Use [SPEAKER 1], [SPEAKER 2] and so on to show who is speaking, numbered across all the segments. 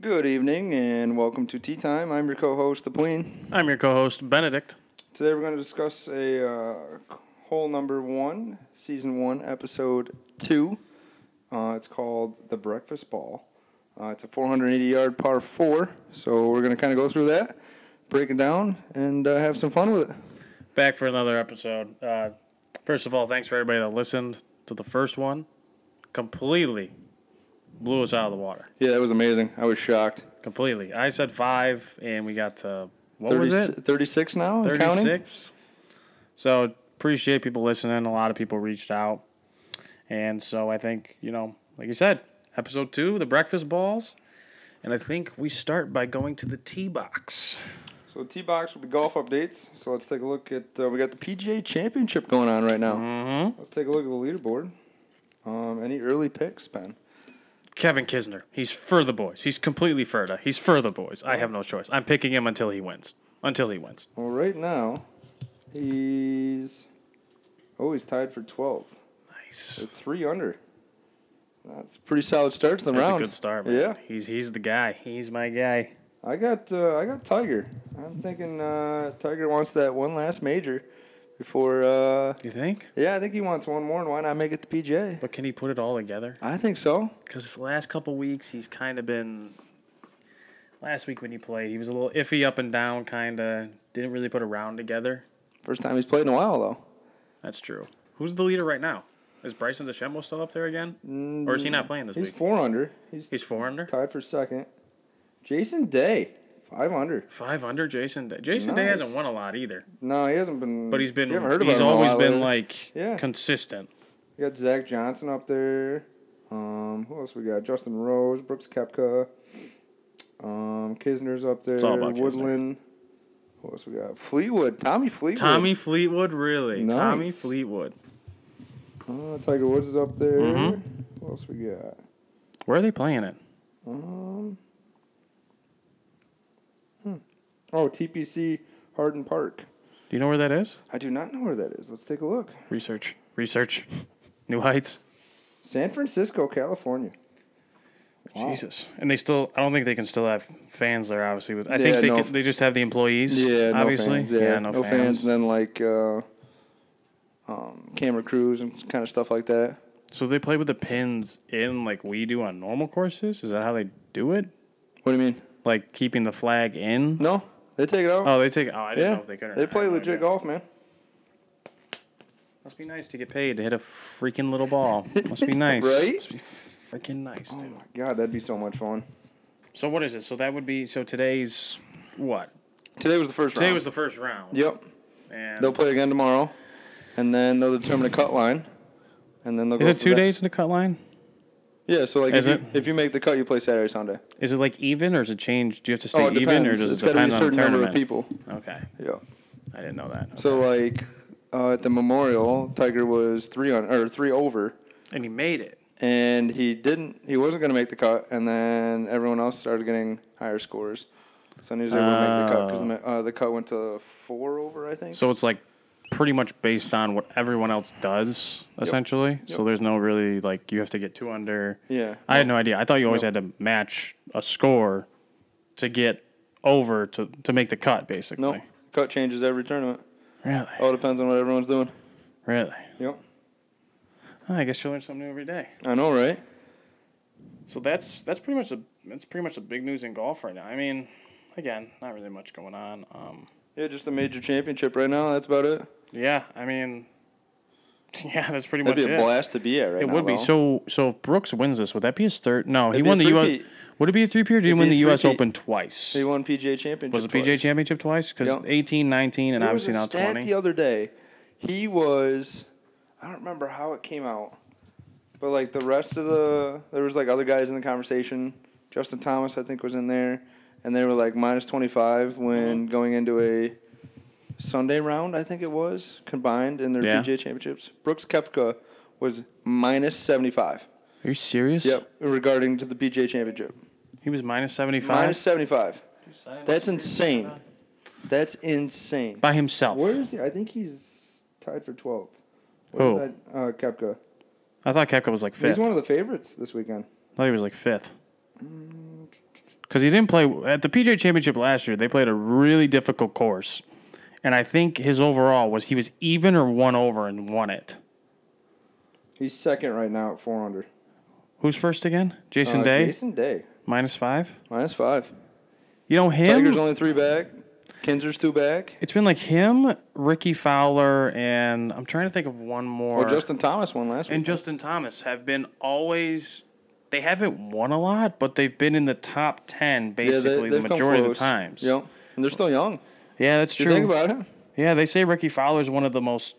[SPEAKER 1] Good evening and welcome to Tea Time. I'm your co-host, The Queen.
[SPEAKER 2] I'm your co-host Benedict.
[SPEAKER 1] Today we're going to discuss a uh, whole number one, season one, episode two. Uh, it's called The Breakfast Ball. Uh, it's a 480-yard par four, so we're going to kind of go through that, break it down, and uh, have some fun with it.
[SPEAKER 2] Back for another episode. Uh, first of all, thanks for everybody that listened to the first one. Completely blew us out of the water.
[SPEAKER 1] Yeah, that was amazing. I was shocked.
[SPEAKER 2] Completely. I said five, and we got to what
[SPEAKER 1] 30,
[SPEAKER 2] was it?
[SPEAKER 1] 36 now, and counting?
[SPEAKER 2] Thirty-six. So appreciate people listening. A lot of people reached out, and so I think you know, like you said, episode two, the breakfast balls, and I think we start by going to the tee box.
[SPEAKER 1] So T box will be golf updates. So let's take a look at uh, we got the PGA Championship going on right now. Mm-hmm. Let's take a look at the leaderboard. Um, any early picks, Ben?
[SPEAKER 2] Kevin Kisner. He's for the boys. He's completely for the. He's for the boys. I have no choice. I'm picking him until he wins. Until he wins.
[SPEAKER 1] Well, right now he's oh he's tied for 12th,
[SPEAKER 2] Nice.
[SPEAKER 1] so three under. That's a pretty solid start to the
[SPEAKER 2] That's
[SPEAKER 1] round.
[SPEAKER 2] a good start. Man.
[SPEAKER 1] Yeah,
[SPEAKER 2] He's he's the guy. He's my guy.
[SPEAKER 1] I got uh, I got Tiger. I'm thinking uh, Tiger wants that one last major before. Uh,
[SPEAKER 2] You think?
[SPEAKER 1] yeah, I think he wants one more, and why not make it the PGA?
[SPEAKER 2] But can he put it all together?
[SPEAKER 1] I think so.
[SPEAKER 2] Because the last couple weeks he's kind of been. Last week when he played, he was a little iffy up and down. Kind of didn't really put a round together.
[SPEAKER 1] First time he's played in a while though.
[SPEAKER 2] That's true. Who's the leader right now? Is Bryson DeChambeau still up there again, or is he not playing this
[SPEAKER 1] Mm, He's
[SPEAKER 2] week?
[SPEAKER 1] four under. He's
[SPEAKER 2] he's four under.
[SPEAKER 1] tied for second. Jason Day, five under.
[SPEAKER 2] Five under Jason Day. Jason Day
[SPEAKER 1] Nice.
[SPEAKER 2] hasn't won a lot either,
[SPEAKER 1] No, he hasn't been.
[SPEAKER 2] but he's been
[SPEAKER 1] You haven't heard about
[SPEAKER 2] he's
[SPEAKER 1] him in a
[SPEAKER 2] always
[SPEAKER 1] while
[SPEAKER 2] been
[SPEAKER 1] lately.
[SPEAKER 2] like
[SPEAKER 1] Yeah.
[SPEAKER 2] consistent.
[SPEAKER 1] We got Zach Johnson up there. Um, who else we got? Justin Rose, Brooks Kepka. Um, Kisner's up there.
[SPEAKER 2] all about Kisner.
[SPEAKER 1] Woodland. Who else we got? Fleetwood. Tommy Fleetwood.
[SPEAKER 2] Tommy Fleetwood, really? Tommy
[SPEAKER 1] Nice.
[SPEAKER 2] Fleetwood.
[SPEAKER 1] Uh, Tiger Woods is up there.
[SPEAKER 2] Mhm.
[SPEAKER 1] Who else we got?
[SPEAKER 2] Where are they playing it?
[SPEAKER 1] Um. hmm. Oh, TPC Hardin Park.
[SPEAKER 2] Do you know where that is?
[SPEAKER 1] I do not know where that is. Let's take a look.
[SPEAKER 2] Research. Research. New Heights.
[SPEAKER 1] San Francisco, California. Wow.
[SPEAKER 2] Jesus. And they still I don't think they can still have fans there obviously with I
[SPEAKER 1] Yeah,
[SPEAKER 2] think they
[SPEAKER 1] no
[SPEAKER 2] can,
[SPEAKER 1] f-
[SPEAKER 2] they just have the employees.
[SPEAKER 1] Yeah, no
[SPEAKER 2] obviously.
[SPEAKER 1] fans. Yeah,
[SPEAKER 2] no,
[SPEAKER 1] no
[SPEAKER 2] fans.
[SPEAKER 1] fans. And then like uh, um, camera crews and kind of stuff like that.
[SPEAKER 2] So they play with the pins in like we do on normal courses? Is that how they do it?
[SPEAKER 1] What do you mean?
[SPEAKER 2] Like keeping the flag in?
[SPEAKER 1] No, they take it out.
[SPEAKER 2] Oh, they take oh I didn't
[SPEAKER 1] yeah,
[SPEAKER 2] know if they could or
[SPEAKER 1] they
[SPEAKER 2] not. I
[SPEAKER 1] play
[SPEAKER 2] had no
[SPEAKER 1] legit
[SPEAKER 2] idea.
[SPEAKER 1] golf, man.
[SPEAKER 2] Must be nice to get paid to hit a freaking little ball. Must be nice.
[SPEAKER 1] Right?
[SPEAKER 2] Must be freaking nice,
[SPEAKER 1] Oh
[SPEAKER 2] dude.
[SPEAKER 1] my god, that'd be so much fun.
[SPEAKER 2] So what is it? So that would be so today's what?
[SPEAKER 1] Today was the first
[SPEAKER 2] Today
[SPEAKER 1] round.
[SPEAKER 2] was the first round.
[SPEAKER 1] Yep,
[SPEAKER 2] And
[SPEAKER 1] they'll play again tomorrow, and then they'll determine a cut line, and then they'll.
[SPEAKER 2] is
[SPEAKER 1] go
[SPEAKER 2] it
[SPEAKER 1] for
[SPEAKER 2] two
[SPEAKER 1] that.
[SPEAKER 2] days in the cut line?
[SPEAKER 1] Yeah, so like
[SPEAKER 2] Is
[SPEAKER 1] if you,
[SPEAKER 2] it?
[SPEAKER 1] if you make the cut, you play Saturday, Sunday.
[SPEAKER 2] Is it like even or is it change? Do you have to
[SPEAKER 1] Oh,
[SPEAKER 2] stay
[SPEAKER 1] it
[SPEAKER 2] even
[SPEAKER 1] depends.
[SPEAKER 2] or does
[SPEAKER 1] it's
[SPEAKER 2] it
[SPEAKER 1] got to be a
[SPEAKER 2] depend on the
[SPEAKER 1] certain number of
[SPEAKER 2] tournament?
[SPEAKER 1] people.
[SPEAKER 2] Okay,
[SPEAKER 1] Yeah.
[SPEAKER 2] I didn't know that.
[SPEAKER 1] So like uh, at the Memorial, Tiger was three on or three over,
[SPEAKER 2] and he made it.
[SPEAKER 1] and he didn't. He wasn't going to make the cut, and then everyone else started getting higher scores. So then he was able to make the cut because
[SPEAKER 2] Oh.
[SPEAKER 1] the, uh, the cut went to four over, I think.
[SPEAKER 2] So it's like pretty much based on what everyone else does essentially. So
[SPEAKER 1] Yep.
[SPEAKER 2] there's no really like you have to get two under.
[SPEAKER 1] yeah,
[SPEAKER 2] I had no idea. I thought you always
[SPEAKER 1] Yep.
[SPEAKER 2] had to match a score to get over to to make the cut basically.
[SPEAKER 1] no Oh. cut changes every tournament.
[SPEAKER 2] Really?
[SPEAKER 1] All depends on what everyone's doing.
[SPEAKER 2] Really? Oh,
[SPEAKER 1] Yep,
[SPEAKER 2] I guess you learn something new every day.
[SPEAKER 1] I know, right?
[SPEAKER 2] So that's that's pretty much the that's pretty much the big news in golf right now. I mean, again, not really much going on. Um,
[SPEAKER 1] Yeah, just a major championship right now. That's about it.
[SPEAKER 2] yeah, I mean, yeah, that's pretty
[SPEAKER 1] That'd
[SPEAKER 2] much
[SPEAKER 1] be a
[SPEAKER 2] it.
[SPEAKER 1] blast to be at right
[SPEAKER 2] It
[SPEAKER 1] now.
[SPEAKER 2] would be
[SPEAKER 1] though.
[SPEAKER 2] so. So if Brooks wins this, would that be his third? No,
[SPEAKER 1] It'd
[SPEAKER 2] he
[SPEAKER 1] be
[SPEAKER 2] won
[SPEAKER 1] a
[SPEAKER 2] the U.S.
[SPEAKER 1] three-peat.
[SPEAKER 2] Would it be a three peat? Did he
[SPEAKER 1] It'd
[SPEAKER 2] win
[SPEAKER 1] be
[SPEAKER 2] the
[SPEAKER 1] a
[SPEAKER 2] U.S.
[SPEAKER 1] three-peat.
[SPEAKER 2] Open twice?
[SPEAKER 1] He won PGA Championship.
[SPEAKER 2] Was it
[SPEAKER 1] twice.
[SPEAKER 2] PJ Championship twice? Because
[SPEAKER 1] Yep.
[SPEAKER 2] 18, 19, and
[SPEAKER 1] There
[SPEAKER 2] obviously
[SPEAKER 1] was a
[SPEAKER 2] now
[SPEAKER 1] stat
[SPEAKER 2] 20.
[SPEAKER 1] the other day. He was, I don't remember how it came out, but like the rest of the, there was like other guys in the conversation. Justin Thomas, I think, was in there, and they were like minus twenty five when going into a Sunday round. I think it was combined in their
[SPEAKER 2] Yeah.
[SPEAKER 1] PGA championships. Brooks Kepka was minus seventy five.
[SPEAKER 2] Are you serious?
[SPEAKER 1] Yep, regarding to the PGA championship,
[SPEAKER 2] He was minus 75.
[SPEAKER 1] minus seventy five. That's insane. That's insane.
[SPEAKER 2] By himself.
[SPEAKER 1] Where is he? I think he's tied for 12th.
[SPEAKER 2] Who?
[SPEAKER 1] Where did that- Uh, Kepka.
[SPEAKER 2] I thought Kepka was like
[SPEAKER 1] He's
[SPEAKER 2] fifth.
[SPEAKER 1] one of the favorites this weekend.
[SPEAKER 2] I thought he was like fifth. because he didn't play at the PJ Championship last year. They played a really difficult course, and I think his overall was he was even or one over and won it.
[SPEAKER 1] He's second right now at four under.
[SPEAKER 2] Who's first again? Jason
[SPEAKER 1] Uh,
[SPEAKER 2] Day
[SPEAKER 1] Jason Day.
[SPEAKER 2] minus five.
[SPEAKER 1] Minus five.
[SPEAKER 2] You know him.
[SPEAKER 1] Tiger's only three back. Kinzer's two back.
[SPEAKER 2] it's been like him, Ricky Fowler, and I'm trying to think of one more.
[SPEAKER 1] Well, Justin Thomas won last
[SPEAKER 2] and
[SPEAKER 1] week.
[SPEAKER 2] Justin Thomas have been always. They haven't won a lot, but they've been in the top ten basically
[SPEAKER 1] they've
[SPEAKER 2] the
[SPEAKER 1] come
[SPEAKER 2] majority of the
[SPEAKER 1] close.
[SPEAKER 2] times.
[SPEAKER 1] Yep. And they're still young.
[SPEAKER 2] Yeah, that's
[SPEAKER 1] Do
[SPEAKER 2] true.
[SPEAKER 1] you think about it?
[SPEAKER 2] Yeah, they say Ricky Fowler is one of the most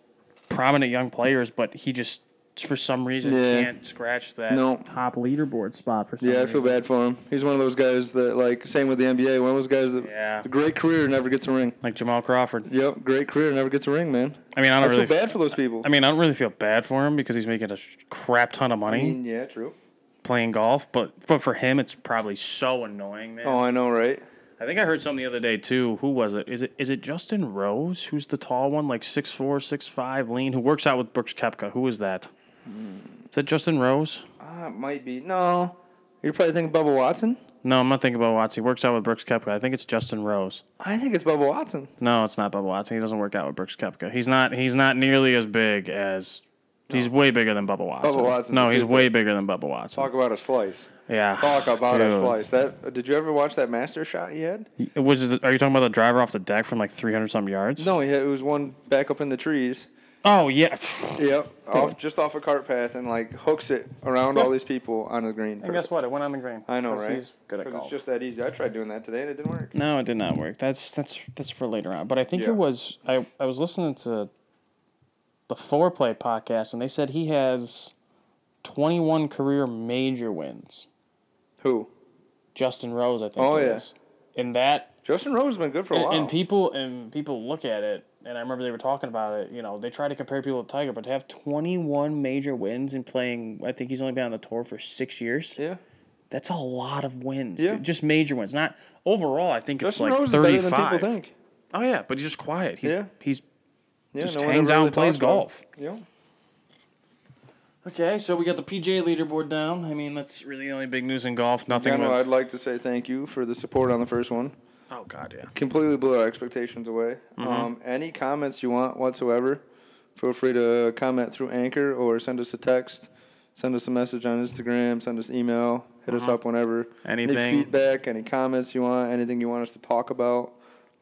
[SPEAKER 2] prominent young players, but he just for some reason
[SPEAKER 1] Yeah.
[SPEAKER 2] can't scratch that
[SPEAKER 1] No.
[SPEAKER 2] top leaderboard spot for some
[SPEAKER 1] Yeah, I feel
[SPEAKER 2] reason.
[SPEAKER 1] bad for him. He's one of those guys that, like, same with the NBA. One of those guys that,
[SPEAKER 2] Yeah.
[SPEAKER 1] a great career never gets a ring.
[SPEAKER 2] Like Jamal Crawford.
[SPEAKER 1] Yep, great career never gets a ring, man.
[SPEAKER 2] I mean, I
[SPEAKER 1] I,
[SPEAKER 2] don't
[SPEAKER 1] feel
[SPEAKER 2] really
[SPEAKER 1] bad for those people.
[SPEAKER 2] I mean, I don't really feel bad for him because he's making a sh- crap ton of money
[SPEAKER 1] I mean, yeah, true.
[SPEAKER 2] playing golf, but but for him it's probably so annoying, man.
[SPEAKER 1] Oh, I know, right?
[SPEAKER 2] I think I heard something the other day too. Who was it? Is it is it Justin Rose? Who's the tall one, like six four, six five, lean, who works out with Brooks Kepka? Who is that? Is that Justin Rose?
[SPEAKER 1] Ah, it might be. No, you're probably thinking Bubba Watson.
[SPEAKER 2] No, I'm not thinking about Watts. He works out with Brooks Kepka. I think it's Justin Rose.
[SPEAKER 1] I think it's Bubba Watson.
[SPEAKER 2] No, it's not Bubba Watson. He doesn't work out with Brooks Kepka. He's not. He's not nearly as big as. He's way bigger than Bubba Watson.
[SPEAKER 1] Bubba Watson's
[SPEAKER 2] No,
[SPEAKER 1] a
[SPEAKER 2] he's
[SPEAKER 1] toothpick.
[SPEAKER 2] way bigger than Bubba Watson.
[SPEAKER 1] Talk about a slice.
[SPEAKER 2] yeah.
[SPEAKER 1] Talk about a
[SPEAKER 2] Dude.
[SPEAKER 1] slice. That did you ever watch that master shot he had?
[SPEAKER 2] It Was are you talking about the driver off the deck from like 300 some yards?
[SPEAKER 1] No, he had, it was one back up in the trees.
[SPEAKER 2] Oh yeah.
[SPEAKER 1] Yep, off just off a cart path and like hooks it around all these people on the green.
[SPEAKER 2] And guess what? It went on the green.
[SPEAKER 1] I know,
[SPEAKER 2] 'Cause
[SPEAKER 1] right?
[SPEAKER 2] He's good at
[SPEAKER 1] Because
[SPEAKER 2] golf.
[SPEAKER 1] it's just that easy. I tried doing that today and it didn't work.
[SPEAKER 2] No, it did not work. That's that's that's for later on. But I think
[SPEAKER 1] Yeah.
[SPEAKER 2] it was I, I was listening to the foreplay podcast and they said he has twenty one career major wins.
[SPEAKER 1] Who?
[SPEAKER 2] Justin Rose, I think.
[SPEAKER 1] Oh,
[SPEAKER 2] it
[SPEAKER 1] yeah. Oh,
[SPEAKER 2] is. And that
[SPEAKER 1] Justin Rose has been good for a
[SPEAKER 2] and,
[SPEAKER 1] while.
[SPEAKER 2] and people and people look at it and I remember they were talking about it, you know, they try to compare people to Tiger, but to have twenty one major wins and playing I think he's only been on the tour for six years.
[SPEAKER 1] yeah,
[SPEAKER 2] That's a lot of wins.
[SPEAKER 1] Yeah.
[SPEAKER 2] dude. Just major wins. Not overall, I think
[SPEAKER 1] Justin
[SPEAKER 2] it's like
[SPEAKER 1] Rose is
[SPEAKER 2] thirty
[SPEAKER 1] better
[SPEAKER 2] five.
[SPEAKER 1] than people think.
[SPEAKER 2] Oh yeah, but he's just quiet. He's,
[SPEAKER 1] Yeah.
[SPEAKER 2] He's
[SPEAKER 1] Yeah,
[SPEAKER 2] Just
[SPEAKER 1] no one
[SPEAKER 2] hangs
[SPEAKER 1] ever
[SPEAKER 2] out
[SPEAKER 1] really
[SPEAKER 2] and plays
[SPEAKER 1] talks about it.
[SPEAKER 2] golf.
[SPEAKER 1] Yeah.
[SPEAKER 2] okay. So we got the PJ leaderboard down. I mean, that's really the only big news in golf. Nothing.
[SPEAKER 1] General, I'd
[SPEAKER 2] with,
[SPEAKER 1] like to say thank you for the support on the first one.
[SPEAKER 2] oh god, yeah.
[SPEAKER 1] Completely blew our expectations away.
[SPEAKER 2] Mm-hmm.
[SPEAKER 1] Um, any comments you want whatsoever, feel free to comment through Anchor or send us a text, send us a message on Instagram, send us email, hit us up whenever. Any
[SPEAKER 2] Mm-hmm. Anything.
[SPEAKER 1] feedback, any comments you want, anything you want us to talk about,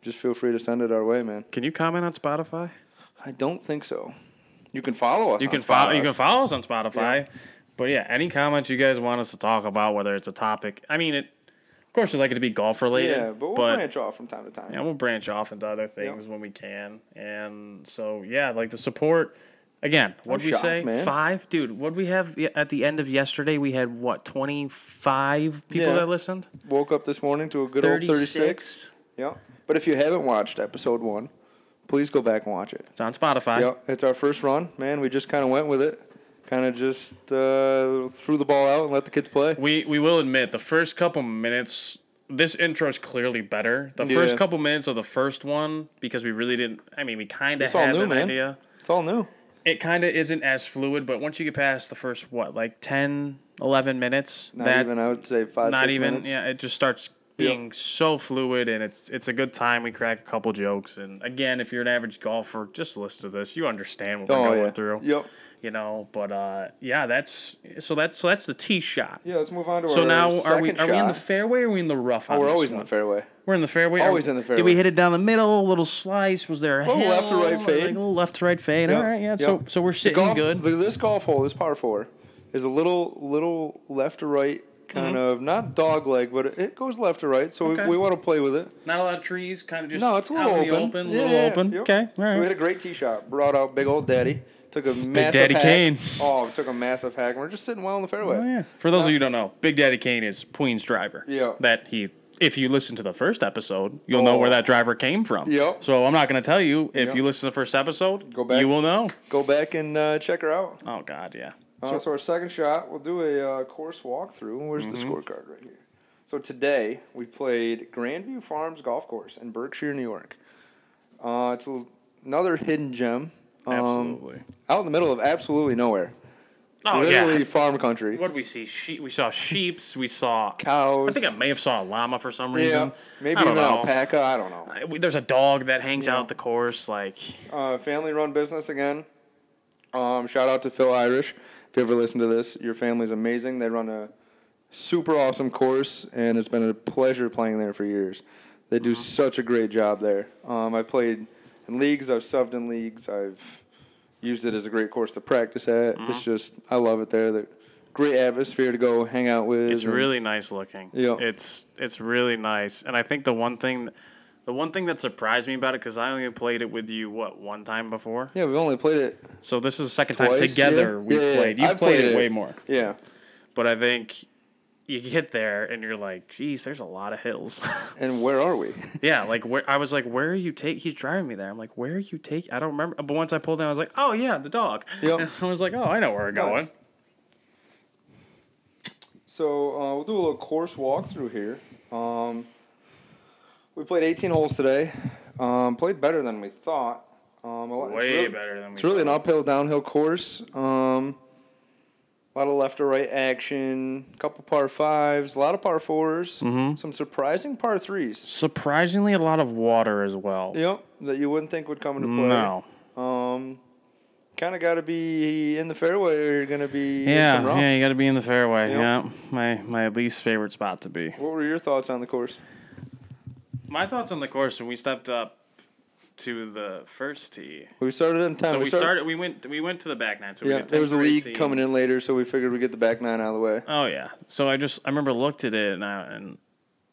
[SPEAKER 1] just feel free to send it our way, man.
[SPEAKER 2] Can you comment on Spotify?
[SPEAKER 1] I don't think so. You can follow us.
[SPEAKER 2] You
[SPEAKER 1] on
[SPEAKER 2] can follow. You
[SPEAKER 1] Spotify.
[SPEAKER 2] can follow us on Spotify. But yeah, any comments you guys want us to talk about, whether it's a topic. I mean, it. Of course, we'd like it to be golf related.
[SPEAKER 1] Yeah, but we'll branch off from time to time.
[SPEAKER 2] Yeah, we'll branch off into other things when we can. And so, yeah, like the support. Again, what'd we
[SPEAKER 1] shocked,
[SPEAKER 2] say?
[SPEAKER 1] man.
[SPEAKER 2] Five? Dude, what'd we have y- at the end of yesterday? We had what, 25 people
[SPEAKER 1] Yeah.
[SPEAKER 2] that listened?
[SPEAKER 1] Woke up this morning to a good old 36. Yeah. But if you haven't watched episode one, please go back and watch it.
[SPEAKER 2] It's on Spotify.
[SPEAKER 1] Yeah, it's our first run, man. We just kind of went with it, kind of just uh, threw the ball out and let the kids play.
[SPEAKER 2] We, we will admit, the first couple minutes, this intro is clearly better. The
[SPEAKER 1] Yeah.
[SPEAKER 2] first couple minutes of the first one, because we really didn't, I mean, we kind of
[SPEAKER 1] It's all
[SPEAKER 2] had
[SPEAKER 1] new,
[SPEAKER 2] an
[SPEAKER 1] man.
[SPEAKER 2] idea.
[SPEAKER 1] It's all new.
[SPEAKER 2] it kind of isn't as fluid, but once you get past the first, what, like 10, 11 minutes,
[SPEAKER 1] Not
[SPEAKER 2] that
[SPEAKER 1] even, I would say five.
[SPEAKER 2] not
[SPEAKER 1] six
[SPEAKER 2] even
[SPEAKER 1] minutes.
[SPEAKER 2] yeah it just starts being so fluid and it's it's a good time we crack a couple jokes and again if you're an average golfer just listen to this you understand what we're
[SPEAKER 1] Oh
[SPEAKER 2] going
[SPEAKER 1] yeah.
[SPEAKER 2] through
[SPEAKER 1] Yep.
[SPEAKER 2] you know but uh yeah that's so that's so that's the tee shot
[SPEAKER 1] Yeah. Let's move on to
[SPEAKER 2] so
[SPEAKER 1] our
[SPEAKER 2] now are
[SPEAKER 1] second
[SPEAKER 2] we are
[SPEAKER 1] shot.
[SPEAKER 2] we in the fairway or are we in the rough
[SPEAKER 1] Oh, we're always in the fairway.
[SPEAKER 2] we're in the fairway
[SPEAKER 1] Always
[SPEAKER 2] Are-
[SPEAKER 1] in the
[SPEAKER 2] did we
[SPEAKER 1] fairway.
[SPEAKER 2] hit it down the middle a little slice was there a
[SPEAKER 1] Little
[SPEAKER 2] hill?
[SPEAKER 1] left to right
[SPEAKER 2] Like
[SPEAKER 1] fade.
[SPEAKER 2] a little left to right fade all
[SPEAKER 1] Yep,
[SPEAKER 2] right yeah
[SPEAKER 1] yep.
[SPEAKER 2] so so we're
[SPEAKER 1] The
[SPEAKER 2] sitting
[SPEAKER 1] golf,
[SPEAKER 2] good
[SPEAKER 1] the- this golf hole, this par four, is a little little left to right kind of not dog leg, but it- it goes left to right. So
[SPEAKER 2] Mm-hmm. Okay.
[SPEAKER 1] we, we want to play with it.
[SPEAKER 2] not a lot of trees kind of just
[SPEAKER 1] No, it's a
[SPEAKER 2] out
[SPEAKER 1] little
[SPEAKER 2] in the
[SPEAKER 1] open.
[SPEAKER 2] open,
[SPEAKER 1] Yeah,
[SPEAKER 2] little
[SPEAKER 1] yeah,
[SPEAKER 2] open
[SPEAKER 1] yep.
[SPEAKER 2] okay all right
[SPEAKER 1] So we had a great tee shot. Brought out big old daddy. Took a massive
[SPEAKER 2] Daddy
[SPEAKER 1] hack.
[SPEAKER 2] Kane.
[SPEAKER 1] Oh, took a massive hack. We're just sitting well in the fairway.
[SPEAKER 2] Oh, yeah. For those of you who don't know, Big Daddy Kane is Queen's driver.
[SPEAKER 1] Yeah.
[SPEAKER 2] That he, if you listen to the first episode, you'll know where
[SPEAKER 1] Oh.
[SPEAKER 2] that driver came from.
[SPEAKER 1] Yep.
[SPEAKER 2] So I'm not going to tell you. If
[SPEAKER 1] Yep.
[SPEAKER 2] you listen to the first episode,
[SPEAKER 1] Go back.
[SPEAKER 2] You will know.
[SPEAKER 1] Go back and uh, check her out.
[SPEAKER 2] Oh God, yeah.
[SPEAKER 1] Uh, so our second shot, we'll do a uh, course walkthrough. Where's the
[SPEAKER 2] Mm-hmm.
[SPEAKER 1] scorecard right here? So today we played Grandview Farms Golf Course in Berkshire, New York. Uh, it's a, another hidden gem. Um,
[SPEAKER 2] Absolutely.
[SPEAKER 1] Out in the middle of absolutely nowhere.
[SPEAKER 2] Oh
[SPEAKER 1] Literally
[SPEAKER 2] yeah.
[SPEAKER 1] farm country.
[SPEAKER 2] What did we see? Sheep. We saw sheep's. We saw. I
[SPEAKER 1] Cows.
[SPEAKER 2] think I may have saw a llama for some reason.
[SPEAKER 1] yeah, maybe
[SPEAKER 2] I don't
[SPEAKER 1] even an
[SPEAKER 2] know.
[SPEAKER 1] alpaca. I don't know.
[SPEAKER 2] I- we- There's a dog that hangs
[SPEAKER 1] Yeah.
[SPEAKER 2] out at the course. Like
[SPEAKER 1] Uh, family run business again. Um, shout out to Phil Irish. If you ever listen to this, your family's amazing. They run a super awesome course, and it's been a pleasure playing there for years. They do such a great job there. Um, I've played in leagues, I've subbed in leagues, I've used it as a great course to practice at. It's just, I love it there. The great atmosphere to go hang out with.
[SPEAKER 2] it's
[SPEAKER 1] and-
[SPEAKER 2] really nice looking.
[SPEAKER 1] Yeah.
[SPEAKER 2] It's it's really nice. And I think the one thing, the one thing that surprised me about it because I only played it with you what one time before.
[SPEAKER 1] Yeah, we've only played it
[SPEAKER 2] So this is the second
[SPEAKER 1] twice. yeah?
[SPEAKER 2] time together we
[SPEAKER 1] Yeah, yeah, yeah.
[SPEAKER 2] played. You
[SPEAKER 1] I've
[SPEAKER 2] played, it way more.
[SPEAKER 1] Yeah.
[SPEAKER 2] But I think you get there and you're like, geez, there's a lot of hills.
[SPEAKER 1] And where are we?
[SPEAKER 2] yeah, like where I was like, where are you take? He's driving me there. I'm like, where are you take? I don't remember. But once I pulled in, I was like, oh yeah, the dog.
[SPEAKER 1] Yep.
[SPEAKER 2] And I was like, oh, I know where we're going.
[SPEAKER 1] Nice. So uh, we'll do a little course walkthrough here. Um, we played 18 holes today. Um, played better than we thought. Um, a lot, it's
[SPEAKER 2] Way
[SPEAKER 1] really-
[SPEAKER 2] better than we.
[SPEAKER 1] It's really an uphill downhill course. Um, a lot of left to right action. A couple par fives. A lot of par 4s
[SPEAKER 2] Mm-hmm.
[SPEAKER 1] Some surprising par threes.
[SPEAKER 2] Surprisingly, a lot of water as well.
[SPEAKER 1] Yep, that you wouldn't think would come into play.
[SPEAKER 2] No.
[SPEAKER 1] Um, kind of got to be in the fairway, or you're gonna be in
[SPEAKER 2] Yeah,
[SPEAKER 1] some rough.
[SPEAKER 2] yeah, you got to be in the fairway.
[SPEAKER 1] Yep.
[SPEAKER 2] Yeah, my my least favorite spot to be.
[SPEAKER 1] What were your thoughts on the course?
[SPEAKER 2] My thoughts on the course when we stepped up to the first tee.
[SPEAKER 1] We started in ten.
[SPEAKER 2] So we started. We went. We went to the back nine. So we
[SPEAKER 1] Yeah,
[SPEAKER 2] did
[SPEAKER 1] there was a
[SPEAKER 2] 10 for
[SPEAKER 1] league
[SPEAKER 2] 18.
[SPEAKER 1] coming in later, so we figured we'd get the back nine out of the way.
[SPEAKER 2] Oh yeah. So I just I remember looked at it and I, and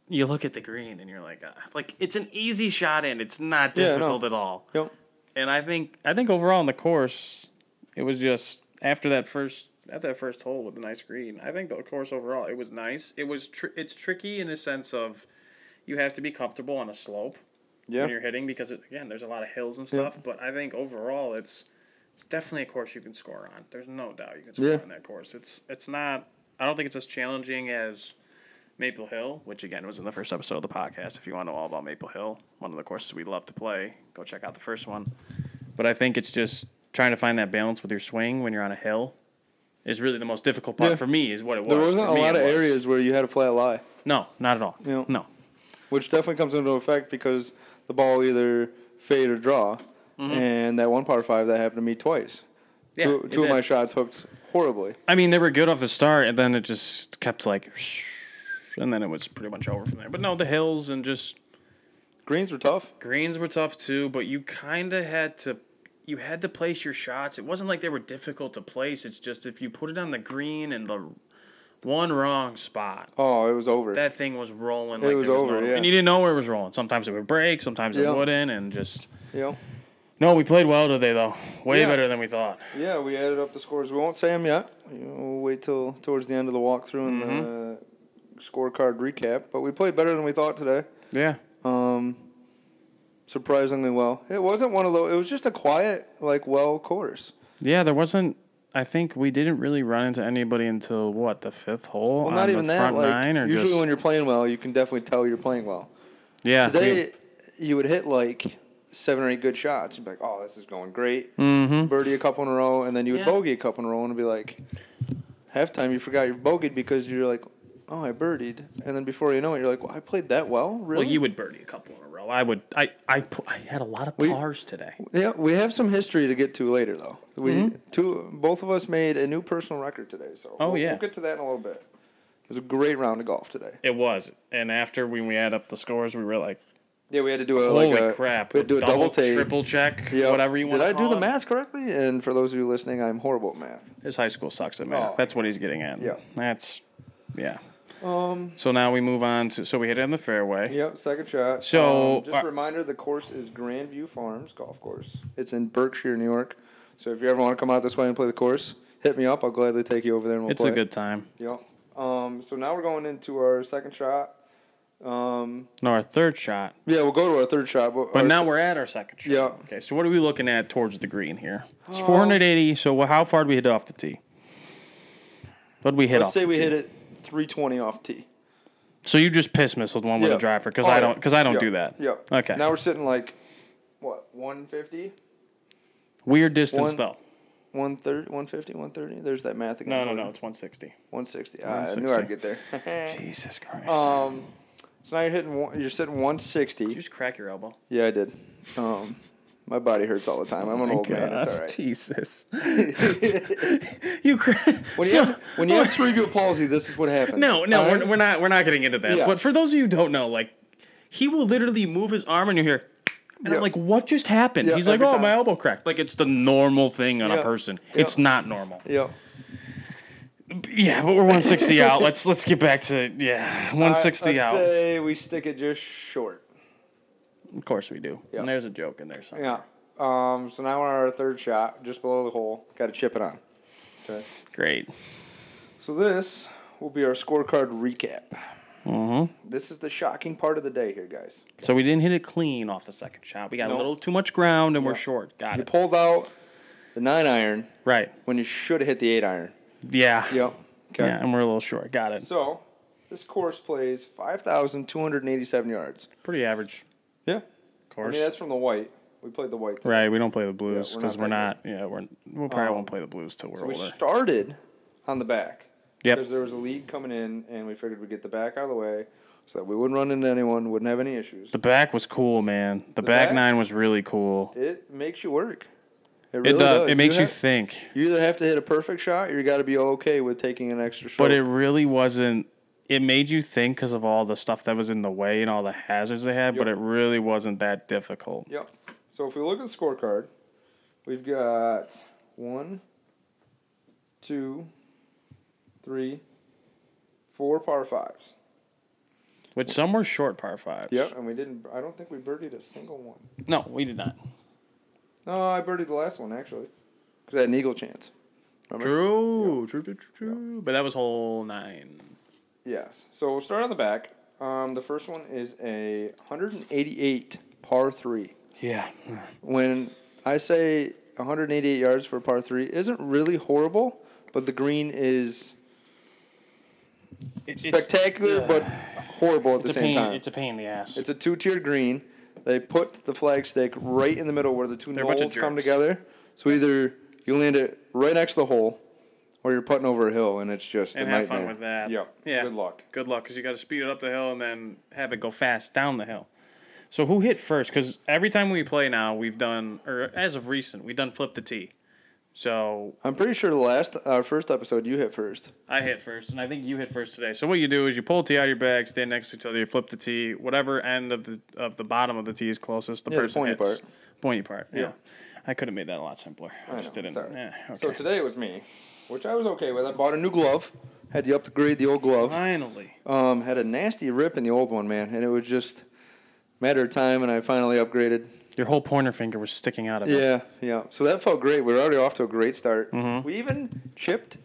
[SPEAKER 2] you look at the green and you're like uh, like it's an easy shot in. It's not
[SPEAKER 1] Yeah, I know.
[SPEAKER 2] difficult at all.
[SPEAKER 1] Yep.
[SPEAKER 2] And I think I think overall in the course, it was just after that first at that first hole with the nice green. I think the course overall it was nice. It was tr- it's tricky in the sense of you have to be comfortable on a slope
[SPEAKER 1] Yeah.
[SPEAKER 2] when you're hitting because it, again there's a lot of hills and stuff. But I think overall it's it's definitely a course you can score on. There's no doubt you can score
[SPEAKER 1] Yeah.
[SPEAKER 2] on that course. It's it's not. I don't think it's as challenging as Maple Hill, which again was in the first episode of the podcast. If you want to know all about Maple Hill, one of the courses we love to play, go check out the first one. But I think it's just trying to find that balance with your swing when you're on a hill is really the most difficult part
[SPEAKER 1] Yeah.
[SPEAKER 2] for me. Is what it was.
[SPEAKER 1] There wasn't
[SPEAKER 2] For
[SPEAKER 1] a
[SPEAKER 2] me,
[SPEAKER 1] lot
[SPEAKER 2] it
[SPEAKER 1] of
[SPEAKER 2] was.
[SPEAKER 1] areas where you had a flat lie,
[SPEAKER 2] No, not at all.
[SPEAKER 1] Yeah.
[SPEAKER 2] No.
[SPEAKER 1] which definitely comes into effect because the ball either fade or draw, and that one par five that happened to me twice.
[SPEAKER 2] Mm-hmm. Yeah,
[SPEAKER 1] two
[SPEAKER 2] it
[SPEAKER 1] two of my
[SPEAKER 2] did.
[SPEAKER 1] shots hooked horribly.
[SPEAKER 2] I mean, they were good off the start, and then it just kept like, and then it was pretty much over from there. But no, the hills and just
[SPEAKER 1] Greens were tough.
[SPEAKER 2] greens were tough too. But you kind of had to, you had to place your shots. It wasn't like they were difficult to place. It's just if you put it on the green and the one wrong spot,
[SPEAKER 1] Oh, it was over.
[SPEAKER 2] that thing was rolling.
[SPEAKER 1] It
[SPEAKER 2] like
[SPEAKER 1] was
[SPEAKER 2] there
[SPEAKER 1] over,
[SPEAKER 2] no-
[SPEAKER 1] yeah.
[SPEAKER 2] and you didn't know where it was rolling. Sometimes it would break, sometimes
[SPEAKER 1] Yeah.
[SPEAKER 2] it wouldn't, and just
[SPEAKER 1] you know?
[SPEAKER 2] no. We played well today though, way
[SPEAKER 1] Yeah.
[SPEAKER 2] better than we thought.
[SPEAKER 1] Yeah, we added up the scores. We won't say them yet. You know, We'll wait till towards the end of the walkthrough and
[SPEAKER 2] Mm-hmm.
[SPEAKER 1] the scorecard recap. But we played better than we thought today.
[SPEAKER 2] Yeah,
[SPEAKER 1] um, surprisingly well. It wasn't one of those. It was just a quiet, like well course.
[SPEAKER 2] Yeah, there wasn't. I think we didn't really run into anybody until what the fifth hole.
[SPEAKER 1] Well,
[SPEAKER 2] on
[SPEAKER 1] not
[SPEAKER 2] the
[SPEAKER 1] even that.
[SPEAKER 2] front
[SPEAKER 1] Like
[SPEAKER 2] nine, or
[SPEAKER 1] usually
[SPEAKER 2] just,
[SPEAKER 1] when you're playing well, you can definitely tell you're playing well.
[SPEAKER 2] yeah,
[SPEAKER 1] Today, you would hit like seven or eight good shots. You'd be like, "Oh, this is going great."
[SPEAKER 2] mm-hmm.
[SPEAKER 1] Birdie a couple in a row, and then you would
[SPEAKER 2] Yeah.
[SPEAKER 1] bogey a couple in a row, and it'd be like halftime. You forgot you bogeyed because you're like, "Oh, I birdied," and then before you know it, you're like, well, "I played that well, really."
[SPEAKER 2] Well, you would birdie a couple in a row. I would. I I pu- I had a lot of
[SPEAKER 1] We-
[SPEAKER 2] pars today.
[SPEAKER 1] Yeah, we have some history to get to later, though. We two, both of us made a new personal record today, so
[SPEAKER 2] Mm-hmm. Oh,
[SPEAKER 1] we'll,
[SPEAKER 2] yeah.
[SPEAKER 1] we'll get to that in a little bit. It was a great round of golf today.
[SPEAKER 2] It was, and after when we add up the scores, we were like,
[SPEAKER 1] Yeah, we had to do a
[SPEAKER 2] "Holy
[SPEAKER 1] like a,
[SPEAKER 2] crap!"
[SPEAKER 1] We had to do a double, take,
[SPEAKER 2] triple check,
[SPEAKER 1] Yep.
[SPEAKER 2] whatever you want.
[SPEAKER 1] Did I
[SPEAKER 2] to call
[SPEAKER 1] do the
[SPEAKER 2] it.
[SPEAKER 1] math correctly? And for those of you listening, I'm horrible at math.
[SPEAKER 2] His high school sucks at math.
[SPEAKER 1] Oh.
[SPEAKER 2] That's what he's getting at.
[SPEAKER 1] Yeah.
[SPEAKER 2] that's yeah.
[SPEAKER 1] Um,
[SPEAKER 2] So now we move on to. So we hit it on the fairway.
[SPEAKER 1] yep, second shot.
[SPEAKER 2] So,
[SPEAKER 1] Um, just
[SPEAKER 2] uh,
[SPEAKER 1] a reminder: the course is Grandview Farms Golf Course. It's in Berkshire, New York. So if you ever want to come out this way and play the course, hit me up. I'll gladly take you over there and we'll
[SPEAKER 2] it's
[SPEAKER 1] play.
[SPEAKER 2] a good time.
[SPEAKER 1] Yep. Um, so now we're going into our second shot. Um,
[SPEAKER 2] No, our third shot.
[SPEAKER 1] yeah, we'll go to our third shot. But,
[SPEAKER 2] But
[SPEAKER 1] our
[SPEAKER 2] now
[SPEAKER 1] se-
[SPEAKER 2] we're at our second shot.
[SPEAKER 1] Yeah.
[SPEAKER 2] Okay, so what are we looking at towards the green here? It's
[SPEAKER 1] Oh.
[SPEAKER 2] 480. So wh- how far did we hit off the tee? What did we hit
[SPEAKER 1] let's
[SPEAKER 2] off
[SPEAKER 1] say
[SPEAKER 2] the
[SPEAKER 1] we
[SPEAKER 2] tee?
[SPEAKER 1] hit it 320 off tee.
[SPEAKER 2] So you just piss missiled one with
[SPEAKER 1] Yeah.
[SPEAKER 2] a driver because
[SPEAKER 1] Oh,
[SPEAKER 2] I
[SPEAKER 1] yeah.
[SPEAKER 2] don't because I don't
[SPEAKER 1] Yeah.
[SPEAKER 2] do that.
[SPEAKER 1] Yep.
[SPEAKER 2] Okay.
[SPEAKER 1] Now we're sitting like what 150,
[SPEAKER 2] Weird distance
[SPEAKER 1] one-
[SPEAKER 2] though.
[SPEAKER 1] 130, 150, 130. There's that math again.
[SPEAKER 2] No, no,
[SPEAKER 1] for
[SPEAKER 2] no.
[SPEAKER 1] you.
[SPEAKER 2] It's 160.
[SPEAKER 1] 160. Ah, I knew I'd get there.
[SPEAKER 2] Jesus Christ.
[SPEAKER 1] um, so now you're hitting. One, you're sitting 160.
[SPEAKER 2] just crack your elbow.
[SPEAKER 1] Yeah, I did. Um, my body hurts all the time.
[SPEAKER 2] Oh
[SPEAKER 1] I'm an old Oh, man. It's all right.
[SPEAKER 2] Jesus. you cra-
[SPEAKER 1] When you
[SPEAKER 2] so- Oh,
[SPEAKER 1] have when you have cerebral palsy, this is what happens.
[SPEAKER 2] No, no,
[SPEAKER 1] All
[SPEAKER 2] we're,
[SPEAKER 1] right?
[SPEAKER 2] we're not we're not getting into that.
[SPEAKER 1] Yeah.
[SPEAKER 2] But for those of you who don't know, like he will literally move his arm and you hear and
[SPEAKER 1] Yeah.
[SPEAKER 2] I'm like, what just happened?
[SPEAKER 1] Yeah,
[SPEAKER 2] He's like,
[SPEAKER 1] every
[SPEAKER 2] Oh,
[SPEAKER 1] time.
[SPEAKER 2] my elbow cracked. Like it's the normal thing on
[SPEAKER 1] Yeah.
[SPEAKER 2] a person.
[SPEAKER 1] Yeah.
[SPEAKER 2] It's not normal.
[SPEAKER 1] Yeah.
[SPEAKER 2] Yeah, but we're one sixty out. Let's let's get back to yeah, one sixty
[SPEAKER 1] Let's
[SPEAKER 2] out.
[SPEAKER 1] say we stick it just short.
[SPEAKER 2] Of course we do.
[SPEAKER 1] Yeah.
[SPEAKER 2] And there's a joke in there somewhere.
[SPEAKER 1] Yeah. Um, so now we're on our third shot, just below the hole. Got to chip it on. Okay.
[SPEAKER 2] Great.
[SPEAKER 1] So this will be our scorecard recap. This is the shocking part of the day here, guys.
[SPEAKER 2] So we didn't hit it clean off the second shot. We got a
[SPEAKER 1] Nope.
[SPEAKER 2] little too much ground and we're
[SPEAKER 1] Yeah.
[SPEAKER 2] short. Got
[SPEAKER 1] You
[SPEAKER 2] it.
[SPEAKER 1] pulled out the nine iron
[SPEAKER 2] right.
[SPEAKER 1] when you should have hit the eight iron.
[SPEAKER 2] Yeah.
[SPEAKER 1] Yep. Okay.
[SPEAKER 2] Yeah, and we're a little short. Got it.
[SPEAKER 1] So this course plays five thousand two hundred eighty-seven yards.
[SPEAKER 2] Pretty average
[SPEAKER 1] Yeah. I
[SPEAKER 2] course.
[SPEAKER 1] mean that's from the white. We played the white. today.
[SPEAKER 2] Right, we don't play the blues
[SPEAKER 1] we're
[SPEAKER 2] because
[SPEAKER 1] not
[SPEAKER 2] we're,
[SPEAKER 1] that Um,
[SPEAKER 2] not. Yeah, we're we probably won't play the blues till we're
[SPEAKER 1] So we
[SPEAKER 2] older.
[SPEAKER 1] started on the back.
[SPEAKER 2] Yep.
[SPEAKER 1] Because there was a lead coming in, and we figured we'd get the back out of the way so that we wouldn't run into anyone, wouldn't have any issues.
[SPEAKER 2] the back was cool, man. The, back,
[SPEAKER 1] back?
[SPEAKER 2] nine was really cool.
[SPEAKER 1] It makes you work. It
[SPEAKER 2] It,
[SPEAKER 1] really
[SPEAKER 2] does. It makes you,
[SPEAKER 1] have-
[SPEAKER 2] think,
[SPEAKER 1] you either have to hit a perfect shot, or you got to be okay with taking an extra shot.
[SPEAKER 2] but it really wasn't. It made you think because of all the stuff that was in the way and all the hazards they had, but it
[SPEAKER 1] Yep.
[SPEAKER 2] really wasn't that difficult.
[SPEAKER 1] Yep. So if we look at the scorecard, we've got one, two, three, four par fives.
[SPEAKER 2] Which some were short par fives.
[SPEAKER 1] Yep. And we didn't. I don't think we birdied a single one.
[SPEAKER 2] No, we did not.
[SPEAKER 1] No, I birdied the last one actually, because I had an eagle chance. Remember?
[SPEAKER 2] True, true, true, true, true. But that was hole nine.
[SPEAKER 1] Yes. So we'll start on the back. Um, the first one is a 188 par three.
[SPEAKER 2] Yeah.
[SPEAKER 1] When I say 188 yards for a par three isn't really horrible, but the green is
[SPEAKER 2] It- it's-
[SPEAKER 1] spectacular
[SPEAKER 2] yeah.
[SPEAKER 1] but horrible at the
[SPEAKER 2] It's a
[SPEAKER 1] same
[SPEAKER 2] pain.
[SPEAKER 1] time.
[SPEAKER 2] It's a pain in the ass.
[SPEAKER 1] It's a two tiered green. They put the flagstick right in the middle where the 2
[SPEAKER 2] They're a bunch of
[SPEAKER 1] knolls come
[SPEAKER 2] jerks.
[SPEAKER 1] together. So either you land it right next to the hole, or you're putting over a hill, and it's just
[SPEAKER 2] and
[SPEAKER 1] a
[SPEAKER 2] have
[SPEAKER 1] nightmare.
[SPEAKER 2] fun with that.
[SPEAKER 1] Yeah.
[SPEAKER 2] Yeah.
[SPEAKER 1] Good luck.
[SPEAKER 2] Good luck, because you got to speed it up the hill and then have it go fast down the hill. So who hit first? Because every time we play now, we've done, or as of recent, we've done flip the tee. So
[SPEAKER 1] I'm pretty sure the last our first episode you hit first.
[SPEAKER 2] I hit first, and I think you hit first today. So what you do is you pull a tee out of your bag, stand next to each other, you flip the tee, whatever end of the of the bottom of the tee is closest, the
[SPEAKER 1] Yeah, the
[SPEAKER 2] person
[SPEAKER 1] pointy
[SPEAKER 2] hits.
[SPEAKER 1] part.
[SPEAKER 2] Pointy part. Yeah.
[SPEAKER 1] Yeah.
[SPEAKER 2] I could have made that a lot simpler. I,
[SPEAKER 1] I
[SPEAKER 2] just
[SPEAKER 1] know,
[SPEAKER 2] didn't.
[SPEAKER 1] sorry.
[SPEAKER 2] Yeah, okay.
[SPEAKER 1] So today it was me, which I was okay with. I bought a new glove, had to upgrade the old glove.
[SPEAKER 2] Finally.
[SPEAKER 1] Um, had a nasty rip in the old one, man, and it was just a matter of time. And I finally upgraded.
[SPEAKER 2] Your whole pointer finger was sticking out of it.
[SPEAKER 1] Yeah, yeah. So that felt great. We were already off to a great start.
[SPEAKER 2] Mm-hmm.
[SPEAKER 1] We even chipped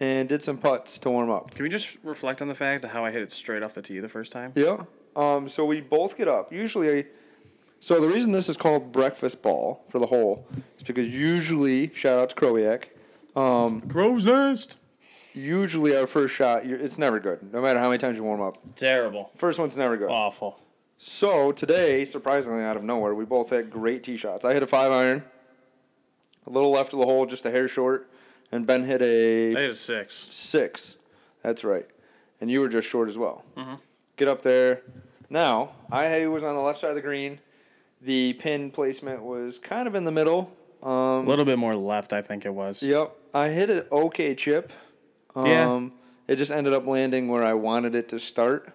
[SPEAKER 1] and did some putts to warm up.
[SPEAKER 2] Can we just reflect on the fact of how I hit it straight off the tee the first time?
[SPEAKER 1] Yeah. Um, so we both get up. Usually, so the reason this is called breakfast ball for the hole is because usually, shout out to Krowiak, um,
[SPEAKER 2] Crow's nest.
[SPEAKER 1] usually our first shot, you're, it's never good, no matter how many times you warm up.
[SPEAKER 2] Terrible.
[SPEAKER 1] First one's never good.
[SPEAKER 2] Awful.
[SPEAKER 1] So today, surprisingly out of nowhere, we both had great tee shots. I hit a five iron, a little left of the hole, just a hair short, and Ben hit a
[SPEAKER 2] I hit a six.
[SPEAKER 1] six. That's right. And you were just short as well.
[SPEAKER 2] Mm-hmm.
[SPEAKER 1] Get up there. Now, I was on the left side of the green. The pin placement was kind of in the middle.
[SPEAKER 2] A
[SPEAKER 1] Um,
[SPEAKER 2] little bit more left, I think it was.
[SPEAKER 1] Yep. I hit an okay chip. Um,
[SPEAKER 2] Yeah.
[SPEAKER 1] It just ended up landing where I wanted it to start.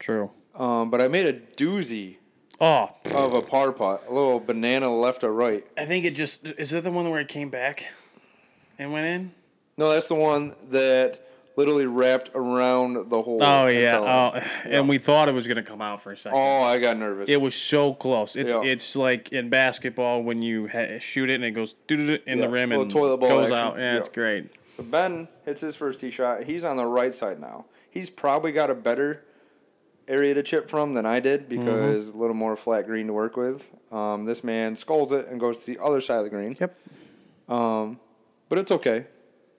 [SPEAKER 2] True.
[SPEAKER 1] Um, but I made a doozy
[SPEAKER 2] Oh,
[SPEAKER 1] of a par putt, a little banana left or right.
[SPEAKER 2] I think it just is that the one where it came back and went in.
[SPEAKER 1] No, that's the one that literally wrapped around the hole.
[SPEAKER 2] Oh
[SPEAKER 1] and
[SPEAKER 2] yeah.
[SPEAKER 1] fell in.
[SPEAKER 2] Oh, and we thought it was gonna come out for a second.
[SPEAKER 1] Oh, I got nervous.
[SPEAKER 2] It was so close. It's
[SPEAKER 1] Yeah.
[SPEAKER 2] it's like in basketball when you ha- shoot it and it goes doo-doo-doo in
[SPEAKER 1] Yeah,
[SPEAKER 2] the rim
[SPEAKER 1] little
[SPEAKER 2] and
[SPEAKER 1] toilet bowl
[SPEAKER 2] goes
[SPEAKER 1] action.
[SPEAKER 2] out. Yeah,
[SPEAKER 1] Yeah.
[SPEAKER 2] it's great.
[SPEAKER 1] So Ben hits his first tee shot. He's on the right side now. He's probably got a better area to chip from than I did because a little more flat green to work with. Um, this man sculls it and goes to the other side of the green.
[SPEAKER 2] Yep.
[SPEAKER 1] Um, but it's okay.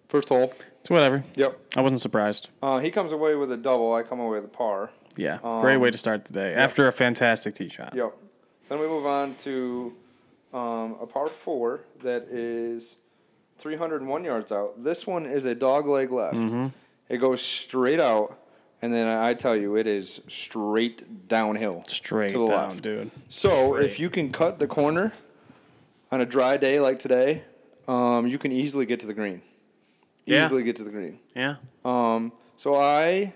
[SPEAKER 1] First hole.
[SPEAKER 2] It's whatever.
[SPEAKER 1] Yep.
[SPEAKER 2] I wasn't surprised.
[SPEAKER 1] Uh, he comes away with a double. I come away with a par.
[SPEAKER 2] Yeah.
[SPEAKER 1] Um,
[SPEAKER 2] great way to start the day after a fantastic tee shot.
[SPEAKER 1] Yep. Then we move on to um, a par four that is 301 yards out. This one is a dog leg left.
[SPEAKER 2] hmm
[SPEAKER 1] It goes straight out, and then I tell you, it is straight downhill.
[SPEAKER 2] Straight
[SPEAKER 1] To the
[SPEAKER 2] down,
[SPEAKER 1] left.
[SPEAKER 2] dude.
[SPEAKER 1] So
[SPEAKER 2] Straight.
[SPEAKER 1] if you can cut the corner on a dry day like today, um, you can easily get to the green.
[SPEAKER 2] Yeah.
[SPEAKER 1] Easily get to the green.
[SPEAKER 2] Yeah.
[SPEAKER 1] Um, so I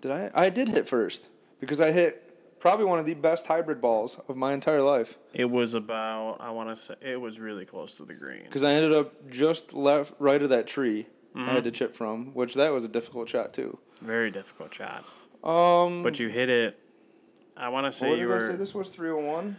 [SPEAKER 1] did I I did hit first because I hit probably one of the best hybrid balls of my entire life
[SPEAKER 2] It was about I want to say it was really close to the green.
[SPEAKER 1] because I ended up just left right of that tree I
[SPEAKER 2] Mm-hmm.
[SPEAKER 1] had to chip from, which that was a difficult shot too.
[SPEAKER 2] Very difficult shot,
[SPEAKER 1] Um,
[SPEAKER 2] but you hit it. I want to say
[SPEAKER 1] what
[SPEAKER 2] you
[SPEAKER 1] did I say?
[SPEAKER 2] were
[SPEAKER 1] This was 301.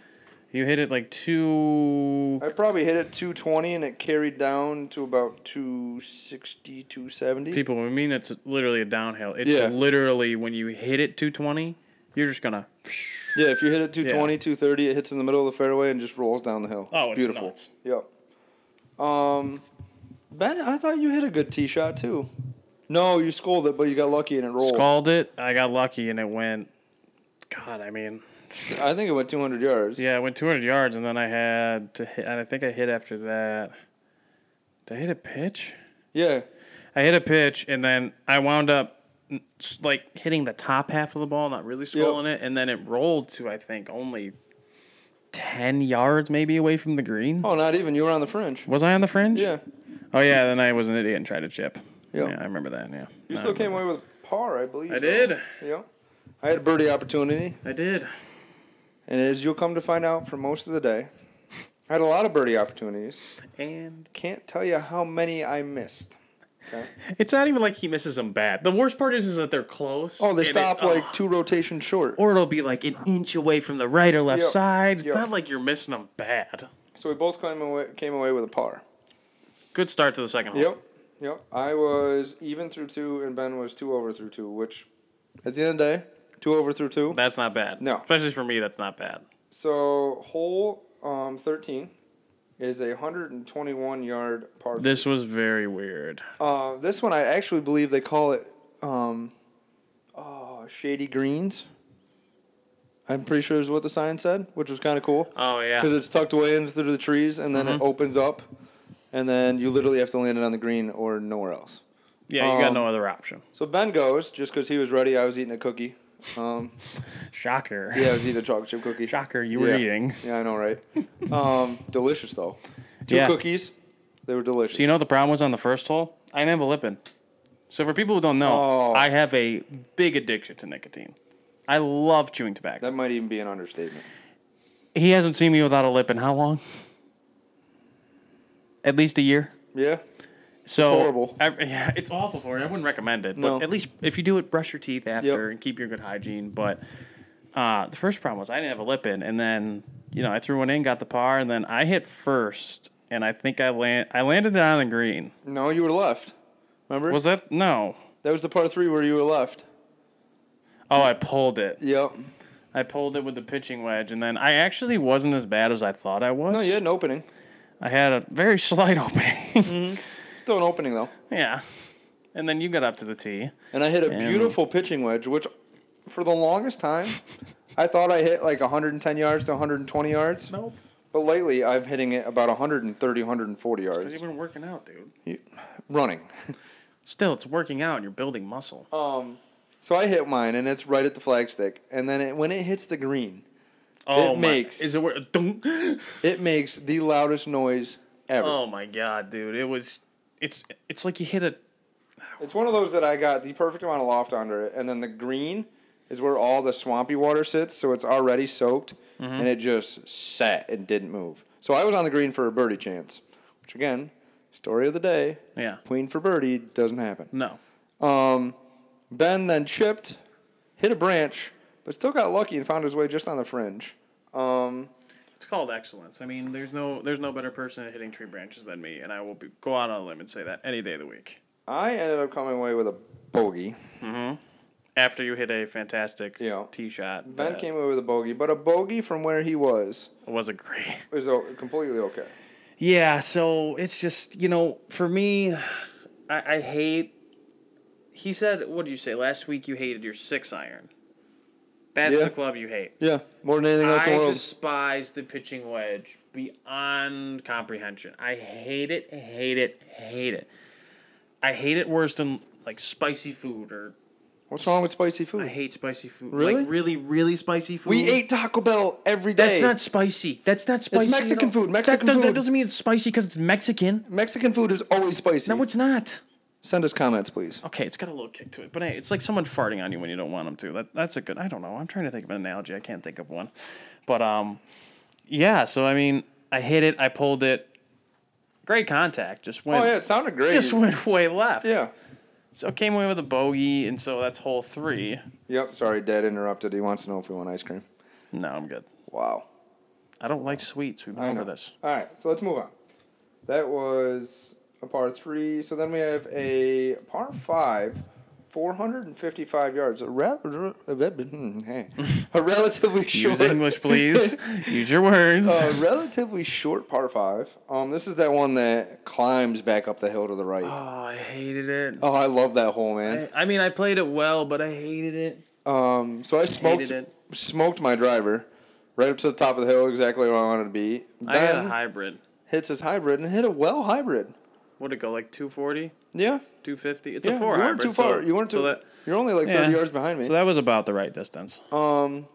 [SPEAKER 2] you hit it like two.
[SPEAKER 1] I probably hit it 220 and it carried down to about 260, 270.
[SPEAKER 2] People, I mean, it's literally a downhill. It's
[SPEAKER 1] Yeah.
[SPEAKER 2] literally when you hit it 220, you're just gonna.
[SPEAKER 1] Yeah, if you hit it 220, 230, it hits in the middle of the fairway and just rolls down the hill.
[SPEAKER 2] Oh, it's
[SPEAKER 1] beautiful.
[SPEAKER 2] nuts.
[SPEAKER 1] Yep. Um, ben, I thought you hit a good tee shot too. No, you scolded it, but you got lucky and it rolled.
[SPEAKER 2] Scald it. I got lucky and it went. God, I mean,
[SPEAKER 1] I think it went 200 yards.
[SPEAKER 2] yeah, it went 200 yards, and then I had to hit. And I think I hit after that. Did I hit a pitch?
[SPEAKER 1] Yeah.
[SPEAKER 2] I hit a pitch, and then I wound up n- s- like hitting the top half of the ball, not really scrolling it, and then it rolled to I think only ten yards, maybe away from the green.
[SPEAKER 1] Oh, not even. You were on the fringe.
[SPEAKER 2] Was I on the fringe?
[SPEAKER 1] Yeah.
[SPEAKER 2] Oh yeah, then I was an idiot and tried to chip.
[SPEAKER 1] Yep.
[SPEAKER 2] Yeah, I remember that. Yeah.
[SPEAKER 1] You
[SPEAKER 2] No,
[SPEAKER 1] still
[SPEAKER 2] I
[SPEAKER 1] came
[SPEAKER 2] remember.
[SPEAKER 1] away with par, I believe.
[SPEAKER 2] I did.
[SPEAKER 1] Yep. I had a birdie opportunity,
[SPEAKER 2] I did.
[SPEAKER 1] and as you'll come to find out for most of the day, I had a lot of birdie opportunities.
[SPEAKER 2] And
[SPEAKER 1] Can't tell you how many I missed.
[SPEAKER 2] it's not even like he misses them bad. The worst part is, is that they're close.
[SPEAKER 1] Oh, they
[SPEAKER 2] and it-
[SPEAKER 1] stopped
[SPEAKER 2] oh.
[SPEAKER 1] like two rotations short.
[SPEAKER 2] Or it'll be like an inch away from the right or left
[SPEAKER 1] Yep.
[SPEAKER 2] side. It's
[SPEAKER 1] Yep.
[SPEAKER 2] not like you're missing them bad.
[SPEAKER 1] So we both came away, came away with a par.
[SPEAKER 2] Good start to the second hole.
[SPEAKER 1] Yep. Yep. I was even through two, and Ben was two over through two, which at the end of the day, two over through two.
[SPEAKER 2] That's not bad.
[SPEAKER 1] No.
[SPEAKER 2] Especially for me, that's not bad.
[SPEAKER 1] So hole um, 13 is a 121 yard par. This,
[SPEAKER 2] This was very weird.
[SPEAKER 1] uh, this one, I actually believe they call it um, oh, Shady Greens. I'm pretty sure is what the sign said, which was kind of cool.
[SPEAKER 2] Oh
[SPEAKER 1] because
[SPEAKER 2] yeah.
[SPEAKER 1] it's tucked away into the trees and then it opens up and then you literally have to land it on the green or nowhere else
[SPEAKER 2] Yeah, you got
[SPEAKER 1] um,
[SPEAKER 2] no other option.
[SPEAKER 1] so ben goes just because he was ready i was eating a cookie um,
[SPEAKER 2] Shocker.
[SPEAKER 1] yeah i was eating a chocolate chip cookie
[SPEAKER 2] Shocker, you were
[SPEAKER 1] Yeah.
[SPEAKER 2] eating.
[SPEAKER 1] yeah i know right um, delicious though two
[SPEAKER 2] Yeah.
[SPEAKER 1] cookies they were delicious
[SPEAKER 2] Do you know what the problem was on the first hole? I didn't have a Lipin. So for people who don't know,
[SPEAKER 1] Oh.
[SPEAKER 2] I have a big addiction to nicotine. I love chewing tobacco.
[SPEAKER 1] that might even be an understatement
[SPEAKER 2] He hasn't seen me without a Lipin. How long? At least a year.
[SPEAKER 1] yeah
[SPEAKER 2] So
[SPEAKER 1] horrible.
[SPEAKER 2] ev- yeah, it's awful for you. I wouldn't recommend it.
[SPEAKER 1] No.
[SPEAKER 2] But at least if you do it, brush your teeth after and keep your good hygiene. But uh, the first problem was I didn't have a lip in, and then you know I threw one in, got the par, and then I hit first, and I think I land I landed it on the green.
[SPEAKER 1] no you were left remember
[SPEAKER 2] Was that no?
[SPEAKER 1] that was the part three where you were left
[SPEAKER 2] Oh, I pulled it.
[SPEAKER 1] yep
[SPEAKER 2] I pulled it with the pitching wedge, and then I actually wasn't as bad as I thought I was.
[SPEAKER 1] no you had an opening
[SPEAKER 2] I had a very slight opening.
[SPEAKER 1] Mm-hmm. still an opening though
[SPEAKER 2] yeah, and then you got up to the tee.
[SPEAKER 1] and I hit a
[SPEAKER 2] And-
[SPEAKER 1] beautiful pitching wedge, which for the longest time I thought I hit like 110 yards to 120 yards.
[SPEAKER 2] Nope.
[SPEAKER 1] But lately I've hitting it about 130, 140
[SPEAKER 2] Cause you've
[SPEAKER 1] yards
[SPEAKER 2] been working out, dude.
[SPEAKER 1] running.
[SPEAKER 2] Still, it's working out, and you're building muscle.
[SPEAKER 1] Um, so I hit mine and it's right at the flagstick, and then it, when it hits the green,
[SPEAKER 2] Oh,
[SPEAKER 1] It
[SPEAKER 2] my,
[SPEAKER 1] makes-
[SPEAKER 2] Is it where? dunk.
[SPEAKER 1] it makes the loudest noise ever.
[SPEAKER 2] Oh my god, dude! It was. It's it's like you hit a.
[SPEAKER 1] It's one of those that I got the perfect amount of loft under it, and then the green is where all the swampy water sits, so it's already soaked, and it just sat and didn't move. So I was on the green for a birdie chance, which again, story of the day,
[SPEAKER 2] Yeah.
[SPEAKER 1] queen for birdie doesn't happen.
[SPEAKER 2] No.
[SPEAKER 1] Um, ben then chipped, hit a branch, but still got lucky and found his way just on the fringe. Um,
[SPEAKER 2] It's called excellence. I mean, there's no there's no better person at hitting tree branches than me, and I will be, go out on a limb and say that any day of the week.
[SPEAKER 1] I ended up coming away with a bogey.
[SPEAKER 2] After you hit a fantastic
[SPEAKER 1] Yeah.
[SPEAKER 2] tee shot,
[SPEAKER 1] Ben
[SPEAKER 2] that
[SPEAKER 1] came away with a bogey, but a bogey from where he was
[SPEAKER 2] was a great.
[SPEAKER 1] was o- completely okay.
[SPEAKER 2] Yeah, so it's just you know, for me, I, I hate. He said, "What did you say last week? You hated your six iron." That's
[SPEAKER 1] Yeah.
[SPEAKER 2] the club you hate.
[SPEAKER 1] Yeah, more than anything else in the
[SPEAKER 2] I
[SPEAKER 1] world.
[SPEAKER 2] despise the pitching wedge beyond comprehension. I hate it, hate it, hate it. I hate it worse than like spicy food or
[SPEAKER 1] What's wrong with spicy
[SPEAKER 2] I
[SPEAKER 1] food?
[SPEAKER 2] hate spicy food.
[SPEAKER 1] Really?
[SPEAKER 2] Like really, really spicy food.
[SPEAKER 1] We ate Taco Bell every day.
[SPEAKER 2] That's not spicy. That's not spicy. at
[SPEAKER 1] Mexican
[SPEAKER 2] all.
[SPEAKER 1] food,
[SPEAKER 2] That
[SPEAKER 1] Mexican
[SPEAKER 2] does- that,
[SPEAKER 1] food.
[SPEAKER 2] doesn't mean it's spicy because it's Mexican.
[SPEAKER 1] Mexican food is always spicy.
[SPEAKER 2] No, it's not.
[SPEAKER 1] Send us comments, please.
[SPEAKER 2] Okay, it's got a little kick to it, but hey, it's like someone farting on you when you don't want them to. That that's a good. I don't know. I'm trying to think of an analogy. I can't think of one, but um, yeah. So I mean, I hit it. I pulled it. Great contact. Just went.
[SPEAKER 1] Oh yeah, it sounded great.
[SPEAKER 2] Just went way left.
[SPEAKER 1] yeah.
[SPEAKER 2] So came away with a bogey, and so that's hole three.
[SPEAKER 1] Yep. Sorry, Dad interrupted. He wants to know if we want ice cream.
[SPEAKER 2] No, I'm good.
[SPEAKER 1] Wow.
[SPEAKER 2] I don't like sweets. We've been
[SPEAKER 1] I
[SPEAKER 2] over
[SPEAKER 1] know.
[SPEAKER 2] this.
[SPEAKER 1] All right, so let's move on. That was a par three. So then we have a par five, 455 yards. A, rel- hmm, hey. a relatively short.
[SPEAKER 2] Use English, please. Use your words.
[SPEAKER 1] a relatively short par five. Um, this is that one that climbs back up the hill to the right.
[SPEAKER 2] oh, I hated it.
[SPEAKER 1] oh, I love that hole, man.
[SPEAKER 2] I, I mean, I played it well, but I hated it.
[SPEAKER 1] Um, so I smoked
[SPEAKER 2] it.
[SPEAKER 1] smoked my driver right up to the top of the hill, exactly where I wanted to be.
[SPEAKER 2] I had a
[SPEAKER 1] Then
[SPEAKER 2] hybrid.
[SPEAKER 1] hits his hybrid and hit a well hybrid.
[SPEAKER 2] What would it go like 240,
[SPEAKER 1] Yeah.
[SPEAKER 2] 250? It's
[SPEAKER 1] Yeah,
[SPEAKER 2] a four
[SPEAKER 1] you
[SPEAKER 2] hybrid.
[SPEAKER 1] weren't too
[SPEAKER 2] so-
[SPEAKER 1] far. you weren't too.
[SPEAKER 2] So that,
[SPEAKER 1] you're only like
[SPEAKER 2] Yeah.
[SPEAKER 1] thirty yards behind me.
[SPEAKER 2] so that was about the right distance.
[SPEAKER 1] um,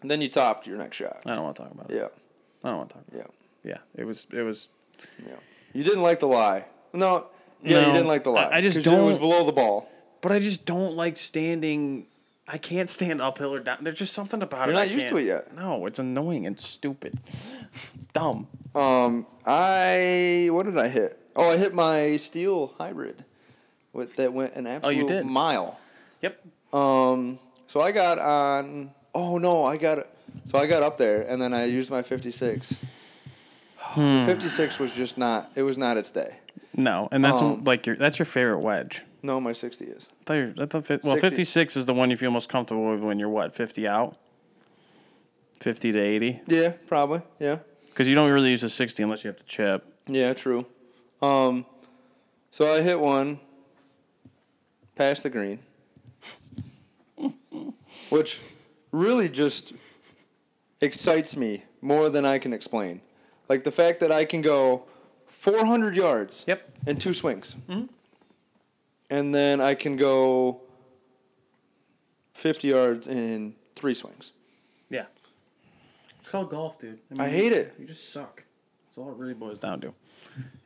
[SPEAKER 1] and then you topped your next shot.
[SPEAKER 2] I don't want to talk about it.
[SPEAKER 1] Yeah,
[SPEAKER 2] I don't want to talk. About
[SPEAKER 1] yeah,
[SPEAKER 2] it. Yeah, it was. It was.
[SPEAKER 1] yeah. You didn't like the lie. No. Yeah, you
[SPEAKER 2] No,
[SPEAKER 1] didn't like the lie.
[SPEAKER 2] I- I just
[SPEAKER 1] 'Cause It was
[SPEAKER 2] don't-
[SPEAKER 1] below the ball.
[SPEAKER 2] But I just don't like standing. I can't stand uphill or down. There's just something about it.
[SPEAKER 1] You're not
[SPEAKER 2] I
[SPEAKER 1] used to
[SPEAKER 2] can't-
[SPEAKER 1] it yet.
[SPEAKER 2] No, it's annoying and stupid. It's dumb.
[SPEAKER 1] Um, I what did I hit? Oh, I hit my steel hybrid, with that went an absolute
[SPEAKER 2] Oh, you did.
[SPEAKER 1] mile.
[SPEAKER 2] Yep.
[SPEAKER 1] Um, so I got on. Oh no, I got. So I got up there, and then I used my fifty six.
[SPEAKER 2] Hmm.
[SPEAKER 1] The fifty six was just not. It was not its day.
[SPEAKER 2] No, and that's
[SPEAKER 1] Um,
[SPEAKER 2] like your that's your favorite wedge.
[SPEAKER 1] No, my sixty is.
[SPEAKER 2] I thought you I thought fif- well,
[SPEAKER 1] 60.
[SPEAKER 2] 56 is the one you feel most comfortable with when you're what, 50 out? 50 to 80?
[SPEAKER 1] Yeah, probably. Yeah,
[SPEAKER 2] Because you don't really use the 60 unless you have to chip.
[SPEAKER 1] yeah, true. Um, so I hit one. Past the green, which really just excites me more than I can explain. Like the fact that I can go 400 yards.
[SPEAKER 2] Yep. Mm-hmm.
[SPEAKER 1] and two swings. And then I can go 50 yards in three swings.
[SPEAKER 2] Yeah. It's called golf, dude.
[SPEAKER 1] I hate it.
[SPEAKER 2] You just suck. That's all it really boils down to.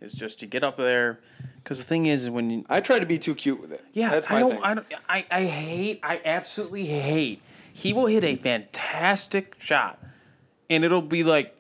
[SPEAKER 2] It's just you get up there. Because the thing is, when you.
[SPEAKER 1] I try to be too cute with it.
[SPEAKER 2] Yeah,
[SPEAKER 1] that's my
[SPEAKER 2] I don't,
[SPEAKER 1] thing.
[SPEAKER 2] I, don't I, I hate, I absolutely hate. He will hit a fantastic shot, and it'll be like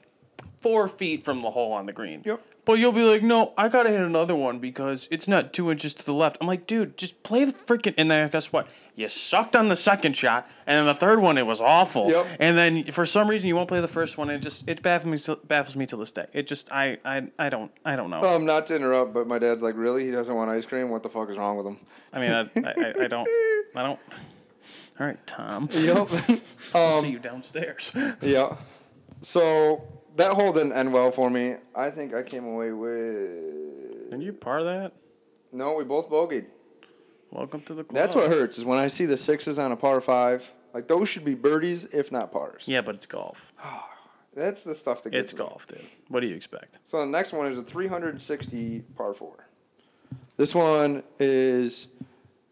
[SPEAKER 2] four feet from the hole on the green.
[SPEAKER 1] Yep.
[SPEAKER 2] But you'll be like, no, I gotta hit another one because it's not two inches to the left. I'm like, dude, just play the freaking. And then guess what? You sucked on the second shot, and then the third one it was awful.
[SPEAKER 1] Yep.
[SPEAKER 2] And then for some reason you won't play the first one. And it just it baffles me till- baffles me till this day. It just I I, I don't I don't know.
[SPEAKER 1] um, not to interrupt, but my dad's like, really? He doesn't want ice cream? What the fuck is wrong with him?
[SPEAKER 2] I mean I, I, I, I don't I don't. All right, Tom.
[SPEAKER 1] Yep.
[SPEAKER 2] see you downstairs.
[SPEAKER 1] Um, yeah. So that hole didn't end well for me. I think I came away with.
[SPEAKER 2] Can you par that?
[SPEAKER 1] No, we both bogeyed.
[SPEAKER 2] Welcome to the club.
[SPEAKER 1] That's what hurts is when I see the sixes on a par five. Like those should be birdies, if not pars.
[SPEAKER 2] Yeah, but it's golf.
[SPEAKER 1] That's the stuff that gets
[SPEAKER 2] It's
[SPEAKER 1] me.
[SPEAKER 2] golf, dude. What do you expect?
[SPEAKER 1] So the next one is a 360 par four. This one is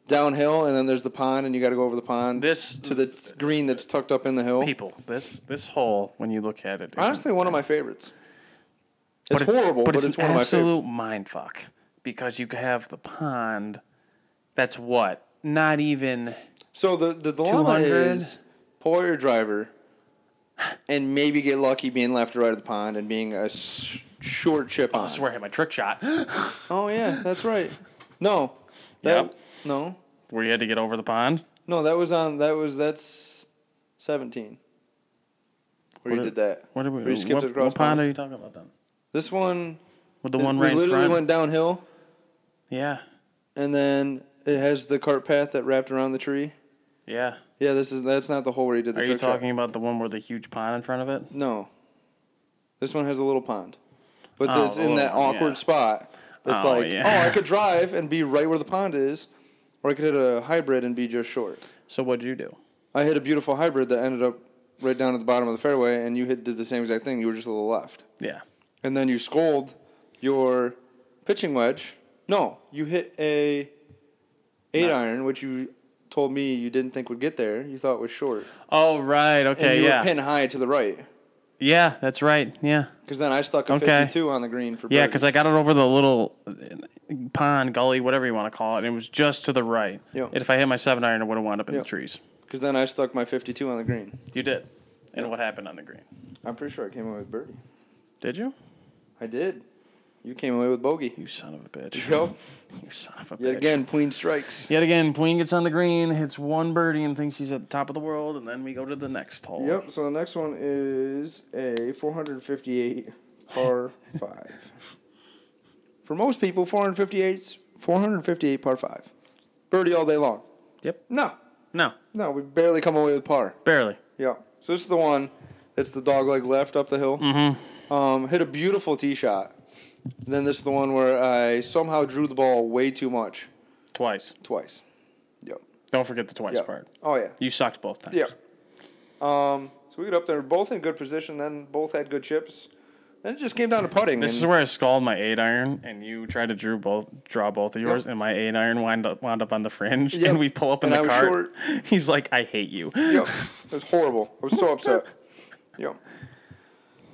[SPEAKER 1] downhill, and then there's the pond, and you got to go over the pond
[SPEAKER 2] This
[SPEAKER 1] to the t- green that's tucked up in the hill.
[SPEAKER 2] people, this this hole, when you look at it, is-
[SPEAKER 1] Honestly, one of my favorites.
[SPEAKER 2] but
[SPEAKER 1] It's horrible, but it's,
[SPEAKER 2] an
[SPEAKER 1] one of my favorites.
[SPEAKER 2] absolute mind fuck because you have the pond. That's what not even
[SPEAKER 1] So the the dilemma
[SPEAKER 2] 200.
[SPEAKER 1] is pull out your driver, and maybe get lucky being left or right of the pond and being a s- short chip
[SPEAKER 2] I
[SPEAKER 1] on.
[SPEAKER 2] swear I hit my trick shot
[SPEAKER 1] Oh yeah, that's right. No, that
[SPEAKER 2] Yep.
[SPEAKER 1] no,
[SPEAKER 2] where you had to get over the pond.
[SPEAKER 1] no. That was on. That was that's seventeen. Where you
[SPEAKER 2] What
[SPEAKER 1] did
[SPEAKER 2] did-
[SPEAKER 1] that.
[SPEAKER 2] What did we?
[SPEAKER 1] Where you skipped
[SPEAKER 2] what,
[SPEAKER 1] it across
[SPEAKER 2] what pond
[SPEAKER 1] town.
[SPEAKER 2] are you talking about then?
[SPEAKER 1] This one,
[SPEAKER 2] With the
[SPEAKER 1] it-
[SPEAKER 2] one
[SPEAKER 1] we
[SPEAKER 2] right in
[SPEAKER 1] literally
[SPEAKER 2] front.
[SPEAKER 1] went downhill,
[SPEAKER 2] yeah,
[SPEAKER 1] and then it has the cart path that wrapped around the tree.
[SPEAKER 2] yeah.
[SPEAKER 1] Yeah, this is that's not the hole where he did the
[SPEAKER 2] Are you
[SPEAKER 1] trick shot.
[SPEAKER 2] talking about the one with the huge pond in front of it?
[SPEAKER 1] No, this one has a little pond, but
[SPEAKER 2] Oh,
[SPEAKER 1] it's
[SPEAKER 2] the
[SPEAKER 1] in
[SPEAKER 2] little
[SPEAKER 1] that
[SPEAKER 2] one,
[SPEAKER 1] awkward
[SPEAKER 2] yeah.
[SPEAKER 1] spot. That's
[SPEAKER 2] Oh,
[SPEAKER 1] like,
[SPEAKER 2] yeah.
[SPEAKER 1] oh, I could drive and be right where the pond is, or I could hit a hybrid and be just short.
[SPEAKER 2] So what'd you do?
[SPEAKER 1] I hit a beautiful hybrid that ended up right down at the bottom of the fairway, and you hit did the same exact thing. You were just a little left,
[SPEAKER 2] Yeah.
[SPEAKER 1] and then you scold your pitching wedge. No, you hit a eight iron, which you told me you didn't think would get there. You thought was short,
[SPEAKER 2] Oh right.
[SPEAKER 1] and
[SPEAKER 2] Okay.
[SPEAKER 1] you
[SPEAKER 2] Yeah.
[SPEAKER 1] were pin high to the right.
[SPEAKER 2] yeah. That's right. Yeah.
[SPEAKER 1] Because then I stuck a
[SPEAKER 2] Okay.
[SPEAKER 1] 52 on the green for
[SPEAKER 2] Yeah.
[SPEAKER 1] birdie.
[SPEAKER 2] Because I got it over the little uh, pond, gully, whatever you want to call it, and it was just to the right.
[SPEAKER 1] Yeah.
[SPEAKER 2] And if I hit my seven iron, it would have wound up in
[SPEAKER 1] Yeah.
[SPEAKER 2] the trees.
[SPEAKER 1] 'Cause then I stuck my 52 on the green.
[SPEAKER 2] You did. And what happened on the green?
[SPEAKER 1] I'm pretty sure I came away with birdie.
[SPEAKER 2] Did you?
[SPEAKER 1] I did. You came away with bogey.
[SPEAKER 2] You son of a bitch.
[SPEAKER 1] Yo,
[SPEAKER 2] You son of a bitch.
[SPEAKER 1] yet again, Queen strikes.
[SPEAKER 2] Yet again, Puig gets on the green, hits one birdie, and thinks he's at the top of the world, and then we go to the next hole.
[SPEAKER 1] Yep. So the next one is a 458 par five. For most people, 458's 458 par five. Birdie all day long.
[SPEAKER 2] Yep.
[SPEAKER 1] No,
[SPEAKER 2] No,
[SPEAKER 1] no, we barely come away with par.
[SPEAKER 2] barely.
[SPEAKER 1] Yeah. So this is the one that's the dog leg left up the hill. Mm-hmm. Um, hit a beautiful tee shot. Then this is the one where I somehow drew the ball way too much
[SPEAKER 2] Twice.
[SPEAKER 1] twice. Yep.
[SPEAKER 2] Don't forget the twice
[SPEAKER 1] Yep.
[SPEAKER 2] part.
[SPEAKER 1] Oh yeah.
[SPEAKER 2] You sucked both times.
[SPEAKER 1] Yep. Um, so we got up there, both in good position. Then both had good chips. Then it just came down to putting.
[SPEAKER 2] This is
[SPEAKER 1] and
[SPEAKER 2] where I scalded my eight iron, and you tried to drew both, draw both of yours, and my eight iron wound up, wound up on the fringe,
[SPEAKER 1] Yep.
[SPEAKER 2] and we pull up in
[SPEAKER 1] And I
[SPEAKER 2] the
[SPEAKER 1] was
[SPEAKER 2] cart.
[SPEAKER 1] short.
[SPEAKER 2] He's like, "I hate you."
[SPEAKER 1] yep. It was horrible. I was so upset. Yep.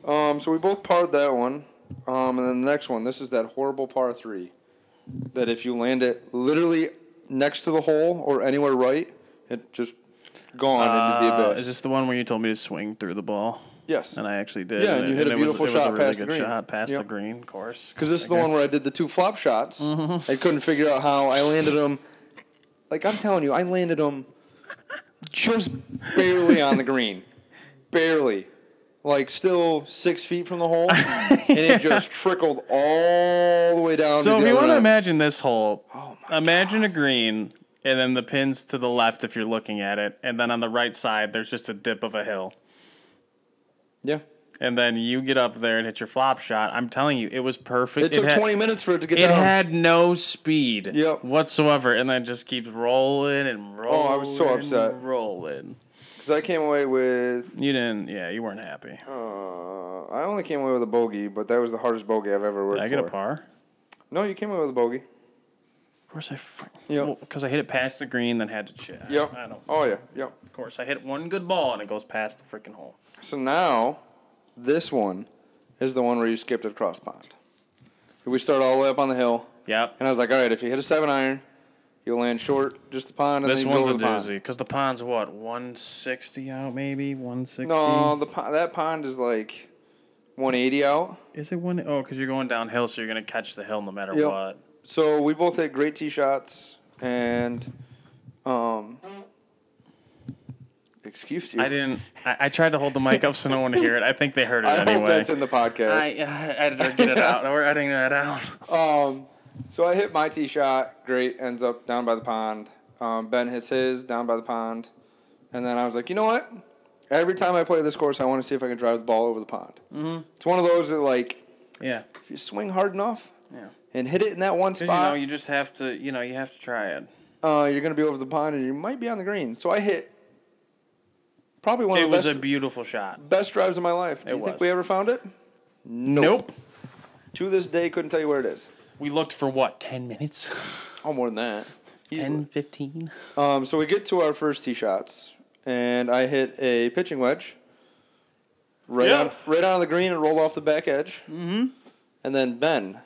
[SPEAKER 1] Um, so we both parred that one. Um, and then the next one, this is that horrible par three. That if you land it literally next to the hole or anywhere right, it just gone into the
[SPEAKER 2] Uh,
[SPEAKER 1] abyss.
[SPEAKER 2] is this the one where you told me to swing through the ball,
[SPEAKER 1] yes.
[SPEAKER 2] and I actually did?
[SPEAKER 1] Yeah, and you hit a
[SPEAKER 2] it
[SPEAKER 1] beautiful
[SPEAKER 2] was,
[SPEAKER 1] shot
[SPEAKER 2] it was a really
[SPEAKER 1] past the
[SPEAKER 2] good
[SPEAKER 1] green.
[SPEAKER 2] shot past the
[SPEAKER 1] Yep.
[SPEAKER 2] green, of course.
[SPEAKER 1] Because this is the one where I did the two flop shots.
[SPEAKER 2] Mm-hmm.
[SPEAKER 1] I couldn't figure out how I landed them. Like I'm telling you, I landed them just barely on the green, barely, like still six feet from the hole, and it just trickled all the way down.
[SPEAKER 2] So
[SPEAKER 1] to
[SPEAKER 2] if
[SPEAKER 1] the
[SPEAKER 2] you
[SPEAKER 1] other
[SPEAKER 2] want
[SPEAKER 1] end.
[SPEAKER 2] to
[SPEAKER 1] Oh
[SPEAKER 2] imagine this hole, imagine a green and then the pins to the left if you're looking at it, and then on the right side there's just a dip of a hill.
[SPEAKER 1] yeah,
[SPEAKER 2] And then you get up there and hit your flop shot. I'm telling you, it was perfect.
[SPEAKER 1] it took
[SPEAKER 2] had,
[SPEAKER 1] 20 minutes for it to get
[SPEAKER 2] It
[SPEAKER 1] down.
[SPEAKER 2] had no speed
[SPEAKER 1] Yep. Oh,
[SPEAKER 2] whatsoever, and then it just keeps rolling and rolling.
[SPEAKER 1] I was so upset.
[SPEAKER 2] Rolling.
[SPEAKER 1] Because I came away with,
[SPEAKER 2] You didn't. Yeah, you weren't happy.
[SPEAKER 1] uh, I only came away with a bogey, but that was the hardest bogey I've ever worked
[SPEAKER 2] Did I get a
[SPEAKER 1] for.
[SPEAKER 2] par?
[SPEAKER 1] No, you came away with a bogey.
[SPEAKER 2] Of course I.
[SPEAKER 1] Yep.
[SPEAKER 2] Because I hit it past the green, then had to chip.
[SPEAKER 1] Yep.
[SPEAKER 2] I don't.
[SPEAKER 1] Oh yeah. Yep.
[SPEAKER 2] Of course, I hit one good ball and it goes past the freaking hole.
[SPEAKER 1] So now, this one is the one where you skipped at cross pond. We start all the way up on the hill,
[SPEAKER 2] Yep.
[SPEAKER 1] and I was like, all right, if you hit a seven iron, you'll land short just the pond, and
[SPEAKER 2] This
[SPEAKER 1] then you
[SPEAKER 2] one's
[SPEAKER 1] go
[SPEAKER 2] a
[SPEAKER 1] over the
[SPEAKER 2] doozy
[SPEAKER 1] pond.
[SPEAKER 2] because the pond's what 160 out, maybe 160.
[SPEAKER 1] No, the pond, that pond is like 180 out.
[SPEAKER 2] is it one? Oh, because you're going downhill, so you're gonna catch the hill no matter
[SPEAKER 1] Yep.
[SPEAKER 2] what.
[SPEAKER 1] So we both hit great tee shots, and um, excuse you.
[SPEAKER 2] I didn't. I, I tried to hold the mic up so no one to hear it. I think they heard it
[SPEAKER 1] I
[SPEAKER 2] anyway.
[SPEAKER 1] hope that's in the podcast.
[SPEAKER 2] I, I, I edited it out. We're editing that out.
[SPEAKER 1] Um, so I hit my tee shot. Great, ends up down by the pond. Um, ben hits his down by the pond, and then I was like, you know what? Every time I play this course, I want to see if I can drive the ball over the pond. Mm-hmm. It's one of those that like
[SPEAKER 2] Yeah,
[SPEAKER 1] if you swing hard enough
[SPEAKER 2] yeah. 'Cause,
[SPEAKER 1] and hit it in that one
[SPEAKER 2] You know,
[SPEAKER 1] spot,
[SPEAKER 2] you just have to. You know, you have to try it.
[SPEAKER 1] uh, you're gonna be over the pond and you might be on the green. So I hit probably one
[SPEAKER 2] It
[SPEAKER 1] of the
[SPEAKER 2] was a
[SPEAKER 1] best,
[SPEAKER 2] beautiful shot.
[SPEAKER 1] best drives of my life. Do
[SPEAKER 2] It
[SPEAKER 1] you think
[SPEAKER 2] was.
[SPEAKER 1] we ever found it? Nope. To this day, couldn't tell you where it is.
[SPEAKER 2] We looked for what 10 minutes,
[SPEAKER 1] Oh, more than that. Easily.
[SPEAKER 2] 10, 15.
[SPEAKER 1] Um, so we get to our first tee shots, and I hit a pitching wedge right
[SPEAKER 2] Yeah.
[SPEAKER 1] on right on the green and rolled off the back edge. Mm-hmm. And then Ben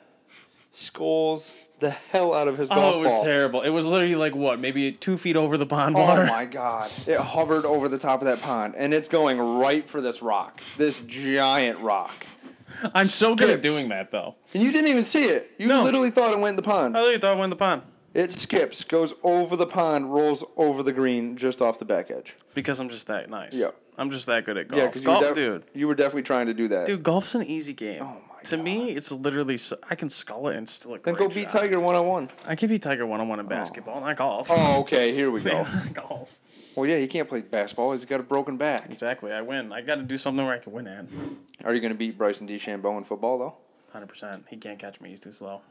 [SPEAKER 1] sculls the hell out of his golf
[SPEAKER 2] Oh, it was
[SPEAKER 1] ball.
[SPEAKER 2] terrible. It was literally like what, maybe two feet over the pond water.
[SPEAKER 1] Oh my god! It hovered over the top of that pond, and it's going right for this rock, this giant rock.
[SPEAKER 2] I'm so good at
[SPEAKER 1] Skips.
[SPEAKER 2] doing that though.
[SPEAKER 1] And you didn't even see it. You
[SPEAKER 2] No.
[SPEAKER 1] literally thought it went in the pond.
[SPEAKER 2] I literally thought I went the pond
[SPEAKER 1] It skips, goes over the pond, rolls over the green, just off the back edge.
[SPEAKER 2] because I'm just that nice.
[SPEAKER 1] Yeah.
[SPEAKER 2] I'm just that good at golf.
[SPEAKER 1] Yeah, because you,
[SPEAKER 2] Oh, golf,
[SPEAKER 1] were def-
[SPEAKER 2] dude.
[SPEAKER 1] you were definitely trying to do that.
[SPEAKER 2] Dude, golf's an easy game.
[SPEAKER 1] Oh my
[SPEAKER 2] to me, it's literally so, I can skull it and still a
[SPEAKER 1] Then
[SPEAKER 2] great
[SPEAKER 1] go beat
[SPEAKER 2] shot.
[SPEAKER 1] Tiger one on one.
[SPEAKER 2] I can beat Tiger one on one in basketball, not golf.
[SPEAKER 1] Oh, okay. Here we go.
[SPEAKER 2] golf.
[SPEAKER 1] Well, yeah, he can't play basketball. He's got a broken back.
[SPEAKER 2] Exactly. I win. I got to do something where I can win at.
[SPEAKER 1] Are you going to beat Bryson DeChambeau in football though?
[SPEAKER 2] 100. percent He can't catch me. He's too slow.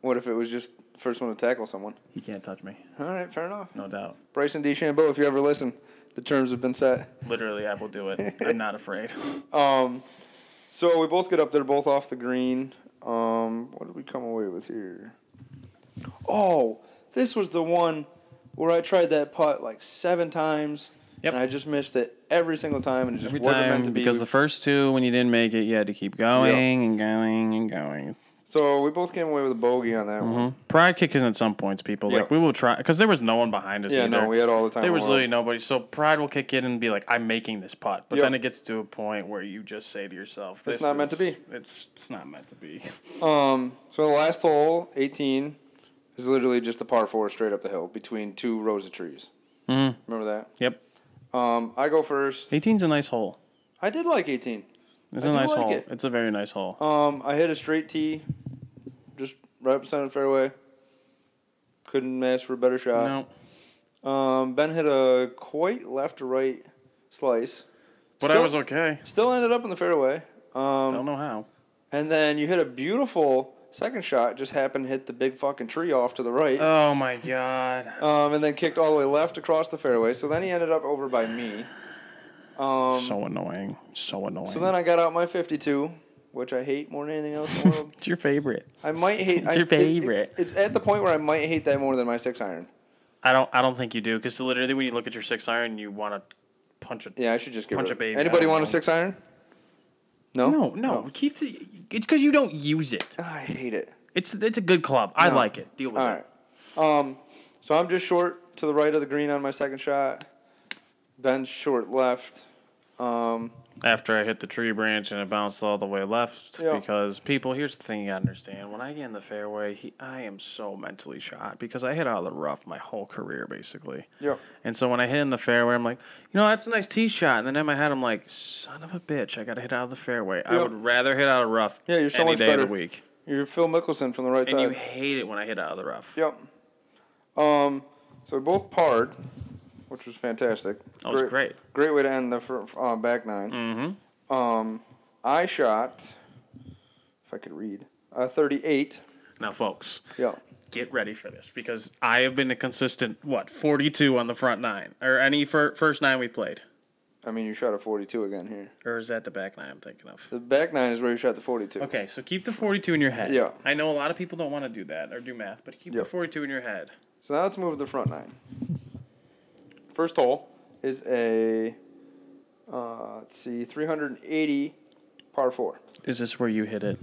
[SPEAKER 1] What if it was just first one to tackle someone?
[SPEAKER 2] He can't touch me.
[SPEAKER 1] All right, fair enough.
[SPEAKER 2] No doubt.
[SPEAKER 1] Bryson DeChambeau, if you ever listen, The terms have been set.
[SPEAKER 2] Literally, I will do it. I'm not afraid.
[SPEAKER 1] Um, so we both get up there, both off the green. Um, what did we come away with here? Oh, this was the one where I tried that putt like seven times,
[SPEAKER 2] Yep.
[SPEAKER 1] and I just missed it every single time, and it just
[SPEAKER 2] Every
[SPEAKER 1] wasn't
[SPEAKER 2] time,
[SPEAKER 1] meant to be.
[SPEAKER 2] because the first two, when you didn't make it, you had to keep going and going and going.
[SPEAKER 1] so we both came away with a bogey on that one.
[SPEAKER 2] hmm Pride kick in at some points, people.
[SPEAKER 1] Yeah.
[SPEAKER 2] Like we will try because there was no one behind us.
[SPEAKER 1] Yeah,
[SPEAKER 2] either.
[SPEAKER 1] no, we had all the time.
[SPEAKER 2] There
[SPEAKER 1] in
[SPEAKER 2] was
[SPEAKER 1] the world.
[SPEAKER 2] literally nobody. So pride will kick in and be like, "I'm making this putt," but
[SPEAKER 1] Yep.
[SPEAKER 2] then it gets to a point where you just say to yourself, "This
[SPEAKER 1] not meant
[SPEAKER 2] is-
[SPEAKER 1] to be."
[SPEAKER 2] It's it's not meant to be."
[SPEAKER 1] Um, so the last hole, 18, is literally just a par four straight up the hill between two rows of trees.
[SPEAKER 2] Mhm.
[SPEAKER 1] Remember that?
[SPEAKER 2] Yep,
[SPEAKER 1] Um, I go first.
[SPEAKER 2] 18's a nice hole.
[SPEAKER 1] I did like 18.
[SPEAKER 2] It's
[SPEAKER 1] I
[SPEAKER 2] a
[SPEAKER 1] do
[SPEAKER 2] nice
[SPEAKER 1] like
[SPEAKER 2] hole.
[SPEAKER 1] it.
[SPEAKER 2] It's a very nice hole.
[SPEAKER 1] Um, I hit a straight tee, just right up the center of the fairway. Couldn't ask for a better shot.
[SPEAKER 2] no,
[SPEAKER 1] Um, ben hit a quite left to right slice.
[SPEAKER 2] but I
[SPEAKER 1] still-
[SPEAKER 2] was okay.
[SPEAKER 1] Still ended up in the fairway.
[SPEAKER 2] Don't
[SPEAKER 1] Um,
[SPEAKER 2] know how.
[SPEAKER 1] and then you hit a beautiful second shot. Just happened to hit the big fucking tree off to the right.
[SPEAKER 2] Oh my god.
[SPEAKER 1] um, and then kicked all the way left across the fairway. So then he ended up over by me. Um, so,
[SPEAKER 2] so annoying. So annoying.
[SPEAKER 1] then I got out my 52, which I hate more than anything else in the world.
[SPEAKER 2] it's your favorite.
[SPEAKER 1] I might hate.
[SPEAKER 2] It's
[SPEAKER 1] I-
[SPEAKER 2] your
[SPEAKER 1] it- it-
[SPEAKER 2] favorite.
[SPEAKER 1] it's at the point where I might hate that more than my six iron.
[SPEAKER 2] I don't. I don't think you do because literally when you look at your six iron, you want to punch it.
[SPEAKER 1] Yeah, I should just get
[SPEAKER 2] Punch
[SPEAKER 1] rid
[SPEAKER 2] a
[SPEAKER 1] of
[SPEAKER 2] baby,
[SPEAKER 1] it.
[SPEAKER 2] I
[SPEAKER 1] Anybody
[SPEAKER 2] don't
[SPEAKER 1] want
[SPEAKER 2] know.
[SPEAKER 1] a six iron? No? Oh,
[SPEAKER 2] No, no. Keep the, It's because you don't use it.
[SPEAKER 1] I hate it.
[SPEAKER 2] It's it's a good club. I
[SPEAKER 1] No.
[SPEAKER 2] like it. Deal with
[SPEAKER 1] All
[SPEAKER 2] it.
[SPEAKER 1] right. Um, so I'm just short to the right of the green on my second shot. Ben's short left. Um,
[SPEAKER 2] After I hit the tree branch and it bounced all the way left,
[SPEAKER 1] Yeah.
[SPEAKER 2] because people, here's the thing you gotta understand: when I get in the fairway, he, I am so mentally shot because I hit out of the rough my whole career basically.
[SPEAKER 1] yeah.
[SPEAKER 2] And so when I hit in the fairway, I'm like, you know, that's a nice tee shot. And then in my head, I'm like, son of a bitch, I gotta hit out of the fairway. I
[SPEAKER 1] Yeah.
[SPEAKER 2] would rather hit out of rough.
[SPEAKER 1] Yeah, you're so
[SPEAKER 2] any
[SPEAKER 1] much
[SPEAKER 2] day of
[SPEAKER 1] better.
[SPEAKER 2] the week.
[SPEAKER 1] You're Phil Mickelson from the right
[SPEAKER 2] And you
[SPEAKER 1] side.
[SPEAKER 2] hate it when I hit out of the rough.
[SPEAKER 1] Yep. Um, so we both parred, which was fantastic.
[SPEAKER 2] That was great.
[SPEAKER 1] Great way to end the fir- uh, back 9 Mm-hmm. Um, I shot, if I could read, uh, 38.
[SPEAKER 2] Now, folks,
[SPEAKER 1] Yeah.
[SPEAKER 2] get ready for this because I have been a consistent what 42 on the front nine or any fir- first nine we played
[SPEAKER 1] I mean, you shot a 42 again here.
[SPEAKER 2] or is that the back nine I'm thinking of?
[SPEAKER 1] The back nine is where you shot the 42.
[SPEAKER 2] Okay, so keep the 42 in your head.
[SPEAKER 1] Yeah.
[SPEAKER 2] I know a lot of people don't want to do that or do math, but keep
[SPEAKER 1] Yeah.
[SPEAKER 2] the 42 in your head.
[SPEAKER 1] So now let's move to the front nine. First hole is a, uh, let's see, 380 par four.
[SPEAKER 2] Is this where you hit it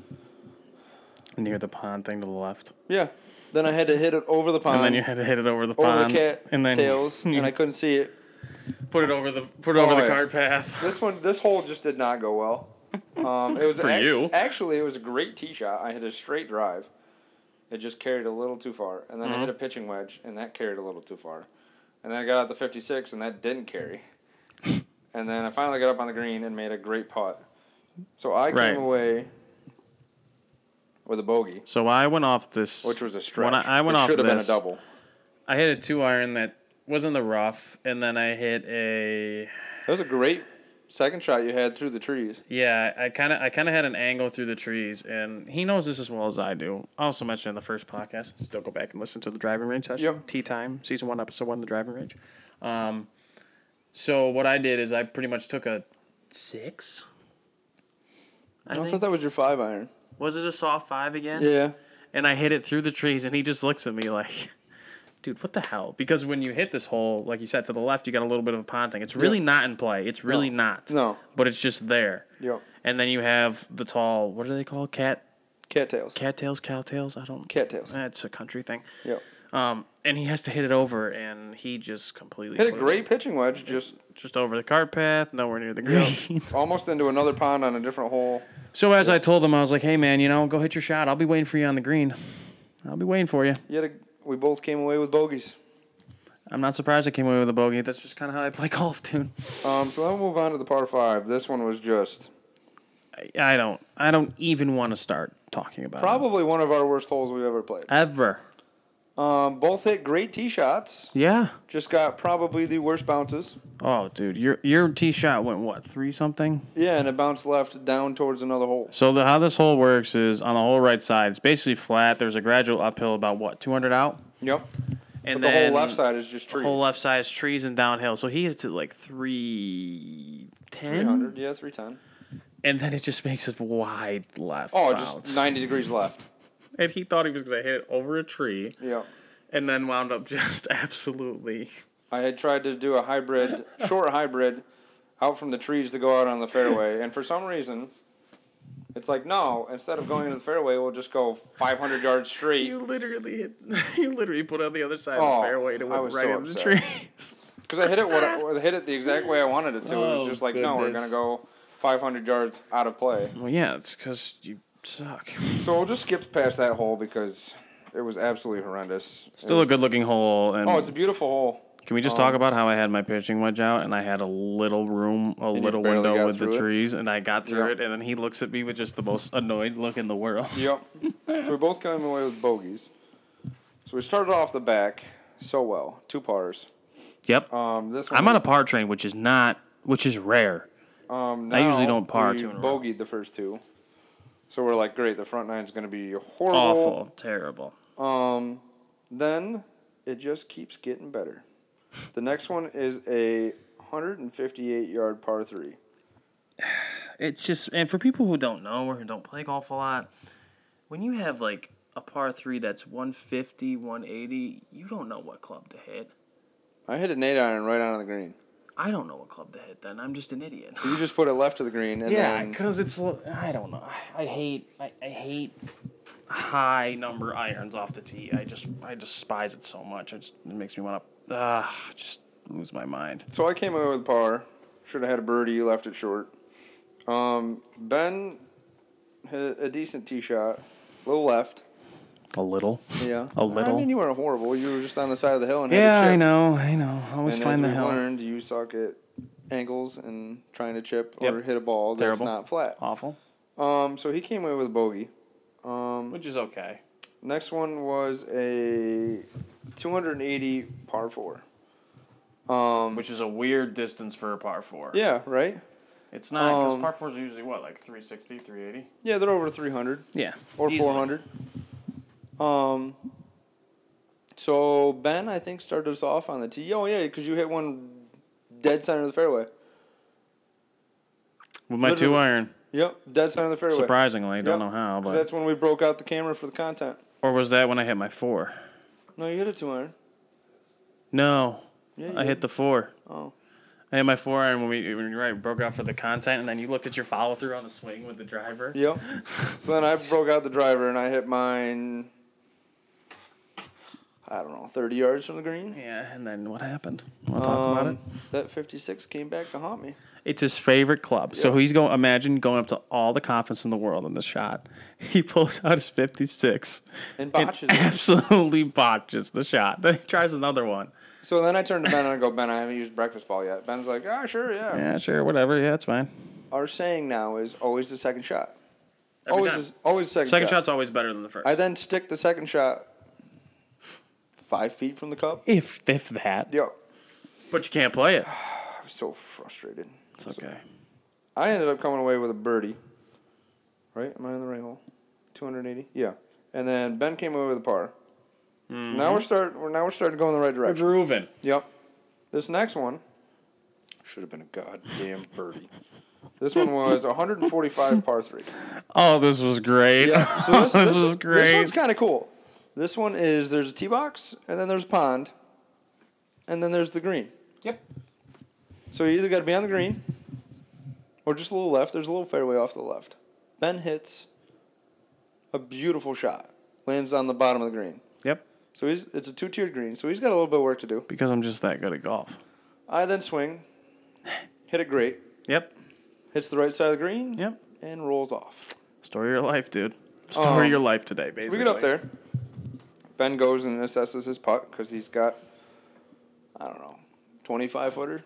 [SPEAKER 2] near the pond thing to the left?
[SPEAKER 1] Yeah. Then I had to hit it over the pond.
[SPEAKER 2] and then you had to hit it over the
[SPEAKER 1] Um, over
[SPEAKER 2] pond
[SPEAKER 1] the cat
[SPEAKER 2] and then
[SPEAKER 1] tails,
[SPEAKER 2] you
[SPEAKER 1] and I couldn't see it.
[SPEAKER 2] put it over the put it over
[SPEAKER 1] Oh,
[SPEAKER 2] the
[SPEAKER 1] yeah.
[SPEAKER 2] cart path.
[SPEAKER 1] This one, this hole just did not go well. Um, it was
[SPEAKER 2] For you.
[SPEAKER 1] Actually, it was a great tee shot. I hit a straight drive. It just carried a little too far, and then I hit
[SPEAKER 2] Uh-huh.
[SPEAKER 1] a pitching wedge, and that carried a little too far, and then I got out the fifty six, and that didn't carry, and then I finally got up on the green and made a great putt. So I
[SPEAKER 2] Right.
[SPEAKER 1] came away with a bogey,
[SPEAKER 2] So I went off this
[SPEAKER 1] which was a stretch.
[SPEAKER 2] When I, I went
[SPEAKER 1] which
[SPEAKER 2] off
[SPEAKER 1] should have been a
[SPEAKER 2] this-
[SPEAKER 1] double.
[SPEAKER 2] I hit a 2 iron that was in the rough and then I hit a
[SPEAKER 1] That was a great second shot you had through the trees.
[SPEAKER 2] Yeah, I kind of I kind of had an angle through the trees, and he knows this as well as I do. I also mentioned in the first podcast. Still go back and listen to the driving range session.
[SPEAKER 1] Yep.
[SPEAKER 2] Tea time, season one, episode one, the driving range. Um, so what I did is I pretty much took a six. I
[SPEAKER 1] I,
[SPEAKER 2] think.
[SPEAKER 1] thought that was your five iron.
[SPEAKER 2] was it a soft five again?
[SPEAKER 1] Yeah.
[SPEAKER 2] And I hit it through the trees, and he just looks at me like, "Dude, what the hell?" Because when you hit this hole, like you said to the left, you got a little bit of a pond thing. It's really not in play. It's really not.
[SPEAKER 1] No.
[SPEAKER 2] But it's just there.
[SPEAKER 1] Yep.
[SPEAKER 2] And then you have the tall, what are they called? Cat,
[SPEAKER 1] Cattails.
[SPEAKER 2] cattails, cowtails? I don't.
[SPEAKER 1] Cattails.
[SPEAKER 2] That's a country thing.
[SPEAKER 1] Yep.
[SPEAKER 2] Um, and he has to hit it over, and he just completely
[SPEAKER 1] Hit a
[SPEAKER 2] put it
[SPEAKER 1] great pitching wedge, just
[SPEAKER 2] just over the cart path, nowhere near the
[SPEAKER 1] you know,
[SPEAKER 2] green.
[SPEAKER 1] almost into another pond on a different hole.
[SPEAKER 2] So as I told him, I was like, "Hey man, you know, go hit your shot. I'll be waiting for you on the green. I'll be waiting for you."
[SPEAKER 1] Yet a, we both came away with bogeys.
[SPEAKER 2] I'm not surprised I came away with a bogey. That's just kind of how I play golf, dude.
[SPEAKER 1] Um, so now we'll move on to the par five. This one was just
[SPEAKER 2] I, I don't. I don't even want to start talking about it
[SPEAKER 1] probably one of our worst holes we've ever played.
[SPEAKER 2] ever.
[SPEAKER 1] Um, both hit great tee shots.
[SPEAKER 2] Yeah.
[SPEAKER 1] Just got probably the worst bounces.
[SPEAKER 2] Oh, dude, your your tee shot went what three something?
[SPEAKER 1] Yeah, and it bounced left down towards another hole.
[SPEAKER 2] So the, how this hole works is on the whole right side, it's basically flat. There's a gradual uphill about what 200 out,
[SPEAKER 1] Yep. But
[SPEAKER 2] and
[SPEAKER 1] the
[SPEAKER 2] then
[SPEAKER 1] whole left side is just trees.
[SPEAKER 2] whole left side is trees and downhill. So he hits it like three
[SPEAKER 1] Three
[SPEAKER 2] ten,
[SPEAKER 1] hundred, yeah, three ten.
[SPEAKER 2] and then it just makes it wide left.
[SPEAKER 1] Oh,
[SPEAKER 2] bounce.
[SPEAKER 1] just ninety degrees left.
[SPEAKER 2] And he thought he was gonna hit it over a tree,
[SPEAKER 1] Yeah.
[SPEAKER 2] and then wound up just absolutely.
[SPEAKER 1] I had tried to do a hybrid, short hybrid, out from the trees to go out on the fairway, and for some reason, it's like no. Instead of going into the fairway, we'll just go 500 yards straight
[SPEAKER 2] You literally hit. You literally put it on the other side of
[SPEAKER 1] Oh,
[SPEAKER 2] the fairway to
[SPEAKER 1] I was
[SPEAKER 2] went right
[SPEAKER 1] so
[SPEAKER 2] into the
[SPEAKER 1] upset.
[SPEAKER 2] trees.
[SPEAKER 1] because I hit it what I, I hit it the exact way I wanted it to. it
[SPEAKER 2] Oh,
[SPEAKER 1] was just like no, we're
[SPEAKER 2] goodness.
[SPEAKER 1] gonna go 500 yards out of play.
[SPEAKER 2] Well, yeah, it's because you suck.
[SPEAKER 1] So we'll just skip past that hole because it was absolutely horrendous. It
[SPEAKER 2] Still a
[SPEAKER 1] was-
[SPEAKER 2] good looking hole. And
[SPEAKER 1] Oh, it's a beautiful hole.
[SPEAKER 2] can we just talk about how I had my pitching wedge out and I had a little room, a
[SPEAKER 1] you
[SPEAKER 2] little
[SPEAKER 1] barely
[SPEAKER 2] window
[SPEAKER 1] got
[SPEAKER 2] with the
[SPEAKER 1] through it?
[SPEAKER 2] trees, and I got through
[SPEAKER 1] Yeah.
[SPEAKER 2] it. And then he looks at me with just the most annoyed look in the world.
[SPEAKER 1] Yep. so we both came away with bogeys. So we started off the back so well, two pars.
[SPEAKER 2] Yep.
[SPEAKER 1] Um, this one
[SPEAKER 2] I'm on a par train, which is not, which is rare.
[SPEAKER 1] Um,
[SPEAKER 2] I usually
[SPEAKER 1] now
[SPEAKER 2] don't par
[SPEAKER 1] we
[SPEAKER 2] two in a row.
[SPEAKER 1] bogeyed the first two, so we're like, great. The front nine's going to be horrible.
[SPEAKER 2] Awful, terrible.
[SPEAKER 1] Um, then it just keeps getting better. The next one is a 158 yard par three.
[SPEAKER 2] It's just, and for people who don't know or who don't play golf a lot, when you have like a par three that's 150, 180, you don't know what club to hit.
[SPEAKER 1] I hit an eight iron right on the green.
[SPEAKER 2] I don't know what club to hit then. I'm just an idiot.
[SPEAKER 1] You just put it left to the green, and
[SPEAKER 2] Yeah,
[SPEAKER 1] then
[SPEAKER 2] because it's l- I don't know. I hate I, I hate high number irons off the tee. I just I despise it so much. It, just, it makes me want to uh, just lose my mind.
[SPEAKER 1] so I came away with par. Should have had a birdie. Left it short. Um, ben hit a decent tee shot, little left.
[SPEAKER 2] A little.
[SPEAKER 1] Yeah,
[SPEAKER 2] A little.
[SPEAKER 1] I mean, you weren't horrible. You were just on the side of the hill and hit a
[SPEAKER 2] Yeah,
[SPEAKER 1] chip.
[SPEAKER 2] I know. I know. Always
[SPEAKER 1] And as
[SPEAKER 2] find the
[SPEAKER 1] we've
[SPEAKER 2] hell
[SPEAKER 1] learned, you suck at angles and trying to chip
[SPEAKER 2] Yep.
[SPEAKER 1] or hit a ball that's
[SPEAKER 2] Terrible.
[SPEAKER 1] not flat.
[SPEAKER 2] awful,
[SPEAKER 1] Um, so he came away with a bogey. Um,
[SPEAKER 2] which is okay.
[SPEAKER 1] next one was a 280 par four. Um,
[SPEAKER 2] Which is a weird distance for a par four.
[SPEAKER 1] yeah, right.
[SPEAKER 2] It's not because
[SPEAKER 1] Um,
[SPEAKER 2] par fours are usually what like 360, 380?
[SPEAKER 1] Yeah, they're over 300
[SPEAKER 2] Yeah.
[SPEAKER 1] or
[SPEAKER 2] Easily.
[SPEAKER 1] 400. Um, so Ben, I think started us off on the tee. Oh yeah, because you hit one dead center of the fairway.
[SPEAKER 2] With my two
[SPEAKER 1] Literally.
[SPEAKER 2] iron,
[SPEAKER 1] Yep, dead center of the fairway.
[SPEAKER 2] surprisingly, I don't
[SPEAKER 1] Yep.
[SPEAKER 2] know how, but
[SPEAKER 1] That's when we broke out the camera for the content.
[SPEAKER 2] or was that when I hit my four?
[SPEAKER 1] No, you hit a two iron.
[SPEAKER 2] No,
[SPEAKER 1] Yeah, you
[SPEAKER 2] I hit the four.
[SPEAKER 1] Oh.
[SPEAKER 2] I hit my four iron when we when you're right broke out for the content, and then you looked at your follow through on the swing with the driver.
[SPEAKER 1] Yep. so then I broke out the driver and I hit mine. I don't know, thirty yards from the green.
[SPEAKER 2] Yeah, and then what happened? Want to talk
[SPEAKER 1] Um,
[SPEAKER 2] about it?
[SPEAKER 1] That fifty six came back to haunt me.
[SPEAKER 2] It's his favorite club. So he's going. Imagine going up to all the confidence in the world in this shot. He pulls out his fifty six
[SPEAKER 1] And
[SPEAKER 2] and
[SPEAKER 1] botches. it.
[SPEAKER 2] absolutely botches the shot. Then he tries another one.
[SPEAKER 1] so then I turned to Ben and I go, Ben, I haven't used breakfast ball yet. Ben's like, Ah, sure, yeah.
[SPEAKER 2] Yeah, sure, whatever. Yeah, it's fine.
[SPEAKER 1] Our saying now is always the second shot.
[SPEAKER 2] Every
[SPEAKER 1] always,
[SPEAKER 2] time.
[SPEAKER 1] the- always the second.
[SPEAKER 2] Second
[SPEAKER 1] shot.
[SPEAKER 2] shot's always better than the first.
[SPEAKER 1] I then stick the second shot five feet from the cup.
[SPEAKER 2] if if that,
[SPEAKER 1] Yo,
[SPEAKER 2] but you can't play it.
[SPEAKER 1] I'm so frustrated.
[SPEAKER 2] It's okay.
[SPEAKER 1] I ended up coming away with a birdie. Right? Am I in the right hole? 280. Yeah. And then Ben came away with a par. So now we're start. We're now we're starting to go in the right
[SPEAKER 2] We're
[SPEAKER 1] direction.
[SPEAKER 2] grooving.
[SPEAKER 1] Yep. This next one should have been a goddamn birdie. This one was 145 par three.
[SPEAKER 2] Oh, this was great.
[SPEAKER 1] Yeah. So this,
[SPEAKER 2] this,
[SPEAKER 1] this,
[SPEAKER 2] was great.
[SPEAKER 1] This one's kind of cool. This one is there's a tee box and then there's a pond, and then there's the green.
[SPEAKER 2] Yep.
[SPEAKER 1] So you either got to be on the green, or just a little left. There's a little fairway off to the left. Ben hits a beautiful shot, lands on the bottom of the green.
[SPEAKER 2] Yep.
[SPEAKER 1] So he's it's a two tiered green. So he's got a little bit of work to do.
[SPEAKER 2] Because I'm just that good at golf.
[SPEAKER 1] I then swing, hit it great,
[SPEAKER 2] Yep.
[SPEAKER 1] hits the right side of the green,
[SPEAKER 2] Yep.
[SPEAKER 1] and rolls off.
[SPEAKER 2] Story of your life, dude. Story
[SPEAKER 1] Um,
[SPEAKER 2] of your life today, basically.
[SPEAKER 1] We get up there. Ben goes and assesses his putt because he's got, I don't know, twenty five footer.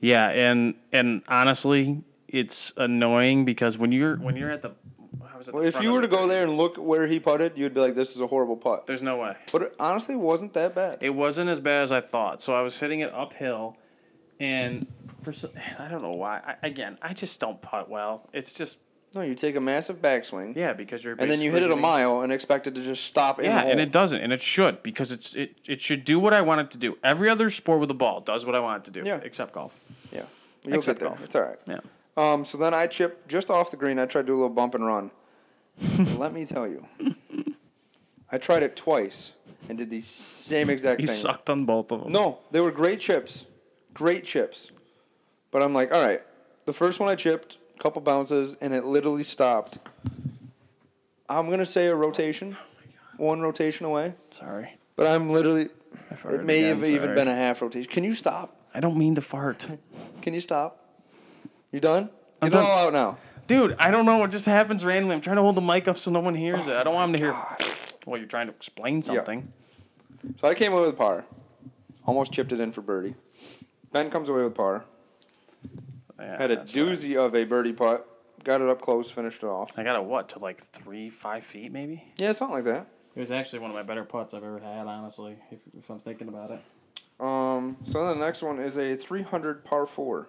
[SPEAKER 2] Yeah, and and honestly, it's annoying because when you're when you're at the, I was at the
[SPEAKER 1] Well, if
[SPEAKER 2] front
[SPEAKER 1] you
[SPEAKER 2] of
[SPEAKER 1] were to
[SPEAKER 2] the-
[SPEAKER 1] go there and look where he putted, you'd be like, "This is a horrible putt."
[SPEAKER 2] there's no way.
[SPEAKER 1] But it honestly wasn't that bad.
[SPEAKER 2] It wasn't as bad as I thought. So I was hitting it uphill, and for s- I don't know why. I, again, I just don't putt well. It's just
[SPEAKER 1] No, you take a massive backswing,
[SPEAKER 2] Yeah, because you're.
[SPEAKER 1] and then you hit it
[SPEAKER 2] basically
[SPEAKER 1] a
[SPEAKER 2] doing-
[SPEAKER 1] mile and expect it to just stop in the
[SPEAKER 2] Yeah,
[SPEAKER 1] hole.
[SPEAKER 2] and it doesn't, and it should because it's it, it should do what I want it to do. Every other sport with a ball does what I want it to do,
[SPEAKER 1] Yeah.
[SPEAKER 2] except golf.
[SPEAKER 1] yeah, you'll get
[SPEAKER 2] Except
[SPEAKER 1] there.
[SPEAKER 2] golf.
[SPEAKER 1] It's all right.
[SPEAKER 2] Yeah.
[SPEAKER 1] Um, so then I chip just off the green. I tried to do a little bump and run. Let me tell you, I tried it twice and did the same exact
[SPEAKER 2] He
[SPEAKER 1] thing.
[SPEAKER 2] sucked on both of them.
[SPEAKER 1] No, they were great chips, great chips. But I'm like, all right. The first one I chipped, couple bounces, and it literally stopped. I'm gonna say a rotation,
[SPEAKER 2] Oh
[SPEAKER 1] one rotation away.
[SPEAKER 2] Sorry.
[SPEAKER 1] But I'm literally.
[SPEAKER 2] I've heard
[SPEAKER 1] It may
[SPEAKER 2] again,
[SPEAKER 1] have even
[SPEAKER 2] sorry.
[SPEAKER 1] been a half rotation. Can you stop?
[SPEAKER 2] I don't mean to fart.
[SPEAKER 1] Can you stop? You done? Get
[SPEAKER 2] I'm
[SPEAKER 1] it
[SPEAKER 2] done.
[SPEAKER 1] all out now.
[SPEAKER 2] Dude, I don't know. It just happens randomly. I'm trying to hold the mic up so no one hears it. I don't want them to
[SPEAKER 1] Oh,
[SPEAKER 2] hear. Well, you're trying to explain something.
[SPEAKER 1] So I came away with par. Almost chipped it in for birdie. Ben comes away with par.
[SPEAKER 2] Yeah,
[SPEAKER 1] Had a
[SPEAKER 2] that's right.
[SPEAKER 1] doozy of a birdie putt. Got it up close, finished it off.
[SPEAKER 2] I got a what to like three, five feet maybe.
[SPEAKER 1] Yeah, something like that.
[SPEAKER 2] It was actually one of my better putts I've ever had, honestly. If, if I'm thinking about it.
[SPEAKER 1] Um, so then the next one is a 300 par four.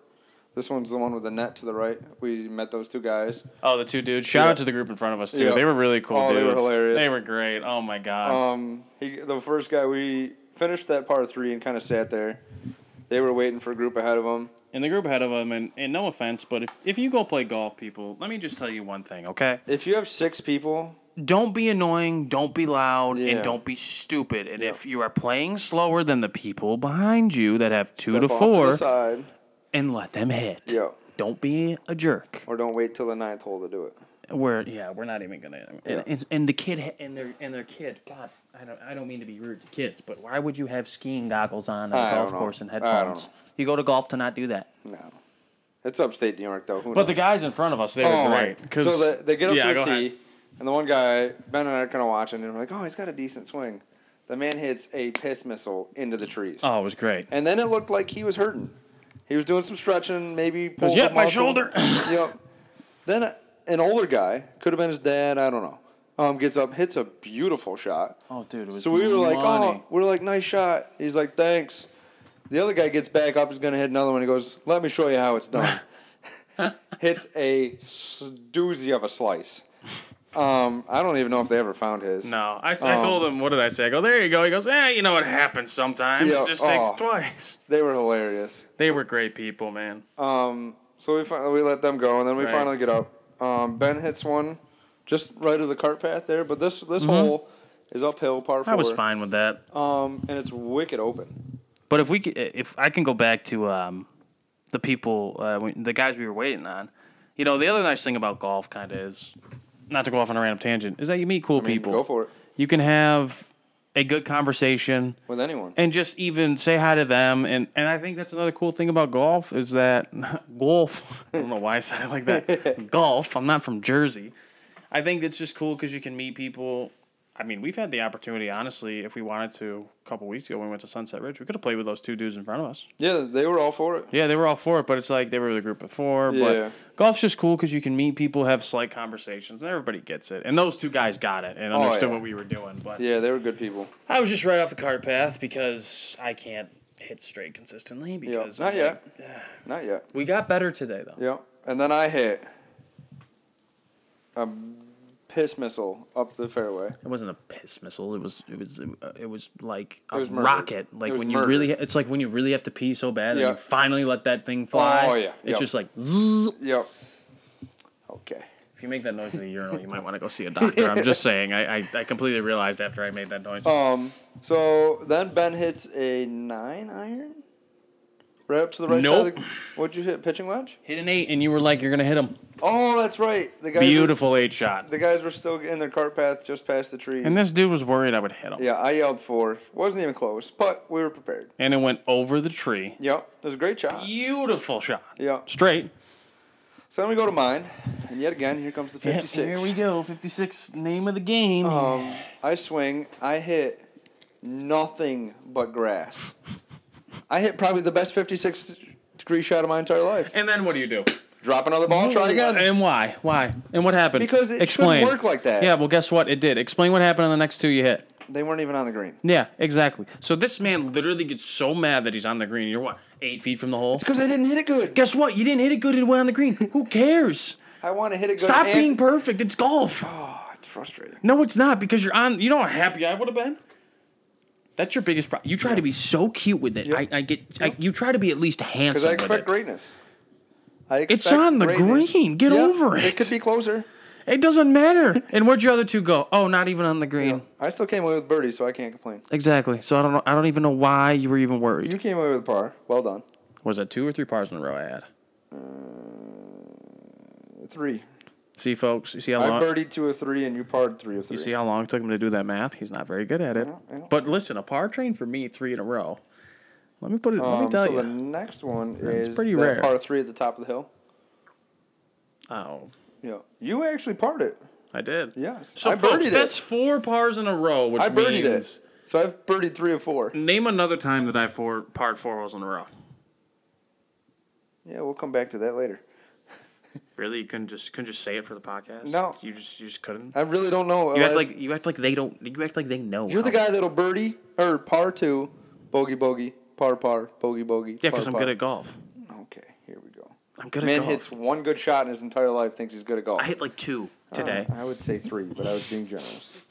[SPEAKER 1] This one's the one with the net to the right. We met those two guys.
[SPEAKER 2] Oh, the two dudes! Shout
[SPEAKER 1] Yeah.
[SPEAKER 2] out to the group in front of us too.
[SPEAKER 1] Yeah.
[SPEAKER 2] They were really cool.
[SPEAKER 1] Oh, they were
[SPEAKER 2] dudes.
[SPEAKER 1] hilarious.
[SPEAKER 2] They were great. Oh my god.
[SPEAKER 1] Um, he, the first guy we finished that par three and kind of sat there. They were waiting for a group ahead of them.
[SPEAKER 2] and the group ahead of them, and, and no offense, but if, if you go play golf, people, let me just tell you one thing, okay?
[SPEAKER 1] If you have six people,
[SPEAKER 2] Don't be annoying, don't be loud,
[SPEAKER 1] Yeah.
[SPEAKER 2] and don't be stupid. And
[SPEAKER 1] Yeah.
[SPEAKER 2] if you are playing slower than the people behind you that have two to
[SPEAKER 1] step off to
[SPEAKER 2] four,
[SPEAKER 1] the side.
[SPEAKER 2] and let them hit.
[SPEAKER 1] Yeah.
[SPEAKER 2] Don't be a jerk.
[SPEAKER 1] Or don't wait till the ninth hole to do it.
[SPEAKER 2] We're yeah, we're not even gonna. And,
[SPEAKER 1] Yeah.
[SPEAKER 2] and, and the kid ha- and their and their kid. God, I don't I don't mean to be rude to kids, but why would you have skiing goggles on
[SPEAKER 1] I
[SPEAKER 2] at a
[SPEAKER 1] don't
[SPEAKER 2] golf
[SPEAKER 1] know.
[SPEAKER 2] course and
[SPEAKER 1] I don't
[SPEAKER 2] headphones?
[SPEAKER 1] know.
[SPEAKER 2] You go to golf to not do that.
[SPEAKER 1] No. It's upstate New York, though. Who
[SPEAKER 2] But the
[SPEAKER 1] knows?
[SPEAKER 2] guys in front of us, they
[SPEAKER 1] my-
[SPEAKER 2] were great. 'cause-
[SPEAKER 1] Oh, So the, they get up
[SPEAKER 2] Yeah,
[SPEAKER 1] to
[SPEAKER 2] go
[SPEAKER 1] the tee,
[SPEAKER 2] ahead.
[SPEAKER 1] and the one guy, Ben and I are kind of watching, and we're like, oh, he's got a decent swing. The man hits a piss missile into the trees.
[SPEAKER 2] Oh, it was great.
[SPEAKER 1] And then it looked like he was hurting. He was doing some stretching, maybe pulled
[SPEAKER 2] "Yep,
[SPEAKER 1] a
[SPEAKER 2] my
[SPEAKER 1] muscle."
[SPEAKER 2] shoulder.
[SPEAKER 1] yep. Then uh, an older guy, could have been his dad, I don't know, um, gets up, hits a beautiful shot.
[SPEAKER 2] Oh, dude, it was
[SPEAKER 1] So we were like,
[SPEAKER 2] money.
[SPEAKER 1] oh, we're like, nice shot. He's like, thanks. The other guy gets back up, he's going to hit another one. He goes, let me show you how it's done. Hits a s- doozy of a slice. Um, I don't even know if they ever found his.
[SPEAKER 2] No, I,
[SPEAKER 1] Oh.
[SPEAKER 2] I told him, what did I say? I go, there you go. He goes, eh, you know, it happens sometimes.
[SPEAKER 1] Yeah,
[SPEAKER 2] it just takes
[SPEAKER 1] oh.
[SPEAKER 2] twice.
[SPEAKER 1] They were hilarious.
[SPEAKER 2] They were great people, man.
[SPEAKER 1] Um, so we fin- we let them go, and then we
[SPEAKER 2] Right.
[SPEAKER 1] finally get up. Um, ben hits one, just right of the cart path there, but this this hole is uphill, par four.
[SPEAKER 2] I was fine with Mm-hmm. that.
[SPEAKER 1] Um, and it's wicked open.
[SPEAKER 2] But if we, c- eh, if I can go back to um, the people, uh, we- the guys we were waiting on, you know, the other nice thing about golf kind of is, not to go off on a random tangent, is that you meet cool
[SPEAKER 1] I mean,
[SPEAKER 2] people.
[SPEAKER 1] go for it
[SPEAKER 2] You can have a good conversation.
[SPEAKER 1] with anyone.
[SPEAKER 2] and just even say hi to them and and I think that's another cool thing about golf is that golf I don't know why I said it like that golf I'm not from Jersey I think it's just cool because you can meet people I mean we've had the opportunity honestly if we wanted to a couple weeks ago when we went to Sunset Ridge we could have played with those two dudes in front of us
[SPEAKER 1] Yeah, they were all for it.
[SPEAKER 2] yeah they were all for it but it's like they were the group of four
[SPEAKER 1] Yeah.
[SPEAKER 2] but golf's just cool because you can meet people have slight conversations and everybody gets it and those two guys got it and
[SPEAKER 1] Oh,
[SPEAKER 2] understood
[SPEAKER 1] yeah.
[SPEAKER 2] what we were doing but
[SPEAKER 1] Yeah, they were good people.
[SPEAKER 2] I was just right off the cart path because I can't hit straight consistently
[SPEAKER 1] Yeah,
[SPEAKER 2] because
[SPEAKER 1] not
[SPEAKER 2] I'm
[SPEAKER 1] yet.
[SPEAKER 2] like-
[SPEAKER 1] Not yet.
[SPEAKER 2] we got better today though.
[SPEAKER 1] Yeah, and then I hit a piss missile up the fairway.
[SPEAKER 2] It wasn't a piss missile. It was it was uh, it was like a
[SPEAKER 1] It was murder.
[SPEAKER 2] rocket. Like
[SPEAKER 1] It was
[SPEAKER 2] when you
[SPEAKER 1] murder.
[SPEAKER 2] really it's like when you really have to pee so bad and
[SPEAKER 1] Yeah.
[SPEAKER 2] you finally let that thing fly.
[SPEAKER 1] Oh, yeah,
[SPEAKER 2] It's
[SPEAKER 1] yeah.
[SPEAKER 2] just like zzz.
[SPEAKER 1] Yep. Okay.
[SPEAKER 2] if you make that noise in the urinal, you might want to go see a doctor. I'm just saying. I, I I completely realized after I made that noise.
[SPEAKER 1] Um. So then Ben hits a nine iron, right up to the right side. Of
[SPEAKER 2] Nope.
[SPEAKER 1] the, what'd you hit? Pitching wedge?
[SPEAKER 2] hit an eight, and you were like, you're gonna hit him.
[SPEAKER 1] Oh, that's right. The guys.
[SPEAKER 2] Beautiful eight shot.
[SPEAKER 1] Were, the guys were still in their cart path just past the trees.
[SPEAKER 2] And this dude was worried I would hit him.
[SPEAKER 1] yeah, I yelled four. Wasn't even close, but we were prepared.
[SPEAKER 2] And it went over the tree.
[SPEAKER 1] Yep, it was a great shot.
[SPEAKER 2] Beautiful shot.
[SPEAKER 1] Yeah.
[SPEAKER 2] Straight.
[SPEAKER 1] So then we go to mine, and yet again, here comes the
[SPEAKER 2] Yeah,
[SPEAKER 1] fifty-six.
[SPEAKER 2] Here we go. 56, name of the game.
[SPEAKER 1] Um, I swing. I hit nothing but grass. I hit probably the best 56 degree shot of my entire life.
[SPEAKER 2] and then what do you do?
[SPEAKER 1] Drop another ball, try again.
[SPEAKER 2] And why? Why? And what happened?
[SPEAKER 1] Because it shouldn't
[SPEAKER 2] Explain.
[SPEAKER 1] work like that.
[SPEAKER 2] Yeah, well, guess what? It did. Explain what happened on the next two you hit.
[SPEAKER 1] They weren't even on the green.
[SPEAKER 2] Yeah, exactly. So this man literally gets so mad that he's on the green. You're what? Eight feet from the hole?
[SPEAKER 1] It's because I didn't hit it good.
[SPEAKER 2] Guess what? You didn't hit it good. It went on the green. Who cares?
[SPEAKER 1] I want to hit a good.
[SPEAKER 2] Stop
[SPEAKER 1] and-
[SPEAKER 2] being perfect. It's golf.
[SPEAKER 1] Oh, it's frustrating.
[SPEAKER 2] No, it's not because you're on. You know how happy I would have been. That's your biggest problem. You try to be so cute with it.
[SPEAKER 1] Yep.
[SPEAKER 2] I, I get. I, you try to be at least handsome.
[SPEAKER 1] Because I
[SPEAKER 2] with
[SPEAKER 1] expect
[SPEAKER 2] it.
[SPEAKER 1] greatness. I expect
[SPEAKER 2] It's on the
[SPEAKER 1] greatness.
[SPEAKER 2] green. Get
[SPEAKER 1] Yeah,
[SPEAKER 2] over it.
[SPEAKER 1] It could be closer.
[SPEAKER 2] It doesn't matter. and where'd your other two go? Oh, not even on the green.
[SPEAKER 1] I still came away with birdie, so I can't complain.
[SPEAKER 2] Exactly. So I don't know. I don't even know why you were even worried.
[SPEAKER 1] You came away with a par. Well done.
[SPEAKER 2] Was that two or three pars in a row I had?
[SPEAKER 1] Three.
[SPEAKER 2] See, folks. You see how
[SPEAKER 1] I
[SPEAKER 2] long.
[SPEAKER 1] birdied two of three, and you parred three of three.
[SPEAKER 2] Uh-huh. You see how long it took him to do that math. He's not very good at it.
[SPEAKER 1] Yeah, yeah.
[SPEAKER 2] But listen, a par train for me, three in a row. Let me put it. let me
[SPEAKER 1] Um,
[SPEAKER 2] tell
[SPEAKER 1] so
[SPEAKER 2] you.
[SPEAKER 1] the next one is
[SPEAKER 2] pretty
[SPEAKER 1] that
[SPEAKER 2] rare.
[SPEAKER 1] par three at the top of the hill.
[SPEAKER 2] oh,
[SPEAKER 1] Yeah, you actually parred it.
[SPEAKER 2] I did.
[SPEAKER 1] Yes,
[SPEAKER 2] So
[SPEAKER 1] I birdied
[SPEAKER 2] folks,
[SPEAKER 1] it.
[SPEAKER 2] that's four pars in a row, which
[SPEAKER 1] I birdied
[SPEAKER 2] means
[SPEAKER 1] it. So I've birdied three of four.
[SPEAKER 2] name another time that I four parred four holes in a row.
[SPEAKER 1] Yeah, we'll come back to that later.
[SPEAKER 2] Really, you couldn't just couldn't just say it for the podcast.
[SPEAKER 1] No.
[SPEAKER 2] you just you just couldn't.
[SPEAKER 1] I really don't know.
[SPEAKER 2] You act
[SPEAKER 1] I've-
[SPEAKER 2] like you act like they don't. You act like they know.
[SPEAKER 1] You're the
[SPEAKER 2] how-
[SPEAKER 1] guy that'll birdie or par two, bogey bogey, par par, bogey bogey.
[SPEAKER 2] Yeah,
[SPEAKER 1] par,
[SPEAKER 2] because I'm
[SPEAKER 1] par.
[SPEAKER 2] good at golf.
[SPEAKER 1] Okay, here we go.
[SPEAKER 2] I'm good at
[SPEAKER 1] Man
[SPEAKER 2] golf.
[SPEAKER 1] hits one good shot in his entire life, thinks he's good at golf.
[SPEAKER 2] I hit like two
[SPEAKER 1] Uh,
[SPEAKER 2] today.
[SPEAKER 1] I would say three, but I was being generous.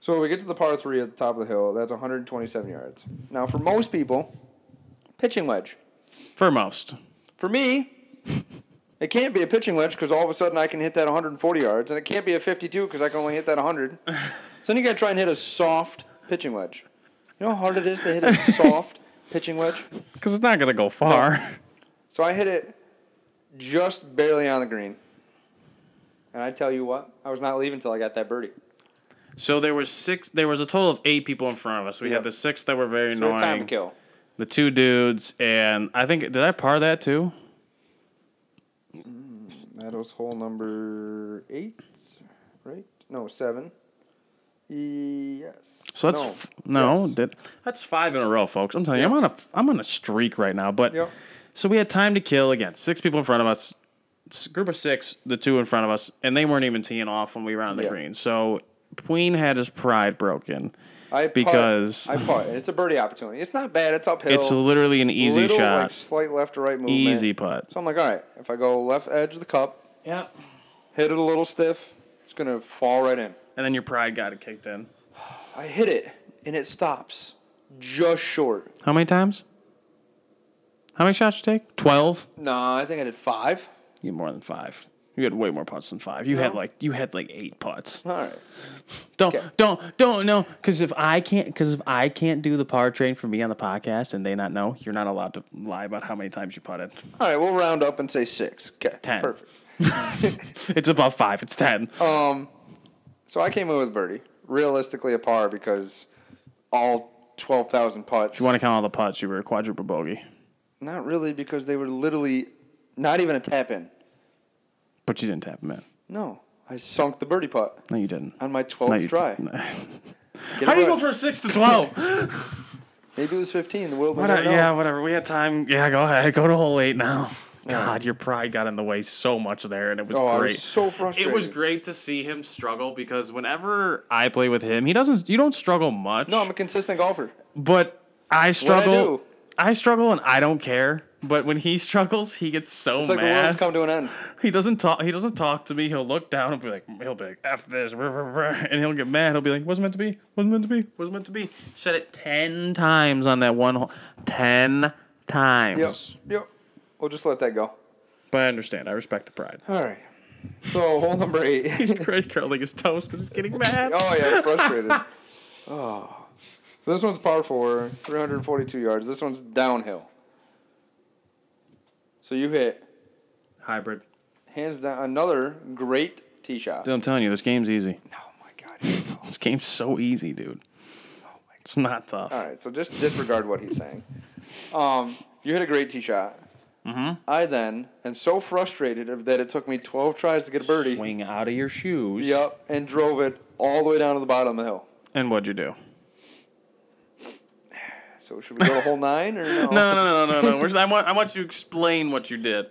[SPEAKER 1] So we get to the par three at the top of the hill. That's 127 yards. Now, for most people, pitching wedge.
[SPEAKER 2] for most,
[SPEAKER 1] For me, it can't be a pitching wedge because all of a sudden I can hit that 140 yards, and it can't be a 52 because I can only hit that 100. so then you got to try and hit a soft pitching wedge. You know how hard it is to hit a soft pitching wedge?
[SPEAKER 2] because it's not gonna go far.
[SPEAKER 1] So I hit it just barely on the green. And I tell you what, I was not leaving until I got that birdie.
[SPEAKER 2] So there was six. There was a total of eight people in front of us. We
[SPEAKER 1] Yep.
[SPEAKER 2] had the six that were very
[SPEAKER 1] So we had time to
[SPEAKER 2] annoying.
[SPEAKER 1] kill.
[SPEAKER 2] The two dudes, and I think did I par that too?
[SPEAKER 1] That was hole number eight, right? No, seven. Yes.
[SPEAKER 2] So that's
[SPEAKER 1] no.
[SPEAKER 2] f- no,
[SPEAKER 1] Yes.
[SPEAKER 2] that- that's five in a row, folks. I'm telling you, I'm on a I'm on a streak right now. But
[SPEAKER 1] Yep.
[SPEAKER 2] so we had time to kill again. Six people in front of us, s- group of six, the two in front of us, and they weren't even teeing off when we were on the
[SPEAKER 1] Yeah.
[SPEAKER 2] green. So Queen had his pride broken.
[SPEAKER 1] I putt-
[SPEAKER 2] because-
[SPEAKER 1] I putt. and It's a birdie opportunity. It's not bad. It's uphill.
[SPEAKER 2] It's literally an easy
[SPEAKER 1] Little,
[SPEAKER 2] shot,
[SPEAKER 1] Like slight left to right movement.
[SPEAKER 2] easy putt.
[SPEAKER 1] So I'm like, all right, if I go left edge of the cup,
[SPEAKER 2] Yep.
[SPEAKER 1] hit it a little stiff, it's gonna fall right in.
[SPEAKER 2] And then your pride got it kicked in.
[SPEAKER 1] I hit it and it stops just short.
[SPEAKER 2] How many times? How many shots you take? Twelve.
[SPEAKER 1] No, I think I did five.
[SPEAKER 2] You had more than five. You had way more putts than five. You had like you had like eight putts.
[SPEAKER 1] All right.
[SPEAKER 2] Don't
[SPEAKER 1] Okay.
[SPEAKER 2] don't don't know because if I can't because if I can't do the power train for me on the podcast and they not know, you're not allowed to lie about how many times you putted.
[SPEAKER 1] All right, we'll round up and say six. Okay.
[SPEAKER 2] Ten.
[SPEAKER 1] Perfect.
[SPEAKER 2] It's above five. It's ten.
[SPEAKER 1] Oh. So I came in with birdie. Realistically a par because all twelve thousand putts.
[SPEAKER 2] you want to count all the putts? You were a quadruple bogey,
[SPEAKER 1] not really because they were literally not even a tap in.
[SPEAKER 2] but you didn't tap them in.
[SPEAKER 1] No. I sunk the birdie putt
[SPEAKER 2] No, you didn't.
[SPEAKER 1] on my
[SPEAKER 2] No,
[SPEAKER 1] twelfth
[SPEAKER 2] you-
[SPEAKER 1] Uh, try.
[SPEAKER 2] no.
[SPEAKER 1] Get it
[SPEAKER 2] How do you
[SPEAKER 1] right.
[SPEAKER 2] go from six to twelve?
[SPEAKER 1] Maybe it was 15. The world may
[SPEAKER 2] What
[SPEAKER 1] not
[SPEAKER 2] a-
[SPEAKER 1] know.
[SPEAKER 2] yeah, whatever. We had time. Yeah, go ahead. Go to hole eight now.
[SPEAKER 1] Yeah.
[SPEAKER 2] God, your pride got in the way so much there, and it was
[SPEAKER 1] Oh, I was
[SPEAKER 2] great.
[SPEAKER 1] so
[SPEAKER 2] It was
[SPEAKER 1] frustrated.
[SPEAKER 2] great to see him struggle because whenever I play with him, he doesn't. You don't struggle much.
[SPEAKER 1] No, I'm a consistent golfer.
[SPEAKER 2] but I struggle. I,
[SPEAKER 1] do?
[SPEAKER 2] struggle, and I don't care. But when he struggles, he gets so
[SPEAKER 1] It's like the
[SPEAKER 2] mad.
[SPEAKER 1] world's come to an end.
[SPEAKER 2] He doesn't talk. He doesn't talk to me. He'll look down and be like, he'll be like, "F this," rah, rah, rah," and he'll get mad. He'll be like, "Wasn't meant to be. Wasn't meant to be. Wasn't meant to be." Said it ten times on that one hole. Ten times.
[SPEAKER 1] Yep. Yep. We'll just let that go.
[SPEAKER 2] But I understand. I respect the pride.
[SPEAKER 1] All right. So hole number eight.
[SPEAKER 2] He's great curling his toes because he's getting mad.
[SPEAKER 1] oh yeah, frustrated. oh. So this one's par four, 342 yards. This one's downhill. So you hit
[SPEAKER 2] Hybrid.
[SPEAKER 1] hands down another great tee shot.
[SPEAKER 2] Dude, I'm telling you, this game's easy.
[SPEAKER 1] Oh my god. Here we go.
[SPEAKER 2] This game's so easy, dude. It's not tough.
[SPEAKER 1] All right, so just disregard what he's saying. Um, you hit a great tee shot. Mm-hmm. I then am so frustrated of that it took me 12 tries to get a birdie.
[SPEAKER 2] Swing out of your shoes.
[SPEAKER 1] Yep, and drove it all the way down to the bottom of the hill.
[SPEAKER 2] And what'd you do?
[SPEAKER 1] So should we go to hole nine or no?
[SPEAKER 2] No, no, no, no, no. no. We're, I want I want you to explain what you did.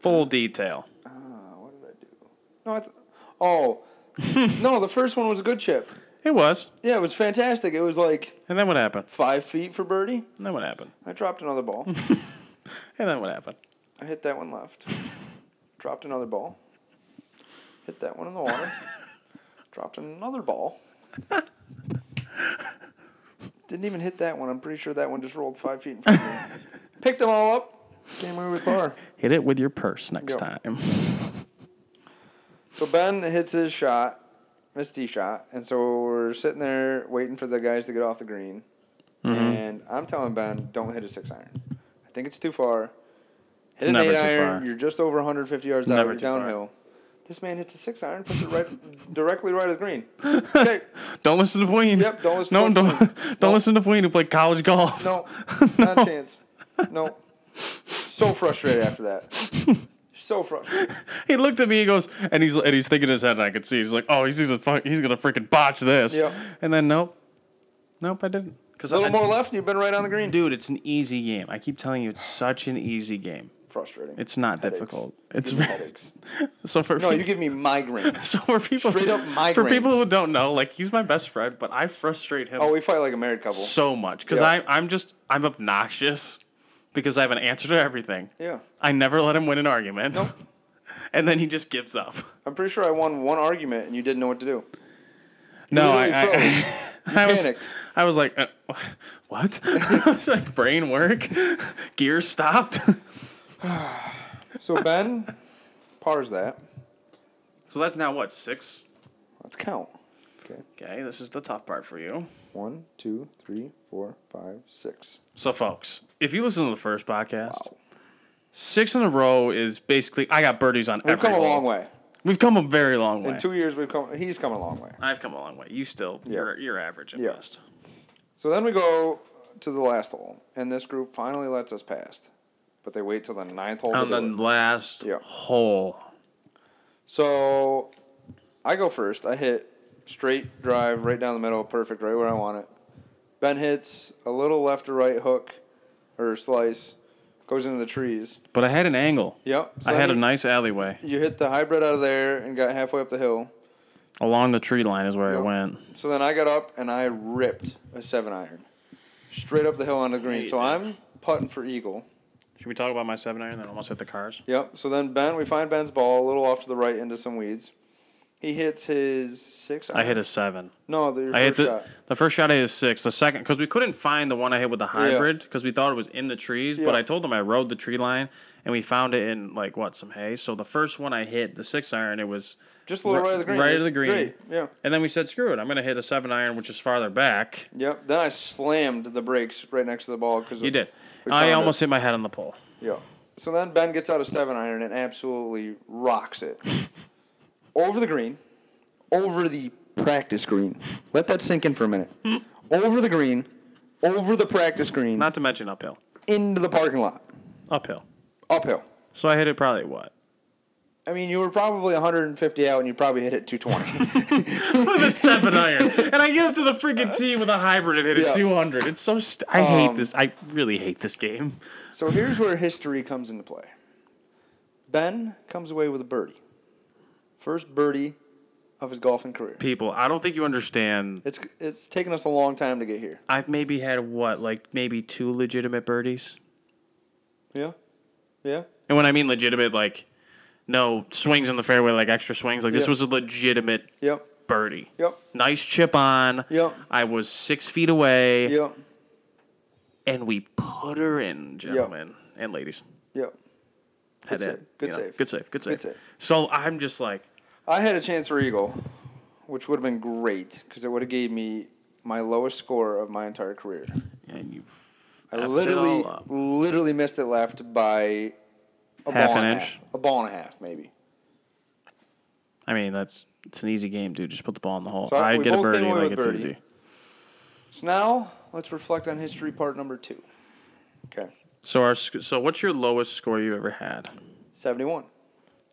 [SPEAKER 2] Full detail.
[SPEAKER 1] Uh, what did I do? No, I th- oh, no. The first one was a good chip.
[SPEAKER 2] It was.
[SPEAKER 1] Yeah, it was fantastic. It was like
[SPEAKER 2] And then what happened?
[SPEAKER 1] five feet for birdie.
[SPEAKER 2] And then what happened?
[SPEAKER 1] I dropped another ball.
[SPEAKER 2] And then what happened?
[SPEAKER 1] I hit that one left. dropped another ball, hit that one in the water, dropped another ball. Didn't even hit that one. I'm pretty sure that one just rolled five feet in front of me. Picked them all up, came away with par.
[SPEAKER 2] Hit it with your purse next
[SPEAKER 1] Go.
[SPEAKER 2] time.
[SPEAKER 1] So Ben hits his shot, missed tee shot, and so we're sitting there waiting for the guys to get off the green.
[SPEAKER 2] Mm-hmm.
[SPEAKER 1] And I'm telling Ben, don't hit a six iron. I think it's too far. Hit
[SPEAKER 2] It's
[SPEAKER 1] an
[SPEAKER 2] never
[SPEAKER 1] eight
[SPEAKER 2] too
[SPEAKER 1] iron.
[SPEAKER 2] far.
[SPEAKER 1] You're just over 150 yards out.
[SPEAKER 2] Never
[SPEAKER 1] You're
[SPEAKER 2] too far.
[SPEAKER 1] downhill. This man hits a six iron, puts it right directly right of the green. Okay,
[SPEAKER 2] Don't listen to Wayne.
[SPEAKER 1] Yep, don't listen
[SPEAKER 2] no,
[SPEAKER 1] to
[SPEAKER 2] don't,
[SPEAKER 1] Wayne.
[SPEAKER 2] don't
[SPEAKER 1] No.
[SPEAKER 2] listen to Wayne who played college golf.
[SPEAKER 1] no, not a chance. No. So frustrated after that. So frustrated.
[SPEAKER 2] He looked at me. He goes, and he's and he's thinking in his head, and I could see. He's like, oh, he's he's, a fuck, he's gonna freaking botch this.
[SPEAKER 1] Yep.
[SPEAKER 2] And then nope, nope, I didn't. Because
[SPEAKER 1] A little more left, and you've been right on the green.
[SPEAKER 2] Dude, it's an easy game. I keep telling you, it's such an easy game.
[SPEAKER 1] Frustrating.
[SPEAKER 2] It's not
[SPEAKER 1] Headaches.
[SPEAKER 2] difficult.
[SPEAKER 1] You
[SPEAKER 2] It's
[SPEAKER 1] give me headaches.
[SPEAKER 2] so for
[SPEAKER 1] No, you give me migraine.
[SPEAKER 2] so for people
[SPEAKER 1] Straight up
[SPEAKER 2] for
[SPEAKER 1] migraines.
[SPEAKER 2] people who don't know, like he's my best friend, but I frustrate him
[SPEAKER 1] Oh, we fight like a married couple.
[SPEAKER 2] so much because
[SPEAKER 1] Yeah.
[SPEAKER 2] I I'm just I'm obnoxious because I have an answer to everything.
[SPEAKER 1] Yeah.
[SPEAKER 2] I never let him win an argument.
[SPEAKER 1] Nope.
[SPEAKER 2] and then he just gives up.
[SPEAKER 1] I'm pretty sure I won one argument and you didn't know what to do.
[SPEAKER 2] No, I,
[SPEAKER 1] literally
[SPEAKER 2] I, I, was,
[SPEAKER 1] panicked.
[SPEAKER 2] I was like, uh, what? I was like, brain work, gear stopped.
[SPEAKER 1] So Ben pars that.
[SPEAKER 2] so that's now what six?
[SPEAKER 1] Let's count. Okay.
[SPEAKER 2] Okay, this is the tough part for you.
[SPEAKER 1] One, two, three, four, five, six.
[SPEAKER 2] So, folks, if you listen to the first podcast,
[SPEAKER 1] Wow.
[SPEAKER 2] six in a row is basically I got birdies on.
[SPEAKER 1] We've
[SPEAKER 2] every
[SPEAKER 1] come a
[SPEAKER 2] hole.
[SPEAKER 1] long way.
[SPEAKER 2] We've come a very long way.
[SPEAKER 1] In two years, we've come. He's come a long way.
[SPEAKER 2] I've come a long way. You still, you're you're average at
[SPEAKER 1] Yeah.
[SPEAKER 2] best.
[SPEAKER 1] So then we go to the last hole, and this group finally lets us past, but they wait till the ninth hole.
[SPEAKER 2] On
[SPEAKER 1] to
[SPEAKER 2] the
[SPEAKER 1] do it.
[SPEAKER 2] last
[SPEAKER 1] Yeah.
[SPEAKER 2] hole,
[SPEAKER 1] So I go first. I hit straight drive right down the middle, perfect, right where I want it. Ben hits a little left or right hook or slice, goes into the trees.
[SPEAKER 2] but I had an angle.
[SPEAKER 1] Yep.
[SPEAKER 2] I had a
[SPEAKER 1] then
[SPEAKER 2] nice alleyway
[SPEAKER 1] You hit the hybrid out of there and got halfway up the hill.
[SPEAKER 2] along the tree line is where I
[SPEAKER 1] Yep.
[SPEAKER 2] went.
[SPEAKER 1] So then I got up and I ripped a seven iron straight up the hill onto the green.
[SPEAKER 2] you
[SPEAKER 1] So
[SPEAKER 2] did.
[SPEAKER 1] I'm putting for eagle.
[SPEAKER 2] Should we talk about my seven iron that almost hit the cars?
[SPEAKER 1] Yep. So then Ben, we find Ben's ball a little off to the right into some weeds. He hits his six.
[SPEAKER 2] I hit
[SPEAKER 1] iron.
[SPEAKER 2] a seven.
[SPEAKER 1] No, Uh, the your
[SPEAKER 2] I hit
[SPEAKER 1] first
[SPEAKER 2] the
[SPEAKER 1] shot.
[SPEAKER 2] the first shot. I hit a six. The second because we couldn't find the one I hit with the hybrid because we thought it was in the trees. But
[SPEAKER 1] Yeah.
[SPEAKER 2] I told them I rode the tree line and we found it in like what some hay. So the first one I hit the six iron. It was
[SPEAKER 1] Just a little
[SPEAKER 2] Ri-
[SPEAKER 1] right of the green.
[SPEAKER 2] right
[SPEAKER 1] Just
[SPEAKER 2] of the green.
[SPEAKER 1] Great. Yeah.
[SPEAKER 2] and then we said screw it. I'm gonna hit a seven iron which is farther back.
[SPEAKER 1] Yep. Then I slammed the brakes right next to the ball because
[SPEAKER 2] You did.
[SPEAKER 1] We
[SPEAKER 2] I
[SPEAKER 1] found
[SPEAKER 2] almost hit my head on the pole.
[SPEAKER 1] Yeah. So then Ben gets out a seven iron and absolutely rocks it over the green, over the practice green. Let that sink in for a minute. over the green, over the practice green,
[SPEAKER 2] Hmm. Not to mention uphill.
[SPEAKER 1] into the parking lot,
[SPEAKER 2] Uphill.
[SPEAKER 1] uphill.
[SPEAKER 2] So I hit it probably what
[SPEAKER 1] I mean, you were probably 150 out, and you probably hit it 220.
[SPEAKER 2] with a seven iron, and I get up to the freaking tee with a hybrid and hit
[SPEAKER 1] Yeah.
[SPEAKER 2] it 200. It's so st- I hate this. I really hate this game.
[SPEAKER 1] so here's where history comes into play. Ben comes away with a birdie, first birdie of his golfing career.
[SPEAKER 2] People, I don't think you understand
[SPEAKER 1] It's it's taken us a long time to get here.
[SPEAKER 2] I've maybe had what, like maybe two legitimate birdies.
[SPEAKER 1] Yeah, yeah.
[SPEAKER 2] And when I mean legitimate, like no swings in the fairway, like extra swings. Like this
[SPEAKER 1] Yeah.
[SPEAKER 2] was a legitimate
[SPEAKER 1] Yep.
[SPEAKER 2] birdie.
[SPEAKER 1] Yep.
[SPEAKER 2] Nice chip on.
[SPEAKER 1] Yep.
[SPEAKER 2] I was six feet away,
[SPEAKER 1] Yep.
[SPEAKER 2] and we put her in, gentlemen and ladies.
[SPEAKER 1] Yep.
[SPEAKER 2] Head
[SPEAKER 1] save.
[SPEAKER 2] in,
[SPEAKER 1] Good
[SPEAKER 2] you know.
[SPEAKER 1] save.
[SPEAKER 2] Good save. Good save.
[SPEAKER 1] Good save.
[SPEAKER 2] So I'm just like,
[SPEAKER 1] I had a chance for eagle, which would have been great because it would have gave me my lowest score of my entire career.
[SPEAKER 2] and you
[SPEAKER 1] I
[SPEAKER 2] F it
[SPEAKER 1] literally,
[SPEAKER 2] all up.
[SPEAKER 1] literally missed it left by a
[SPEAKER 2] Half
[SPEAKER 1] ball
[SPEAKER 2] an
[SPEAKER 1] and a
[SPEAKER 2] inch?
[SPEAKER 1] half. a ball and a half maybe.
[SPEAKER 2] I mean, that's it's an easy game, dude. Just put the ball in the hole.
[SPEAKER 1] So I-
[SPEAKER 2] I
[SPEAKER 1] we
[SPEAKER 2] get a
[SPEAKER 1] both came
[SPEAKER 2] birdie,
[SPEAKER 1] away
[SPEAKER 2] like
[SPEAKER 1] with
[SPEAKER 2] it's
[SPEAKER 1] birdie.
[SPEAKER 2] easy.
[SPEAKER 1] So now let's reflect on history part number two. Okay,
[SPEAKER 2] So our sc- so what's your lowest score you ever had?
[SPEAKER 1] seventy-one.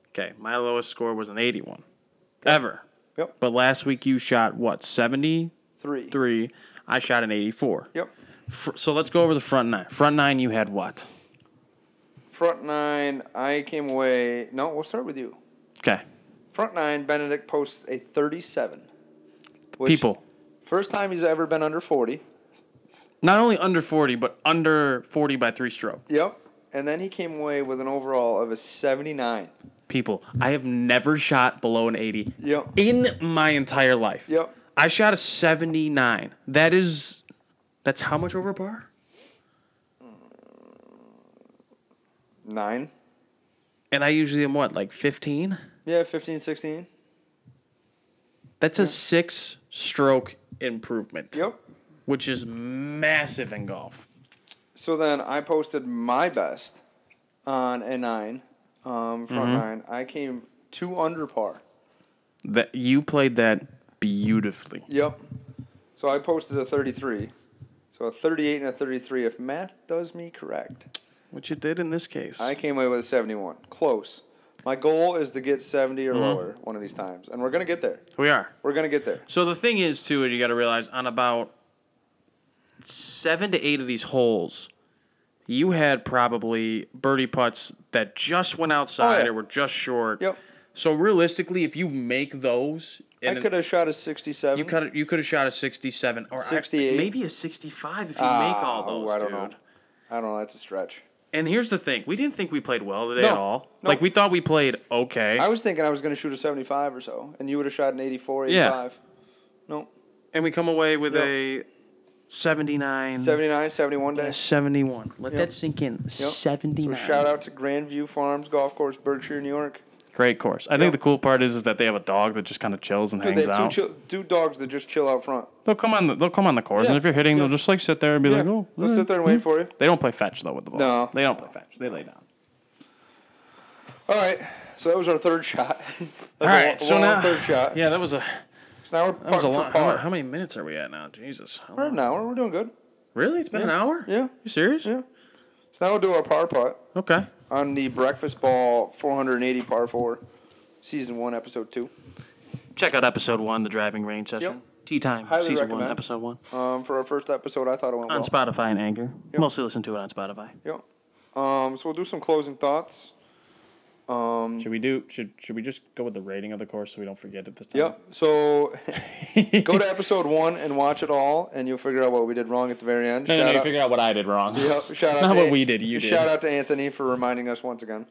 [SPEAKER 2] Okay, my lowest score was an 81. Ever.
[SPEAKER 1] Yep.
[SPEAKER 2] But last week you shot what? 73.
[SPEAKER 1] Three.
[SPEAKER 2] I shot an 84.
[SPEAKER 1] Yep.
[SPEAKER 2] Fr- so let's go over the front nine. Front nine you had what?
[SPEAKER 1] Front nine. I came away. No, we'll start with you.
[SPEAKER 2] Okay.
[SPEAKER 1] Front nine. Benedict posts a thirty-seven. which-
[SPEAKER 2] People.
[SPEAKER 1] First time he's ever been under 40.
[SPEAKER 2] Not only under 40, but under 40 by 3 stroke.
[SPEAKER 1] Yep. And then he came away with an overall of a 79.
[SPEAKER 3] people. I have never shot below an 80
[SPEAKER 1] Yep.
[SPEAKER 3] in my entire life.
[SPEAKER 1] Yep.
[SPEAKER 3] I shot a 79. That is that's how much over par?
[SPEAKER 1] Nine.
[SPEAKER 3] And I usually am what, like 15?
[SPEAKER 1] Yeah, 15, 16.
[SPEAKER 3] That's a 6 stroke improvement,
[SPEAKER 1] Yep.
[SPEAKER 3] which is massive in golf.
[SPEAKER 1] So then I posted my best on a nine, um, front nine. I came two under par.
[SPEAKER 3] That you played that beautifully.
[SPEAKER 1] Yep. So I posted a 33. So a 38 and a 33, if math does me correct.
[SPEAKER 3] Which you did in this case.
[SPEAKER 1] I came away with a 71. Close. My goal is to get 70
[SPEAKER 3] Mm-hmm.
[SPEAKER 1] or lower one of these times. And we're going to get there.
[SPEAKER 3] we are.
[SPEAKER 1] We're going to get there.
[SPEAKER 3] So the thing is, too, is you got to realize on about seven to eight of these holes, you had probably birdie putts that just went outside
[SPEAKER 1] Oh, yeah.
[SPEAKER 3] or were just short.
[SPEAKER 1] Yep.
[SPEAKER 3] So realistically, if you make those,
[SPEAKER 1] I could have shot a 67.
[SPEAKER 3] you could you could have shot a sixty-seven or I-
[SPEAKER 1] 68.
[SPEAKER 3] maybe a sixty-five if you make
[SPEAKER 1] Ah,
[SPEAKER 3] all those,
[SPEAKER 1] ooh, I don't
[SPEAKER 3] dude.
[SPEAKER 1] know. I don't know. That's a stretch.
[SPEAKER 3] And here's the thing: we didn't think we played well today
[SPEAKER 1] No,
[SPEAKER 3] at all.
[SPEAKER 1] no.
[SPEAKER 3] Like we thought we played okay.
[SPEAKER 1] I was thinking I was going to shoot a 75 or so, and you would have shot an 84,
[SPEAKER 3] Yeah. Mm-hmm.
[SPEAKER 1] 85. No,
[SPEAKER 3] and we come away with
[SPEAKER 1] Yep.
[SPEAKER 3] a 79
[SPEAKER 1] 79, 71 day.
[SPEAKER 3] 71 let
[SPEAKER 1] Yep.
[SPEAKER 3] that sink in
[SPEAKER 1] Yep.
[SPEAKER 3] 79
[SPEAKER 1] So shout out to Grandview Farms Golf Course, Berkshire, New York.
[SPEAKER 2] Great course. I think the cool part is is that they have a dog that just kind of chills and
[SPEAKER 1] Dude,
[SPEAKER 2] hangs
[SPEAKER 1] they have two,
[SPEAKER 2] out.
[SPEAKER 1] chill, two dogs that just chill out front.
[SPEAKER 2] they'll come on. The, they'll come on the course,
[SPEAKER 1] Yeah,
[SPEAKER 2] and if you're hitting,
[SPEAKER 1] yeah.
[SPEAKER 2] they'll just like sit there and be
[SPEAKER 1] Yeah,
[SPEAKER 2] like, "Oh,
[SPEAKER 1] they'll sit there and wait for you.
[SPEAKER 2] They don't play fetch though with the ball.
[SPEAKER 1] No.
[SPEAKER 2] they don't play fetch. They lay down.
[SPEAKER 1] All right, so that was our third shot. All
[SPEAKER 3] All right, so now
[SPEAKER 1] third shot.
[SPEAKER 3] Yeah, that was a
[SPEAKER 1] So now we're
[SPEAKER 3] that was a
[SPEAKER 1] putting for
[SPEAKER 3] lot. How,
[SPEAKER 1] par.
[SPEAKER 3] how many minutes are we at now? Jesus, How
[SPEAKER 1] We're at
[SPEAKER 3] long-
[SPEAKER 1] an hour. We're doing good.
[SPEAKER 3] really? It's been an hour?
[SPEAKER 1] Yeah.
[SPEAKER 3] You serious?
[SPEAKER 1] Yeah. So now we'll do our par putt
[SPEAKER 3] Okay.
[SPEAKER 1] on the breakfast ball 480 par four, season one, episode two.
[SPEAKER 3] Check out episode one, the driving range session. Tea time,
[SPEAKER 1] Highly
[SPEAKER 3] season one,
[SPEAKER 1] recommend.
[SPEAKER 3] episode one
[SPEAKER 1] Um, for our first episode, I thought it went
[SPEAKER 3] on
[SPEAKER 1] well.
[SPEAKER 3] Spotify and Anchor. Mostly listen to it on Spotify.
[SPEAKER 1] Yep. Um, so we'll do some closing thoughts.
[SPEAKER 2] Should we do? Should should we just go with the rating of the course so we don't forget it this time?
[SPEAKER 1] Yep. So go to episode one and watch it all, and you'll figure out what we did wrong at the very end.
[SPEAKER 2] No, no, no,
[SPEAKER 1] Shout
[SPEAKER 2] you
[SPEAKER 1] out-
[SPEAKER 2] figured out what I did wrong.
[SPEAKER 1] Yep. Shout out
[SPEAKER 2] Not
[SPEAKER 1] to
[SPEAKER 2] what
[SPEAKER 1] An-
[SPEAKER 2] we did, you did.
[SPEAKER 1] Shout out to Anthony for reminding us once again.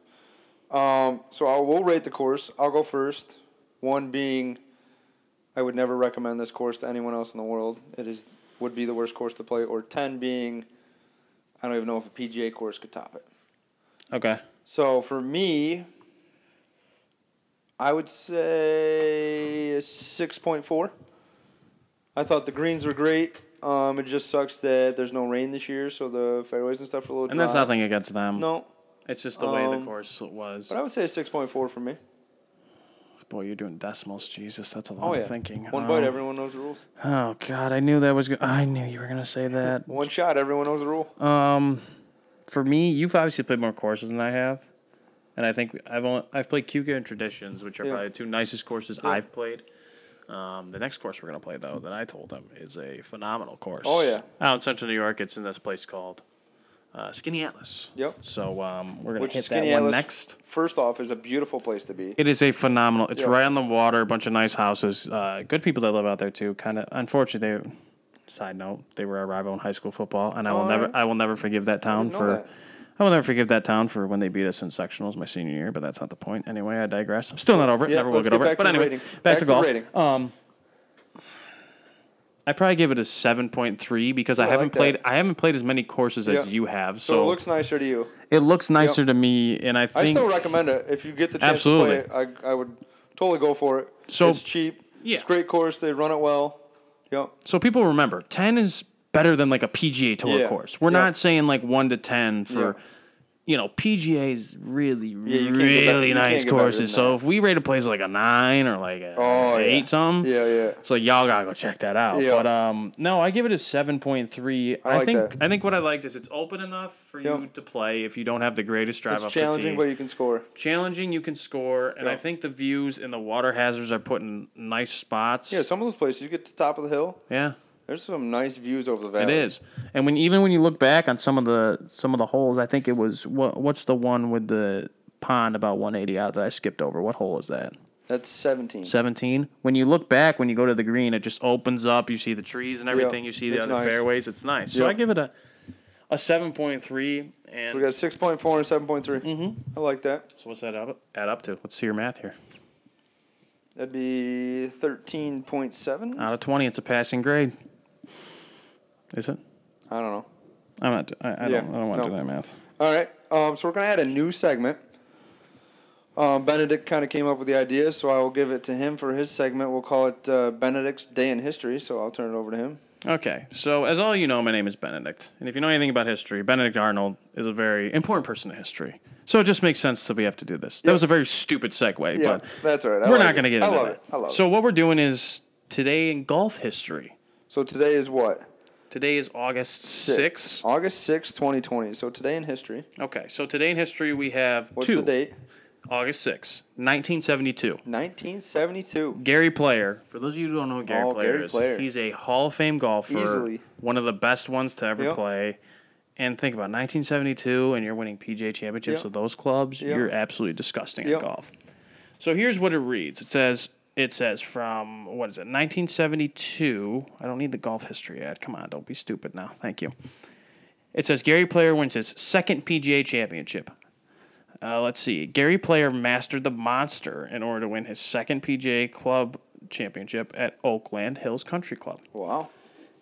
[SPEAKER 1] Um, so I will rate the course. I'll go first. One being, I would never recommend this course to anyone else in the world. It is would be the worst course to play. Or ten being, I don't even know if a PGA course could top it.
[SPEAKER 2] Okay.
[SPEAKER 1] So for me, I would say a six point four. I thought the greens were great. Um, it just sucks that there's no rain this year, so the fairways and stuff are a little.
[SPEAKER 2] And
[SPEAKER 3] Uh,
[SPEAKER 2] that's
[SPEAKER 1] dry.
[SPEAKER 2] nothing against them.
[SPEAKER 1] No,
[SPEAKER 2] It's just the way
[SPEAKER 1] Um,
[SPEAKER 2] the course was.
[SPEAKER 1] but I would say a six point four for me.
[SPEAKER 2] Boy, you're doing decimals. Jesus, that's a lot
[SPEAKER 1] Oh yeah,
[SPEAKER 2] of thinking.
[SPEAKER 1] One
[SPEAKER 2] Um,
[SPEAKER 1] bite, everyone knows the rules.
[SPEAKER 2] Oh God, I knew that was. Go- I knew you were gonna say that.
[SPEAKER 1] One shot, everyone knows the rule.
[SPEAKER 2] Um, for me, you've obviously played more courses than I have, and I think I've only, I've played Cuca and Traditions, which are
[SPEAKER 1] Yeah.
[SPEAKER 2] probably the two nicest courses
[SPEAKER 1] Yeah.
[SPEAKER 2] I've played. Um, the next course we're gonna play though, that I told them is a phenomenal course.
[SPEAKER 1] Oh, yeah.
[SPEAKER 2] out in Central New York, it's in this place called uh, Skinny Atlas.
[SPEAKER 1] Yep.
[SPEAKER 2] So um, we're gonna
[SPEAKER 1] Which
[SPEAKER 2] hit that
[SPEAKER 1] Skinny
[SPEAKER 2] one
[SPEAKER 1] Atlas-
[SPEAKER 2] next.
[SPEAKER 1] First off, is a beautiful place to be.
[SPEAKER 2] It is a phenomenal. It's
[SPEAKER 1] Yeah.
[SPEAKER 2] right on the water. A bunch of nice houses. Uh, good people that live out there too. Kind of unfortunately. They, side note, they were our rival in high school football, and I will
[SPEAKER 1] Oh,
[SPEAKER 2] never.
[SPEAKER 1] yeah.
[SPEAKER 2] I will never forgive that town
[SPEAKER 1] know
[SPEAKER 2] for.
[SPEAKER 1] that.
[SPEAKER 2] I will never forgive that town for when they beat us in sectionals my senior year, but that's not the point. Anyway, I digress. I'm still not over it.
[SPEAKER 1] Yeah,
[SPEAKER 2] never will
[SPEAKER 1] let's
[SPEAKER 2] get,
[SPEAKER 1] get
[SPEAKER 2] over
[SPEAKER 1] back
[SPEAKER 2] it. But
[SPEAKER 1] to the
[SPEAKER 2] anyway,
[SPEAKER 1] rating.
[SPEAKER 2] back,
[SPEAKER 1] Back
[SPEAKER 2] to
[SPEAKER 1] to the
[SPEAKER 2] golf.
[SPEAKER 1] rating.
[SPEAKER 2] Um, I probably give it a seven point three because I
[SPEAKER 1] I
[SPEAKER 2] haven't
[SPEAKER 1] like that.
[SPEAKER 2] played. I haven't played as many courses
[SPEAKER 1] Yeah.
[SPEAKER 2] as you have,
[SPEAKER 1] So,
[SPEAKER 2] so,
[SPEAKER 1] it looks nicer to you.
[SPEAKER 2] nicer to me. And I
[SPEAKER 1] I
[SPEAKER 2] think
[SPEAKER 1] still recommend it if you get the chance
[SPEAKER 2] Absolutely.
[SPEAKER 1] to play it. I, I would totally go for it.
[SPEAKER 2] So-
[SPEAKER 1] it's cheap.
[SPEAKER 2] Yeah.
[SPEAKER 1] it's a great course. They run it well. Yep.
[SPEAKER 2] So people remember, ten is better than like a PGA tour
[SPEAKER 1] Yeah.
[SPEAKER 2] course. We're
[SPEAKER 1] Yeah.
[SPEAKER 2] not saying like one to ten for,
[SPEAKER 1] Yeah.
[SPEAKER 2] you know, PGA is really,
[SPEAKER 1] you can't get better-
[SPEAKER 2] really
[SPEAKER 1] you can't
[SPEAKER 2] nice
[SPEAKER 1] get better
[SPEAKER 2] courses.
[SPEAKER 1] than
[SPEAKER 2] So
[SPEAKER 1] that.
[SPEAKER 2] if we rate a place like a nine or like a
[SPEAKER 1] Oh, yeah.
[SPEAKER 2] eight, some,
[SPEAKER 1] Yeah, yeah.
[SPEAKER 2] So y'all gotta go check that out.
[SPEAKER 1] Yeah.
[SPEAKER 2] But um, no, I give it a seven point three.
[SPEAKER 1] I
[SPEAKER 2] I,
[SPEAKER 1] like
[SPEAKER 2] think
[SPEAKER 1] that.
[SPEAKER 2] I think what I liked is it's open enough for you
[SPEAKER 1] Yep.
[SPEAKER 2] to play if you don't have the greatest drive
[SPEAKER 1] It's
[SPEAKER 2] up
[SPEAKER 1] challenging,
[SPEAKER 2] the tee.
[SPEAKER 1] but you can score.
[SPEAKER 2] challenging, you can score, and I
[SPEAKER 1] Yep.
[SPEAKER 2] think the views and the water hazards are put in nice spots.
[SPEAKER 1] Yeah, some of those places you get to the top of the hill.
[SPEAKER 2] Yeah.
[SPEAKER 1] There's some nice views over the
[SPEAKER 2] It
[SPEAKER 1] valley.
[SPEAKER 2] is, and when even when you look back on some of the some of the holes, I think it was what what's the one with the pond about 180 out that I skipped over? What hole is that?
[SPEAKER 1] That's 17.
[SPEAKER 2] 17. When you look back, when you go to the green, it just opens up. You see the trees and everything. you see the
[SPEAKER 1] it's
[SPEAKER 2] other
[SPEAKER 1] nice.
[SPEAKER 2] fairways. It's nice. So
[SPEAKER 1] Yeah.
[SPEAKER 2] I give it a a 7.3 and
[SPEAKER 1] So we got six point four and seven point three.
[SPEAKER 2] Mhm.
[SPEAKER 1] I like that.
[SPEAKER 2] so what's that up, add up to? Let's see your math here.
[SPEAKER 1] That'd be thirteen point seven.
[SPEAKER 2] Out of 20, it's a passing grade. Is it?
[SPEAKER 1] I don't know.
[SPEAKER 2] I'm not. I, I
[SPEAKER 1] Yeah,
[SPEAKER 2] don't. I don't want to
[SPEAKER 1] no.
[SPEAKER 2] do that math.
[SPEAKER 1] All right. Um, so we're gonna add a new segment. Um, Benedict kind of came up with the idea, so I will give it to him for his segment. We'll call it uh, Benedict's Day in History. So I'll turn it over to him.
[SPEAKER 2] Okay, so as all you know, my name is Benedict, and if you know anything about history, Benedict Arnold is a very important person in history. So it just makes sense that we have to do this. That was a very stupid segue,
[SPEAKER 1] Yeah,
[SPEAKER 2] but
[SPEAKER 1] that's all right. I
[SPEAKER 2] we're
[SPEAKER 1] like
[SPEAKER 2] not going
[SPEAKER 1] it.
[SPEAKER 2] to get into
[SPEAKER 1] I love
[SPEAKER 2] that.
[SPEAKER 1] it. I love
[SPEAKER 2] so what we're doing is today in golf history.
[SPEAKER 1] it. So today is what?
[SPEAKER 2] Today is August
[SPEAKER 1] Six.
[SPEAKER 2] 6th.
[SPEAKER 1] August sixth, 2020. So today in history.
[SPEAKER 2] Okay, so today in history we have
[SPEAKER 1] What's
[SPEAKER 2] two.
[SPEAKER 1] the date?
[SPEAKER 2] August 6th, 1972.
[SPEAKER 1] 1972.
[SPEAKER 2] Gary Player. For those of you who don't know who Gary
[SPEAKER 1] Oh,
[SPEAKER 2] Player
[SPEAKER 1] Gary
[SPEAKER 2] is,
[SPEAKER 1] Player.
[SPEAKER 2] he's a Hall of Fame golfer.
[SPEAKER 1] Easily.
[SPEAKER 2] One of the best ones to ever
[SPEAKER 1] Yep.
[SPEAKER 2] play. And think about 1972 and you're winning PGA championships
[SPEAKER 1] Yep.
[SPEAKER 2] with those clubs,
[SPEAKER 1] Yep.
[SPEAKER 2] you're absolutely disgusting
[SPEAKER 1] Yep.
[SPEAKER 2] at golf. So here's what it reads. It says it says from what is it? 1972. I don't need the golf history ad. Come on, don't be stupid now. Thank you. It says Gary Player wins his second PGA championship. Uh, let's see. Gary Player mastered the monster in order to win his second PGA Club championship at Oakland Hills Country Club.
[SPEAKER 1] Wow.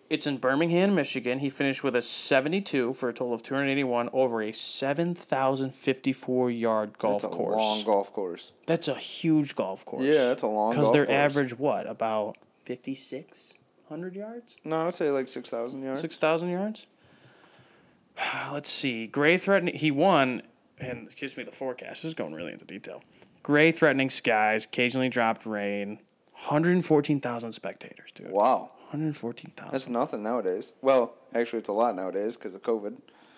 [SPEAKER 2] It's in Birmingham, Michigan. He finished with a 72 for a total of 281 over a 7,054 yard golf
[SPEAKER 1] That's a
[SPEAKER 2] course.
[SPEAKER 1] long golf course.
[SPEAKER 2] that's a huge golf course.
[SPEAKER 1] Yeah, that's a long
[SPEAKER 2] Because
[SPEAKER 1] golf
[SPEAKER 2] they're
[SPEAKER 1] course.
[SPEAKER 2] average what about 5,600 yards,
[SPEAKER 1] No, I'd say like 6,000 yards.
[SPEAKER 2] 6,000 yards. Let's see. Gray threatening. He won, and excuse me, the forecast this is going really into detail. Gray threatening skies, occasionally dropped rain. 114,000 spectators, dude.
[SPEAKER 1] Wow.
[SPEAKER 2] 114,000.
[SPEAKER 1] That's nothing nowadays. Well, actually, it's a lot nowadays because of COVID.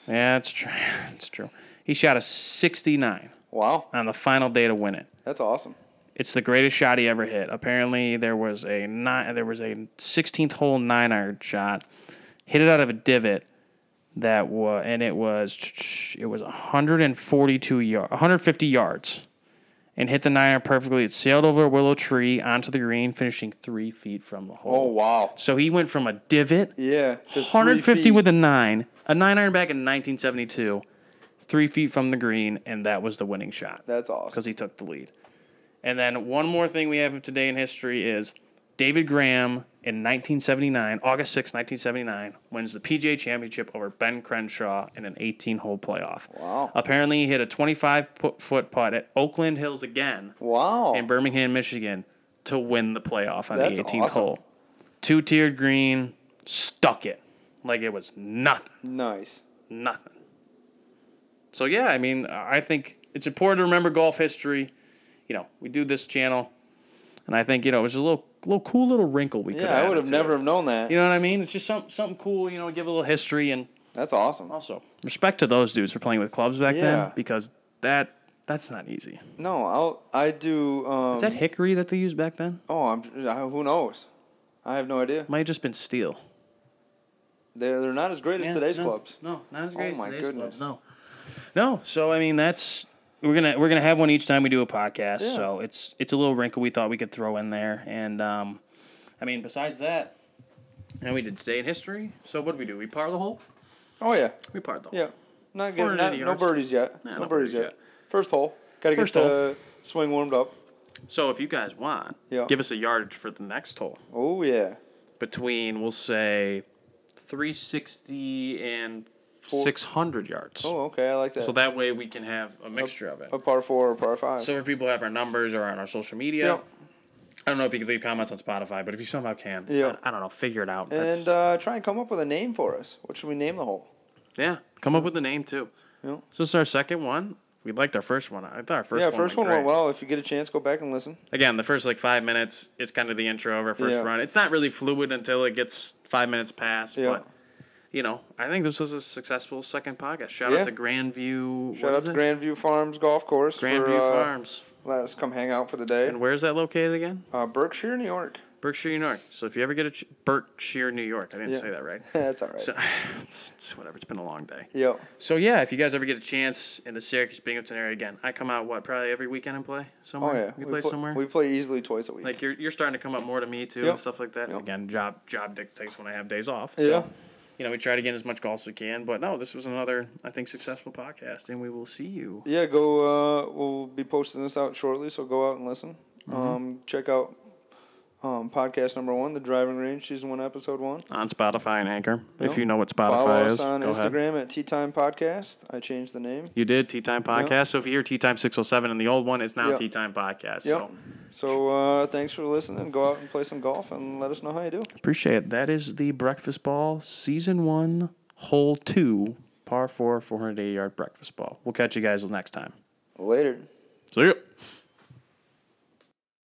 [SPEAKER 2] Yeah, it's true. It's true. He shot a 69
[SPEAKER 1] Wow.
[SPEAKER 2] on the final day to win it.
[SPEAKER 1] That's awesome.
[SPEAKER 2] It's the greatest shot he ever hit. Apparently, there was a nine, there was a 16th hole nine iron shot, hit it out of a divot. That was, and it was, it was 142 yards, 150 yards, and hit the nine iron perfectly. It sailed over a willow tree onto the green, finishing three feet from the
[SPEAKER 1] Oh,
[SPEAKER 2] hole.
[SPEAKER 1] wow.
[SPEAKER 2] So he went from a divot
[SPEAKER 1] Yeah. to three
[SPEAKER 2] 150
[SPEAKER 1] feet.
[SPEAKER 2] with a nine, a nine iron back in 1972, three feet from the green, and that was the winning shot
[SPEAKER 1] That's awesome.
[SPEAKER 2] because he took the lead. And then one more thing we have today in history is David Graham in 1979, August 6, 1979, wins the PGA Championship over Ben Crenshaw in an 18 hole playoff.
[SPEAKER 1] Wow.
[SPEAKER 2] Apparently, he hit a 25 pu- foot putt at Oakland Hills again
[SPEAKER 1] Wow.
[SPEAKER 2] in Birmingham, Michigan, to win the playoff on
[SPEAKER 1] That's
[SPEAKER 2] the 18th
[SPEAKER 1] awesome.
[SPEAKER 2] hole. Two tiered green, stuck it like it was nothing,
[SPEAKER 1] nice.
[SPEAKER 2] nothing. So yeah, I mean, I think it's important to remember golf history. You know, we do this channel, and I think you know it was a little, little cool little wrinkle we could.
[SPEAKER 1] Yeah, I
[SPEAKER 2] add
[SPEAKER 1] would have
[SPEAKER 2] to it.
[SPEAKER 1] never have known that.
[SPEAKER 2] You know what I mean? It's just some, something cool. You know, give a little history and
[SPEAKER 1] That's awesome.
[SPEAKER 2] also respect to those dudes for playing with clubs back
[SPEAKER 1] Yeah.
[SPEAKER 2] then because that that's not easy.
[SPEAKER 1] No, I'll I do. Um,
[SPEAKER 2] Is that hickory that they used back then?
[SPEAKER 1] oh, I'm. I, who knows? I have no idea.
[SPEAKER 2] Might have just been steel.
[SPEAKER 1] They're they're not as great as
[SPEAKER 2] Yeah,
[SPEAKER 1] today's
[SPEAKER 2] no,
[SPEAKER 1] clubs.
[SPEAKER 2] No, not as
[SPEAKER 1] Oh
[SPEAKER 2] great. as
[SPEAKER 1] my
[SPEAKER 2] today's
[SPEAKER 1] goodness.
[SPEAKER 2] Clubs, no, no. So I mean, that's we're gonna we're gonna have one each time we do a podcast.
[SPEAKER 1] Yeah.
[SPEAKER 2] So it's it's a little wrinkle we thought we could throw in there, and um, I mean, besides that, and we did today in history. So what did we do? We par the hole.
[SPEAKER 1] Oh yeah,
[SPEAKER 2] We parred the hole.
[SPEAKER 1] yeah. Not good.
[SPEAKER 2] 480
[SPEAKER 1] Not, no
[SPEAKER 2] yards.
[SPEAKER 1] birdies yet.
[SPEAKER 2] Nah,
[SPEAKER 1] no,
[SPEAKER 2] no
[SPEAKER 1] birdies
[SPEAKER 2] birdies
[SPEAKER 1] yet.
[SPEAKER 2] yet.
[SPEAKER 1] First hole. Got to get
[SPEAKER 2] First
[SPEAKER 1] the swing warmed up.
[SPEAKER 2] So if you guys want,
[SPEAKER 1] Yeah.
[SPEAKER 2] give us a yardage for the next hole
[SPEAKER 1] Oh yeah.
[SPEAKER 2] between we'll say three sixty and six hundred yards.
[SPEAKER 1] Oh okay, I like that.
[SPEAKER 2] So that way we can have a mixture of it.
[SPEAKER 1] a par four or par five.
[SPEAKER 2] So where people have our numbers or on our social media.
[SPEAKER 1] Yep.
[SPEAKER 2] I don't know if you can leave comments on Spotify, but if you somehow can,
[SPEAKER 1] Yeah.
[SPEAKER 2] I, I don't know, figure it out. That's-
[SPEAKER 1] and uh, try and come up with a name for us. What should we name the hole?
[SPEAKER 2] yeah, come up with a name too.
[SPEAKER 1] Yeah.
[SPEAKER 2] So this is our second one. We liked our first one. I thought our first
[SPEAKER 1] yeah,
[SPEAKER 2] one
[SPEAKER 1] first one
[SPEAKER 2] went
[SPEAKER 1] went
[SPEAKER 2] great.
[SPEAKER 1] well. If you get a chance, go back and listen.
[SPEAKER 2] Again, the first like five minutes is kind of the intro of our first
[SPEAKER 1] Yeah.
[SPEAKER 2] run. It's not really fluid until it gets five minutes past.
[SPEAKER 1] Yeah.
[SPEAKER 2] But you know, I think this was a successful second podcast. Shout
[SPEAKER 1] Yeah.
[SPEAKER 2] out to Grandview.
[SPEAKER 1] Shout out to Grandview Farms Golf Course
[SPEAKER 2] Grandview
[SPEAKER 1] for uh,
[SPEAKER 2] Farms.
[SPEAKER 1] let us come hang out for the day.
[SPEAKER 2] And where is that located again?
[SPEAKER 1] Uh, Berkshire, New York.
[SPEAKER 2] Berkshire, New York. So if you ever get a ch- Berkshire, New York, I didn't
[SPEAKER 1] Yeah.
[SPEAKER 2] say that right.
[SPEAKER 1] That's all right.
[SPEAKER 2] So, it's, it's whatever. It's been a long day.
[SPEAKER 1] Yep.
[SPEAKER 2] So yeah, if you guys ever get a chance in the Syracuse Binghamton area again, I come out what probably every weekend and play somewhere.
[SPEAKER 1] Oh yeah.
[SPEAKER 2] we, play
[SPEAKER 1] pl-
[SPEAKER 2] somewhere.
[SPEAKER 1] We play easily twice a week.
[SPEAKER 2] like you're, you're starting to come up more to me too
[SPEAKER 1] Yep.
[SPEAKER 2] and stuff like that.
[SPEAKER 1] Yep.
[SPEAKER 2] Again, job job dictates when I have days off.
[SPEAKER 1] yeah.
[SPEAKER 2] So you know, we try to get as much golf as we can. But no, this was another, I think, successful podcast, and we will see you.
[SPEAKER 1] Yeah, go. Uh, we'll be posting this out shortly, so go out and listen.
[SPEAKER 2] Mm-hmm.
[SPEAKER 1] Um, check out um, podcast number one, the driving range, season one, episode one.
[SPEAKER 2] On Spotify and Anchor,
[SPEAKER 1] Yep.
[SPEAKER 2] if you know what Spotify
[SPEAKER 1] Follow
[SPEAKER 2] is.
[SPEAKER 1] us on
[SPEAKER 2] go ahead.
[SPEAKER 1] Instagram at Tea Time Podcast. I changed the name.
[SPEAKER 2] You did Tea Time Podcast. So if you hear Tea Time 607 and the old one, it's now
[SPEAKER 1] Yep.
[SPEAKER 2] Tea Time Podcast.
[SPEAKER 1] Yep.
[SPEAKER 2] So
[SPEAKER 1] So uh, thanks for listening. Go out and play some golf and let us know how you do.
[SPEAKER 4] Appreciate it. That is the Breakfast Ball Season 1, Hole 2, Par 4, 480 yard Breakfast Ball. We'll catch you guys next time.
[SPEAKER 1] Later.
[SPEAKER 2] see ya.